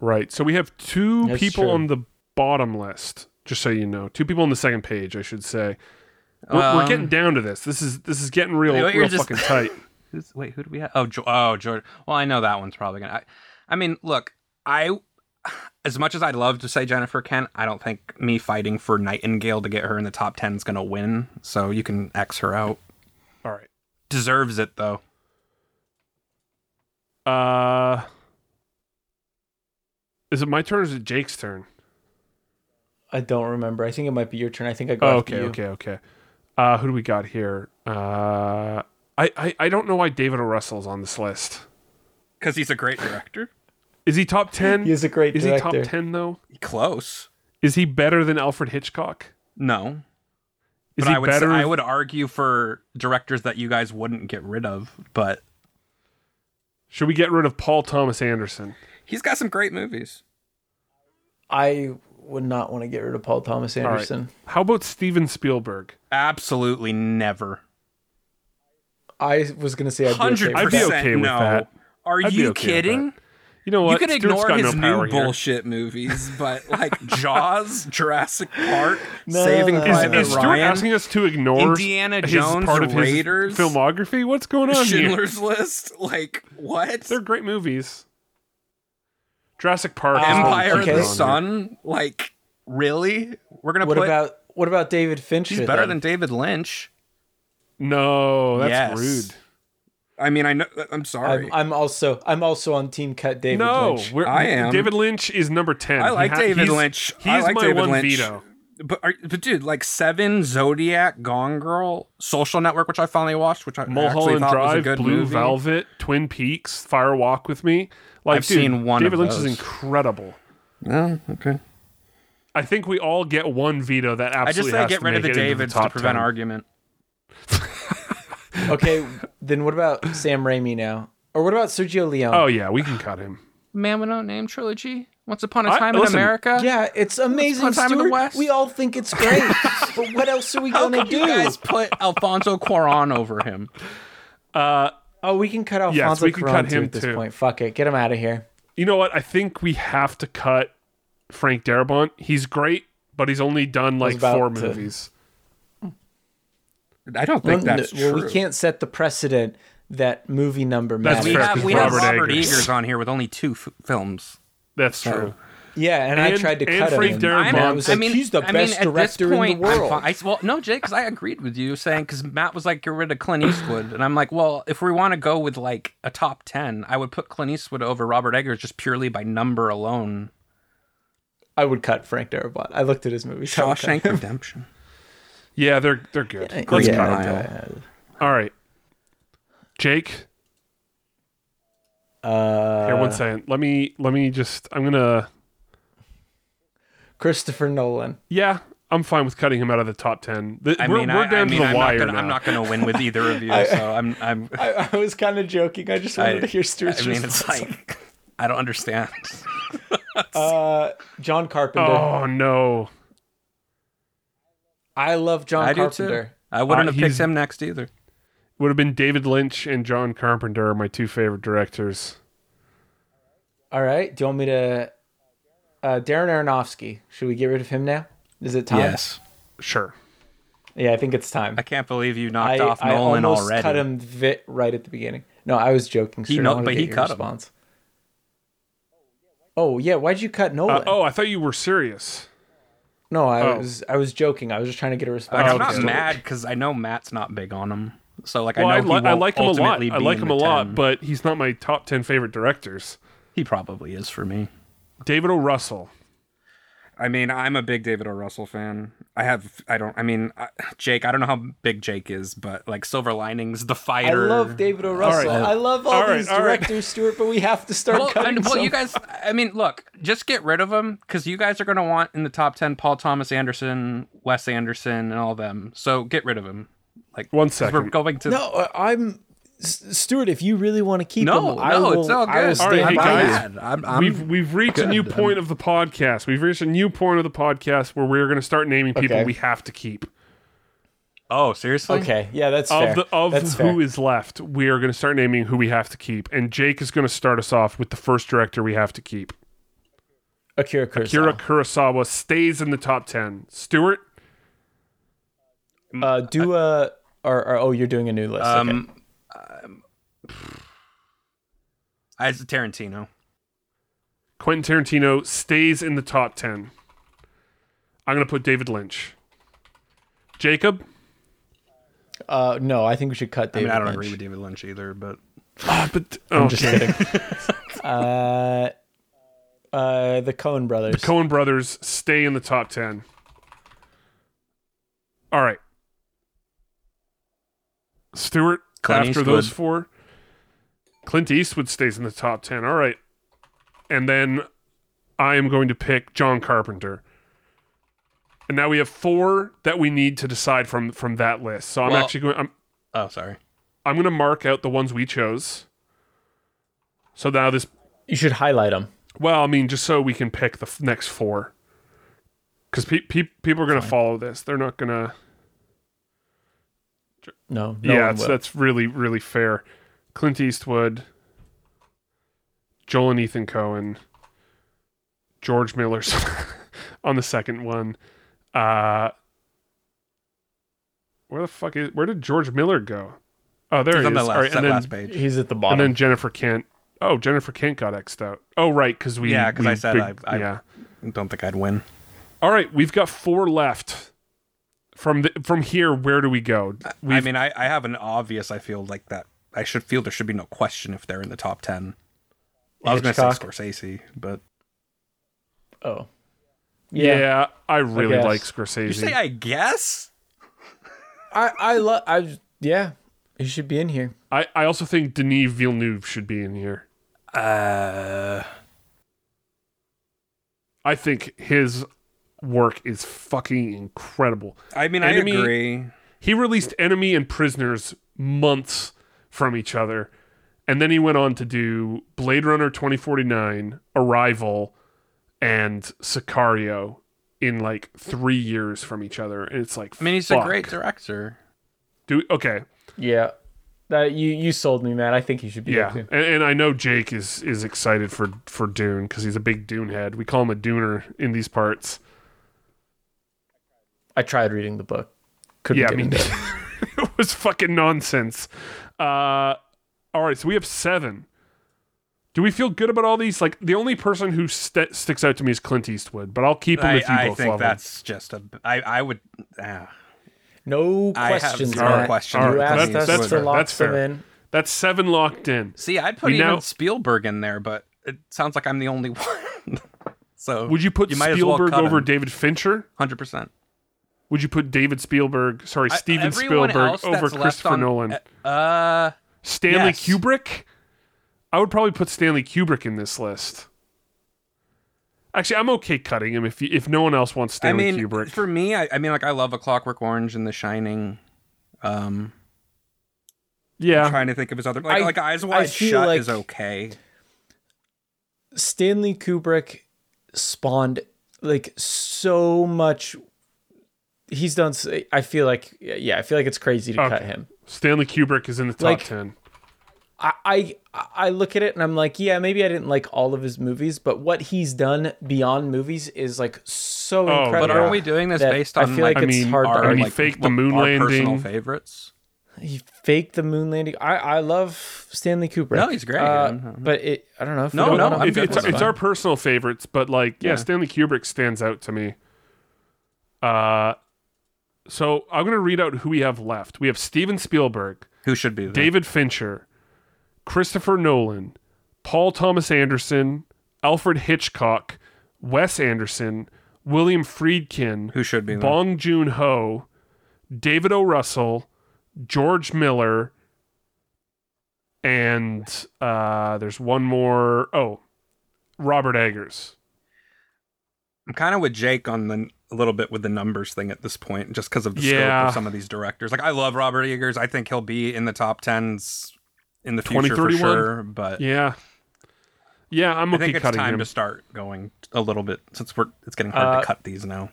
K: right. So we have two
L: That's
K: people
L: true.
K: on the bottom list. Just so you know, two people on the second page, I should say. We're, we're getting
M: Um,
K: down to this. This is this is getting real,
M: Wait, you're
K: real
M: just-
K: fucking tight.
M: Who's, wait, who do we have? Oh, jo- oh, Jordan. Well, I know that one's probably gonna. I, I mean, look, I as much as I'd love to say Jennifer Kent, I don't think me fighting for Nightingale to get her in the top ten is gonna win. So you can X her out.
K: All right.
M: Deserves it though.
K: Uh, is it my turn or is it Jake's turn?
L: I don't remember. I think it might be your turn. I think I go
K: Oh,
L: after
K: okay,
L: you.
K: okay, okay. Uh, who do we got here? Uh, I, I I don't know why David O. Russell's on this list.
M: Because he's a great director.
K: Is he top ten?
L: He is a great
K: Is he
L: director.
K: top ten though?
M: Close.
K: Is he better than Alfred Hitchcock?
M: No.
K: Is
M: but
K: he
M: I would
K: better?
M: I would argue for directors that you guys wouldn't get rid of, but
K: Should we get rid of Paul Thomas Anderson?
M: he's got some great movies.
L: I would not want to get rid of Paul Thomas
K: All right.
L: Anderson.
K: How about Steven Spielberg?
M: Absolutely never.
L: I was gonna say I'd be okay
M: Hundred
L: with
K: I'd be
L: that.
M: percent.
K: okay with
M: no.
K: that.
M: Are
K: I'd be
M: you
K: okay with
M: kidding?
K: You know
M: You
K: what?
M: can
K: Stewart's
M: ignore
K: got
M: his
K: no power
M: new
K: here.
M: bullshit movies, but like Jaws, Jurassic Park,
L: No,
M: Saving
L: no,
K: Is,
L: By
M: Private
L: the
K: is Stuart
M: Ryan,
K: asking us to ignore
M: Indiana
K: his-
M: Jones,
K: part of his
M: Raiders,
K: filmography? What's going on here?
M: Schindler's List? Like what?
K: They're great movies. Jurassic Park, is
M: Empire
K: one
M: of
K: that's
L: okay.
M: the
K: on there.
M: Sun? Like really? We're gonna
L: What
M: put
L: about what about David Fincher?
M: he's better
L: then?
M: than David Lynch.
K: No, that's
M: Yes.
K: rude.
M: I mean, I know. I'm
L: I'm,
M: sorry.
L: I'm also I'm also on Team Cut David
K: no,
L: Lynch.
K: we're,
M: I am.
K: David Lynch is number ten.
M: I
K: He
M: like
K: ha-
M: David
K: he's-
M: Lynch.
K: He's
M: I like
K: my
M: David
K: one
M: Lynch.
K: veto.
M: but are, but dude, like Seven, Zodiac, Gone Girl, Social Network, which I finally watched, which I actually
K: Mulholland
M: thought was a
K: Drive,
M: good
K: Blue
M: movie.
K: Velvet, Twin Peaks, Fire Walk with Me. Like,
M: I've
K: dude,
M: seen one of
K: David Lynch is
M: those.
K: incredible.
M: Oh, okay.
K: I think we all get one veto that
M: I just
K: absolutely
M: say
K: has
M: get
K: to
M: rid of the
K: make it into
M: Davids
K: top
M: to prevent
K: 10.
M: argument.
L: okay, then what about Sam Raimi now? Or what about Sergio Leone?
K: Oh yeah, we can cut him.
M: Man with No Name trilogy. Once upon a
K: I-
M: time in
K: listen,
M: America.
L: yeah, it's amazing.
M: Once Upon a Time in the
L: Stuart.
M: West.
L: We all think it's great, but what else are we
M: How
L: gonna
M: come
L: do?
M: you guys put Alfonso Cuarón over him?
L: Oh, we can cut Alfonso
K: Yes, we can
L: Cuarón
K: cut
L: too
K: him
L: at this
K: too.
L: point. Fuck it, get him out of here.
K: You know what? I think we have to cut Frank Darabont. He's great, but he's only done like
L: about
K: four
L: to-
K: movies.
M: I don't think
L: well,
M: that's
L: n- well,
M: true.
L: we can't set the precedent that movie number
K: That's
L: matters.
M: We
K: fair,
M: have,
K: 'cause
M: we have
K: Robert
M: Robert
K: Eggers.
M: Eggers. on here with only two f- films.
K: That's true.
L: Yeah, and, I
K: And-
L: tried to
K: and
L: cut
K: Frank
L: him.
K: Darabont.
L: and I was like,
K: I
L: he's the
M: I mean,
L: best
M: at this
L: director in
M: point,
L: the world.
M: I'm fine. I s- well, no, Jake, because I agreed with you saying because Matt was like, get rid of Clint Eastwood, and I'm like, well, if we want to go with like a top ten, I would put Clint Eastwood over Robert Eggers just purely by number alone.
L: I would cut Frank Darabont. I looked at his movies. I would cut
M: Shawshank Redemption.
K: Yeah, they're they're good.
L: him.
K: Let's
L: Yeah,
K: cut him. All right, Jake.
L: yeah. Uh,
K: Here, one second. Let me let me just. I'm gonna.
L: Christopher Nolan.
K: Yeah, I'm fine with cutting him out of the top ten. The-
M: I
K: we're,
M: mean,
K: we're
M: I,
K: down
M: I mean,
K: to the
M: I'm not
K: wire
M: gonna,
K: now.
M: I'm not going to win with either of you, so I'm, I'm. I,
L: I, I was kind of joking. I just wanted to hear Stuart's
M: mean, it's
L: response.
M: like, I don't understand.
L: uh, John Carpenter.
K: oh no!
L: I love John
M: I do too.
L: Carpenter.
M: I wouldn't
K: Uh,
M: have picked
K: he's-
M: him next either.
K: Would have been David Lynch and John Carpenter are my two favorite directors.
L: All right. Do you want me to? Uh, Darren Aronofsky. Should we get rid of him now? Is it time?
M: Yes.
K: Sure.
L: Yeah, I think it's time.
M: I can't believe you knocked
L: I,
M: off
L: I
M: Nolan
L: almost
M: already.
L: cut him vi- right at the beginning. No, I was joking.
M: He
L: sir. I
M: kno-
L: wanted
M: but
L: to
M: he
L: get your
M: cut him.
L: response. Oh yeah, why'd you cut Nolan?
K: Uh, oh, I thought you were serious.
L: no, I
K: oh.
L: was I was joking. I was just trying to get a response.
M: Like, I'm
L: to
M: not
L: the story.
M: mad because I know Matt's not big on him. So like
K: well,
M: I
K: I,
M: know
K: li-
M: he
K: I
M: won't
K: like him a lot.
M: ultimately
K: I
M: be
K: like
M: in
K: him
M: the
K: a lot,
M: 10.
K: but he's not my top ten favorite directors.
M: he probably is for me.
K: David O. Russell.
M: I mean, I'm a big David O. Russell fan. I have, I don't, I mean, I, Jake, I don't know how big Jake is, but like Silver Linings, The
L: I
M: Fighter.
L: love David O. Russell.
K: right.
L: I love all,
K: All right,
L: these
K: all right.
L: directors, Stuart, but we have to start
M: Well,
L: cutting.
M: and- well,
L: some.
M: you guys, I mean, look, just get rid of them because you guys are going to want in the top 10 Paul Thomas Anderson, Wes Anderson, and all them. So get rid of them. Like,
K: One
M: 'cause we're
K: second.
M: going to.
L: No, uh, I'm S- Stuart. If you really want to keep
M: No,
L: him, I
M: no,
L: will,
M: it's all
L: I will
M: good. All
L: stand
K: right, hey,
L: by
K: guys.
L: you.
M: bad. I'm- I'm
K: we've we've reached a new
M: good.
K: point of the podcast. We've reached a new point of the podcast where we're going to start naming people
L: Okay.
K: we have to keep.
M: Oh, seriously?
L: Okay, yeah, that's fair.
K: Of the of
L: that's
K: who is
L: fair.
K: left, we are going to start naming who we have to keep, and Jake is going to start us off with the first director we have to keep.
L: Akira Kurosawa.
K: Akira Kurosawa stays in the top ten. Stewart,
L: Uh, do a or, or oh, you're doing a new list.
M: Um,
L: okay.
M: um, as Tarantino.
K: Quentin Tarantino stays in the top ten. I'm going to put David Lynch. Jacob,
L: Uh, no, I think we should cut
M: I
L: David.
M: mean, I don't
L: Lynch.
M: agree with David Lynch either, but
K: Ah, but
L: I'm
K: okay.
L: just kidding. uh, uh, the Cohen brothers.
K: the Coen Brothers stay in the top ten. All right, Stewart.
M: Clint
K: after
M: Eastwood.
K: those four, Clint Eastwood stays in the top ten. All right, and then I am going to pick John Carpenter. And now we have four that we need to decide from from that list. So I'm
M: Well-
K: actually going. I'm
M: oh, sorry.
K: I'm going to mark out the ones we chose. So now this
L: you should highlight them.
K: well, I mean, just so we can pick the f- next four, because pe- pe- people are going to follow this. They're not going to.
L: No, no one
K: yeah, it's,
L: will.
K: that's really really fair. Clint Eastwood, Joel and Ethan Cohen, George Miller's on the second one. Uh, where the fuck is? Where did George Miller go? Oh, there
M: He's
K: he
M: on
K: is.
M: the
K: All
M: last,
K: right,
M: that
K: and then,
M: last page.
L: he's at the
K: and
L: bottom.
K: then Jennifer Kent. Oh, Jennifer Kent got xed out. Oh, right, because we
M: Yeah, 'cause
K: we
M: I said
K: big-
M: I- I-
K: yeah.
M: Don't think I'd win.
K: All right, we've got four left. From the, from here, where do we go?
M: I mean, I, I have an obvious. I feel like that. I should feel there should be no question if they're in the top ten. I was going to say
L: Hitchcock?
M: Scorsese, but
L: oh,
K: yeah, I really
L: guess.
K: like Scorsese.
M: you say I guess.
L: I I love I yeah. He should be in here.
K: I, I also think Denis Villeneuve should be in here.
M: Uh,
K: I think his work is fucking incredible.
M: I mean,
K: Enemy-
M: I agree.
K: He released Enemy and Prisoners months from each other, and then he went on to do Blade Runner 2049, Arrival, and Sicario in like three years from each other. And it's like,
M: I mean, he's
K: fuck.
M: a great director.
K: Do okay,
L: Yeah, that you you sold me, man. I think he should be.
K: yeah,
L: in too.
K: and, and I know Jake is is excited for for Dune because he's a big Dune head. We call him a Duner in these parts.
L: I tried reading the book. Couldn't
K: yeah,
L: get
K: I mean,
L: into it.
K: it was fucking nonsense. Uh, all right, so we have seven. Do we feel good about all these? Like the only person who st- sticks out to me is Clint Eastwood, but I'll keep him
M: I,
K: if you
M: I
K: both
M: think
K: love
M: that's just a. I I would. ah.
L: No
M: I have
L: questions.
M: zero
L: Matt.
M: questions
L: You
K: about
L: asked
K: Clint
L: us
K: Eastwood.
L: to
K: That's
L: lock
K: fair.
L: them in.
K: him. That's seven locked in.
M: See, I'd put
K: We
M: even
K: now-
M: Spielberg in there, but it sounds like I'm the only one. so
K: Would you put Spielberg over David Fincher?
M: Hundred percent.
K: Would you put David Spielberg, sorry, Steven
M: Everyone
K: Spielberg
M: else
K: over
M: that's left
K: Christopher
M: on-
K: Nolan?
M: Uh,
K: Stanley
M: Yes.
K: Kubrick? I would probably put Stanley Kubrick in this list. Actually, I'm okay cutting him if if no one else wants
M: I
K: Stanley
M: mean,
K: Kubrick.
M: for me, I, I mean, like I love A Clockwork Orange and The Shining. Um,
K: yeah,
M: trying to think of his other like,
L: I-
M: like Eyes
L: I
M: Wide
L: feel
M: Shut
L: like-
M: is okay.
L: Stanley Kubrick spawned like so much. He's done. s- I feel like yeah. I feel like it's crazy to
K: Okay.
L: cut him.
K: Stanley Kubrick is in the top
L: Like-
K: ten.
L: I, I I look at it and I'm like, yeah, maybe I didn't like all of his movies, but what he's done beyond movies is like so
M: Oh,
L: incredible.
M: but aren't we doing this
L: that
M: based
L: I
M: on,
L: feel like,
M: like, I
L: it's
M: mean,
L: hard
M: our,
L: to
M: like,
L: like,
M: he faked the moon our personal landing. favorites.
L: He faked the moon landing. I I love Stanley Kubrick.
M: No, he's great.
L: Uh,
M: Yeah.
L: but it I don't know. If we
K: No,
L: don't
K: no,
L: wanna-
K: it- it's,
L: that's
K: it's
L: fine.
K: our personal favorites, but like, yeah,
L: Yeah.
K: Stanley Kubrick stands out to me. Uh, so I'm gonna read out who we have left. We have Steven Spielberg,
M: who should be there.
K: David Fincher, Christopher Nolan, Paul Thomas Anderson, Alfred Hitchcock, Wes Anderson, William Friedkin,
M: who should be there.
K: Bong Joon Ho, David O. Russell, George Miller, and uh, there's one more. Oh, Robert Eggers.
M: I'm kind of with Jake on the a little bit with the numbers thing at this point, just because of the scope
K: Yeah.
M: of some of these directors. Like I love Robert Eggers. I think he'll be in the top tens in the future for
K: 2031.
M: sure. But
K: yeah, yeah, I'm
M: I
K: okay
M: think it's
K: cutting
M: time
K: him.
M: to start going a little bit since we're it's getting hard
L: Uh,
M: to cut these now.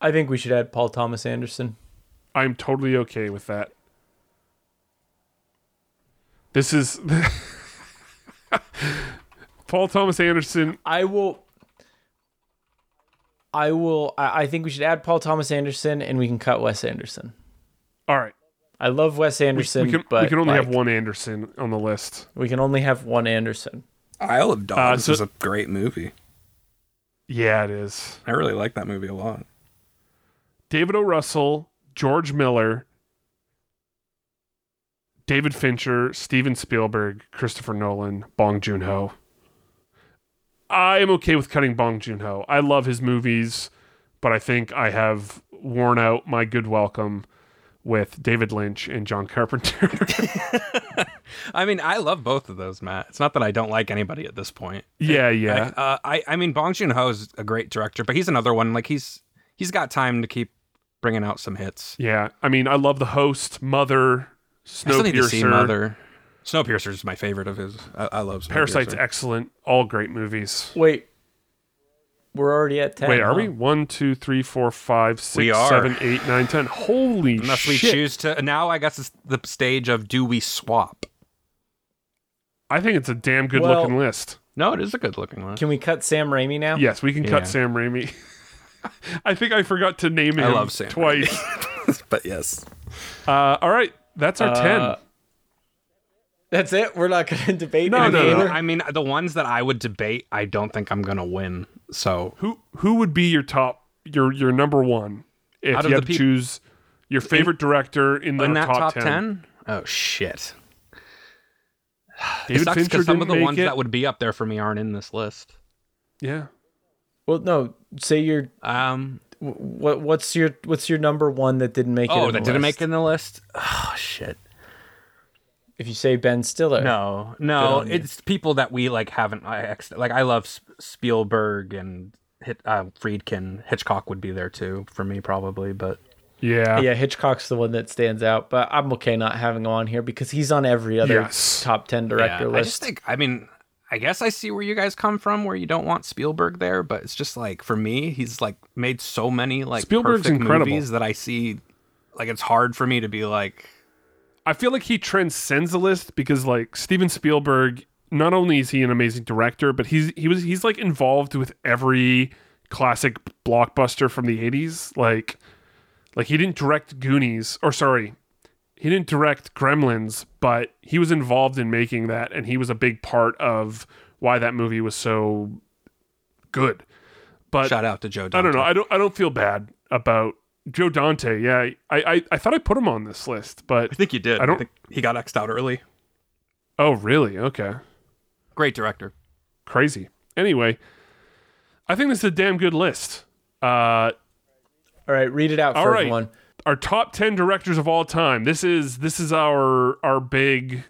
L: I think we should add Paul Thomas Anderson.
K: I'm totally okay with that. This is Paul Thomas Anderson.
L: I will. I will. I, I think we should add Paul Thomas Anderson, and we can cut Wes Anderson.
K: All right.
L: I love Wes Anderson,
K: we can,
L: but
K: we can only
L: like,
K: have one Anderson on the list.
L: We can only have one Anderson.
M: Isle of Dogs
K: uh, so-
M: is a great movie.
K: Yeah, it is.
M: I really like that movie a lot.
K: David O. Russell, George Miller, David Fincher, Steven Spielberg, Christopher Nolan, Bong Joon Ho. I am okay with cutting Bong Joon Ho. I love his movies, but I think I have worn out my good welcome with David Lynch and John Carpenter.
M: I mean, I love both of those, Matt. It's not that I don't like anybody at this point.
K: yeah, yeah.
M: I, uh, I I mean Bong Joon Ho is a great director, but he's another one like he's he's got time to keep bringing out some hits.
K: yeah. I mean, I love the host, Mother,
M: I still need to see
K: Snowpiercer.
M: Mother. Snowpiercer is my favorite of his. I, I love Snowpiercer.
K: Parasite's excellent. All great movies.
L: Wait, we're already at ten.
K: Wait, are
L: huh?
K: we? One, two, three, four, five,
M: We
K: six,
M: are.
K: seven, eight, nine, ten. Holy
M: Unless we
K: shit!
M: choose to now, I guess it's the stage of do we swap?
K: I think it's a damn good
L: Well-
K: looking list.
M: No, it is a good looking one.
L: Can we cut Sam Raimi
M: um,
L: now?
K: Yes, we can cut
M: Yeah.
K: Sam Raimi. I think I forgot to name him
M: I love Sam
K: twice.
M: but yes,
K: uh, all right, that's our
L: Uh,
K: ten.
L: That's it. We're not going to debate.
K: No,
L: any
K: no, no.
L: either?
M: I mean the ones that I would debate, I don't think I'm gonna win. So
K: Who who would be your top your your number one if you
M: Out
K: had
M: of
K: to
M: the peop-
K: choose your favorite director in the
M: in that top
K: top,
M: ten, oh shit! it
K: David
M: sucks 'cause
K: Fincher
M: some of
K: didn't
M: the
K: make
M: ones
K: it.
M: that would be up there for me aren't in this list.
K: yeah.
L: Well, no. Say your
M: Um,
L: what? What's your what's your number one that didn't make it?
M: oh,
L: in
M: that
L: the
M: didn't
L: list?
M: make it in the list. Oh shit!
L: If you say Ben Stiller,
M: No, no,
L: on you.
M: it's people that we like haven't I ex- like. I love S- Spielberg and Hit, uh, Friedkin. Hitchcock would be there too for me probably, but
K: Yeah.
L: Yeah, Hitchcock's the one that stands out, but I'm okay not having him on here because he's on every other
K: Yes.
L: top 10 director
M: yeah,
L: list.
M: I just think I mean I guess I see where you guys come from where you don't want Spielberg there, but it's just like for me he's like made so many like
K: Spielberg's
M: perfect
K: incredible.
M: movies that I see like it's hard for me to be like
K: I feel like he transcends the list because like Steven Spielberg, not only is he an amazing director, but he's he was he's like involved with every classic blockbuster from the 80s. Like like he didn't direct Goonies or sorry, he didn't direct Gremlins, but he was involved in making that and he was a big part of why that movie was so good. But
M: shout out to Joe. Dante.
K: I don't know. I don't. I don't feel bad about Joe Dante. Yeah, I, I, I thought I put him on this list, but
M: I think you did.
K: I don't-
M: think he got xed out early.
K: oh really? Okay,
M: Great director.
K: crazy. Anyway, I think this is a damn good list. Uh,
L: All right, read it out
K: All
L: for
K: right.
L: everyone.
K: our top ten directors of all time. This is this is our our big,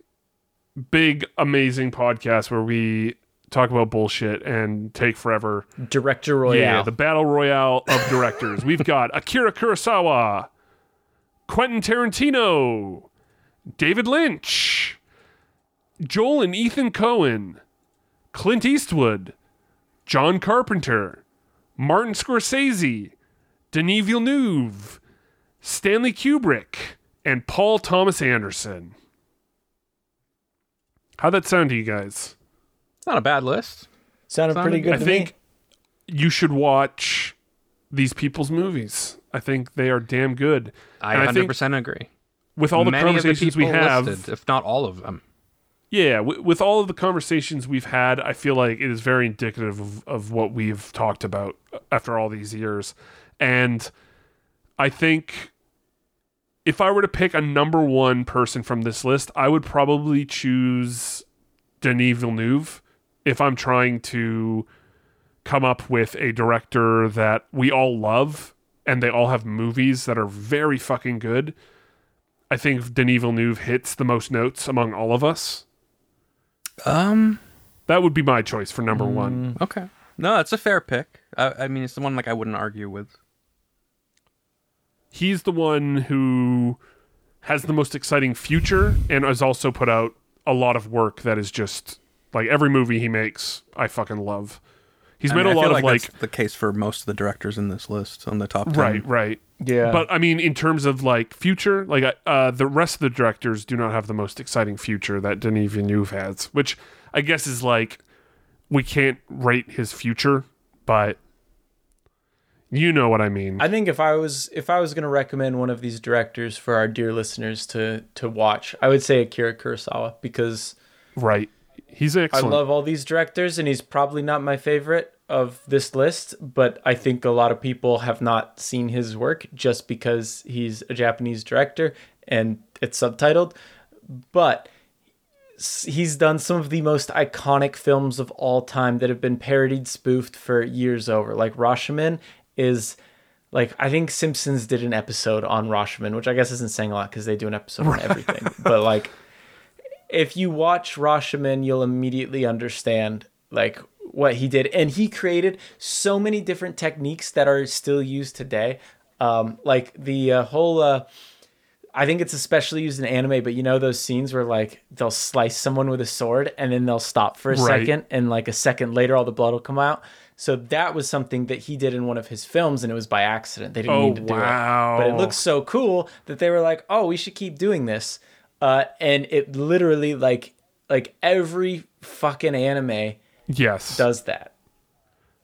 K: big amazing podcast where we talk about bullshit and take forever.
L: Director Royale.
K: Yeah, the battle royale of directors. We've got Akira Kurosawa, Quentin Tarantino, David Lynch, Joel and Ethan Cohen, Clint Eastwood, John Carpenter, Martin Scorsese, Denis Villeneuve, Stanley Kubrick, and Paul Thomas Anderson. How'd that sound to you guys?
M: It's not a bad list.
L: Sounded,
K: Sounded
L: pretty good.
K: I
L: to
K: think
L: me.
K: you should watch these people's movies. I think they are damn good.
M: I
K: And
M: 100
K: think
M: percent agree.
K: with all the
M: Many of
K: conversations we
M: people
K: have,
M: listed, if not all of them.
K: yeah, w- with all of the conversations we've had, I feel like it is very indicative of, of what we've talked about uh, after all these years. And I think if I were to pick a number one person from this list, I would probably choose Denis Villeneuve if I'm trying to come up with a director that we all love and they all have movies that are very fucking good. I think Denis Villeneuve hits the most notes among all of us.
M: Um,
K: That would be my choice for number one.
M: Okay. No, it's a fair pick. I, I mean, it's the one like I wouldn't argue with.
K: He's the one who has the most exciting future and has also put out a lot of work that is just like every movie he makes, I fucking love. He's
M: I
K: made
M: mean, I
K: a lot
M: feel
K: of
M: like,
K: like
M: that's the case for most of the directors in this list on the top 10.
K: Right, right.
M: Yeah.
K: But I mean, in terms of like future, like uh, the rest of the directors do not have the most exciting future that Denis Villeneuve has, which I guess is like we can't rate his future, but you know what I mean.
L: I think if I was if I was going to recommend one of these directors for our dear listeners to to watch, I would say Akira Kurosawa because
K: right. He's excellent.
L: I love all these directors, and he's probably not my favorite of this list, but I think a lot of people have not seen his work just because he's a Japanese director and it's subtitled. But s- he's done some of the most iconic films of all time that have been parodied, spoofed for years over. Like Rashomon is. Like I think Simpsons did an episode on Rashomon, which I guess isn't saying a lot because they do an episode on everything. But like if you watch Rashomon, you'll immediately understand like what he did, and he created so many different techniques that are still used today. Um, like the uh, whole, uh, I think it's especially used in anime, but you know those scenes where like they'll slice someone with a sword and then they'll stop for a
K: Right.
L: second, and like a second later, all the blood will come out. So that was something that he did in one of his films, and it was by accident. They didn't
K: Oh,
L: mean to do
K: wow.
L: it, but it looks so cool that they were like, "Oh, we should keep doing this." Uh, and it literally like like every fucking anime
K: yes.
L: does that.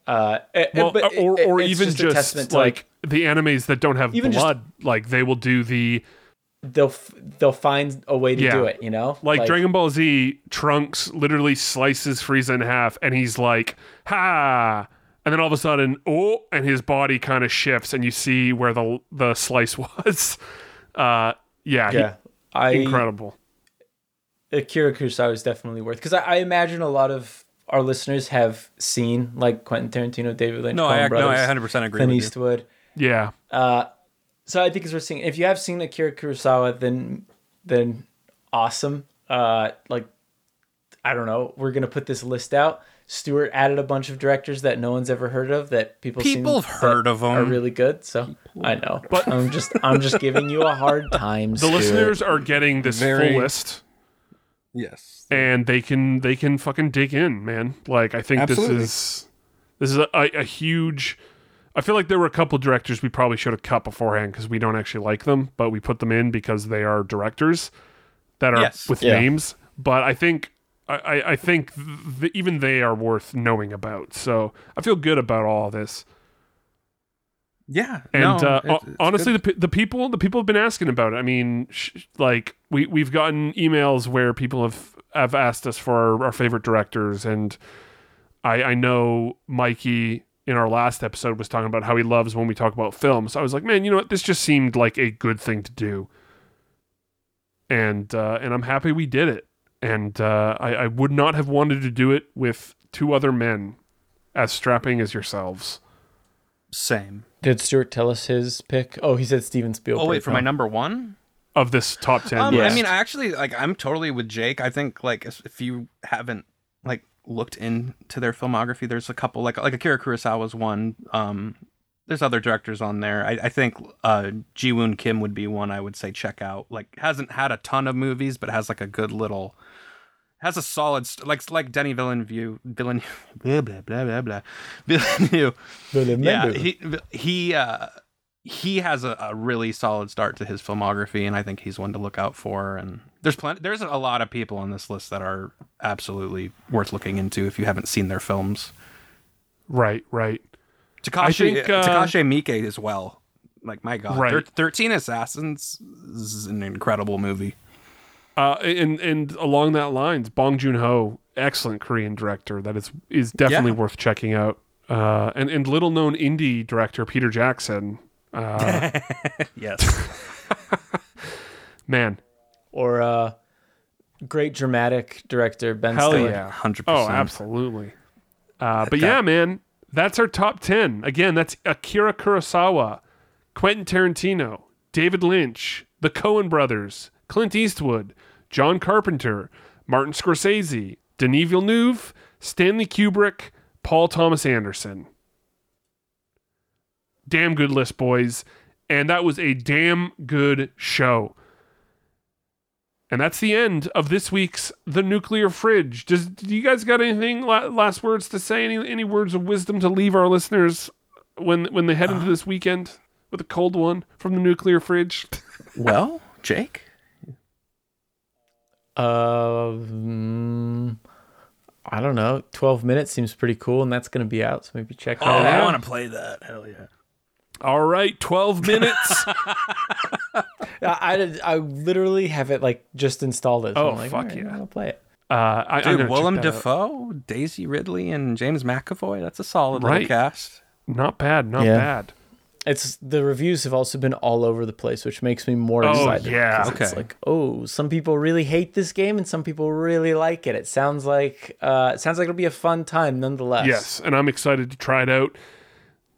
L: Uh, a-
K: well,
L: but it-
K: or or
L: it's
K: even
L: just, a
K: just,
L: testament to,
K: like, the animes that don't have
L: Even just-
K: blood, like they will do the
L: they'll f- they'll find a way to
K: yeah,
L: do it. You know,
K: like, Dragon Ball Z, Trunks literally slices Frieza in half, and he's like, "Ha!" And then all of a sudden, oh, and his body kind of shifts, and you see where the the slice was. Uh, yeah, he-
L: Yeah, I
K: incredible.
L: Akira Kurosawa is definitely worth because I, I imagine a lot of our listeners have seen like Quentin Tarantino, David Lynch,
M: No, I
L: Coen
M: ac- no, I
L: Brothers,
M: 100% agree with
L: Clint
M: you.
L: Eastwood.
K: Yeah,
L: Uh, so I think it's worth seeing. If you have seen Akira Kurosawa, then then awesome. Uh, like I don't know, we're gonna put this list out. Stewart added a bunch of directors that no one's ever heard of that people seem
M: People have
L: that
M: heard of 'em.
L: are really good. So I know, but I'm just I'm just giving you a hard time.
K: the listeners are getting this
M: Very-
K: full list,
M: Yes.
K: and they can they can fucking dig in, man. Like I think
M: Absolutely.
K: this is this is a, a, a huge. I feel like there were a couple directors we probably should have cut beforehand because we don't actually like them, but we put them in because they are directors that are
M: Yes.
K: with
L: Yeah.
K: names. But I think I, I- I think th- even they are worth knowing about. So I feel good about all this.
M: Yeah.
K: And
M: no,
K: uh,
M: it's-
K: ho-
M: it's
K: honestly,
M: good.
K: the, pe- the people the people have been asking about it. I mean, sh- like we we've gotten emails where people have have asked us for our, our favorite directors, and I I know Mikey in our last episode was talking about how he loves when we talk about films. I was like, man, you know what? This just seemed like a good thing to do, and uh, and I'm happy we did it. And uh, I, I would not have wanted to do it with two other men as strapping as yourselves.
M: same.
L: Did Stewart tell us his pick? Oh, he said Steven Spielberg.
M: Oh wait, for
L: huh?
M: my number one.
K: Of this top ten,
M: Um,
K: list.
M: I mean, I actually like. I'm totally with Jake. I think like if if you haven't like looked into their filmography, there's a couple like like Akira Kurosawa's one. Um, there's other directors on there. I, I think uh, Ji Woon Kim would be one I would say check out. Like hasn't had a ton of movies, but has like a good little. Has a solid st- like like Denny Villeneuve Villeneuve blah blah blah blah blah Villeneuve
L: But remember-
M: yeah, he he uh he has a, a really solid start to his filmography, and I think he's one to look out for. And there's plenty, there's a lot of people on this list that are absolutely worth looking into if you haven't seen their films.
K: Right, right.
M: Takashi,
K: I think, uh,
M: Takashi Miike as well. Like my God,
K: Right.
M: Thir- Thirteen Assassins is an incredible movie.
K: Uh, and and along that lines, Bong Joon Ho, excellent Korean director, that is is definitely
M: Yeah.
K: worth checking out. Uh, and and little known indie director Peter Jackson. Uh,
M: yes,
K: man,
L: or uh, great dramatic director Ben
K: hell
L: Stiller.
K: yeah,
M: 100%.
K: Oh, absolutely. Uh, but yeah, man, that's our top ten. Again, that's Akira Kurosawa, Quentin Tarantino, David Lynch, the Coen Brothers, Clint Eastwood, John Carpenter, Martin Scorsese, Denis Villeneuve, Stanley Kubrick, Paul Thomas Anderson. Damn good list, boys. And that was a damn good show. And that's the end of this week's The Nuclear Fridge. Does do you guys got anything la- last words to say? Any any words of wisdom to leave our listeners when when they head into this weekend with a cold one from the Nuclear Fridge?
M: Well, Jake,
L: Uh, mm, I don't know. Twelve minutes seems pretty cool, and that's gonna be out. So maybe check that out.
M: want to Oh, play that. Hell yeah.
K: All right, twelve minutes. Uh,
L: I, I, I literally have it like just installed it. So
K: Oh,
L: I'm like,
K: fuck
L: "Alright,
K: yeah.
L: I'm gonna play it.
K: uh, I, I'm
M: Dude,
K: gonna
M: Willem
K: check that out.
M: Dafoe, Daisy Ridley, and James McAvoy. That's a solid
K: Right.
M: little cast.
K: Not bad, not
L: Yeah.
K: bad.
L: It's the reviews have also been all over the place, which makes me more
K: Oh,
L: excited.
K: yeah.
L: 'cause It's
M: Okay.
L: like, oh, some people really hate this game, and some people really like it. It sounds like uh, it sounds like it'll be a fun time nonetheless.
K: Yes, and I'm excited to try it out.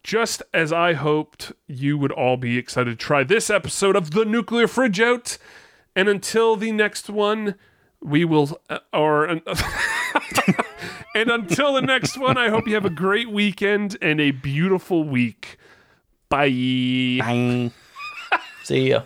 K: Just as I hoped you would all be excited to try this episode of The Nuclear Fridge out. And until the next one, we will, uh, or, and until the next one, I hope you have a great weekend and a beautiful week. Bye.
M: Bang.
L: See ya.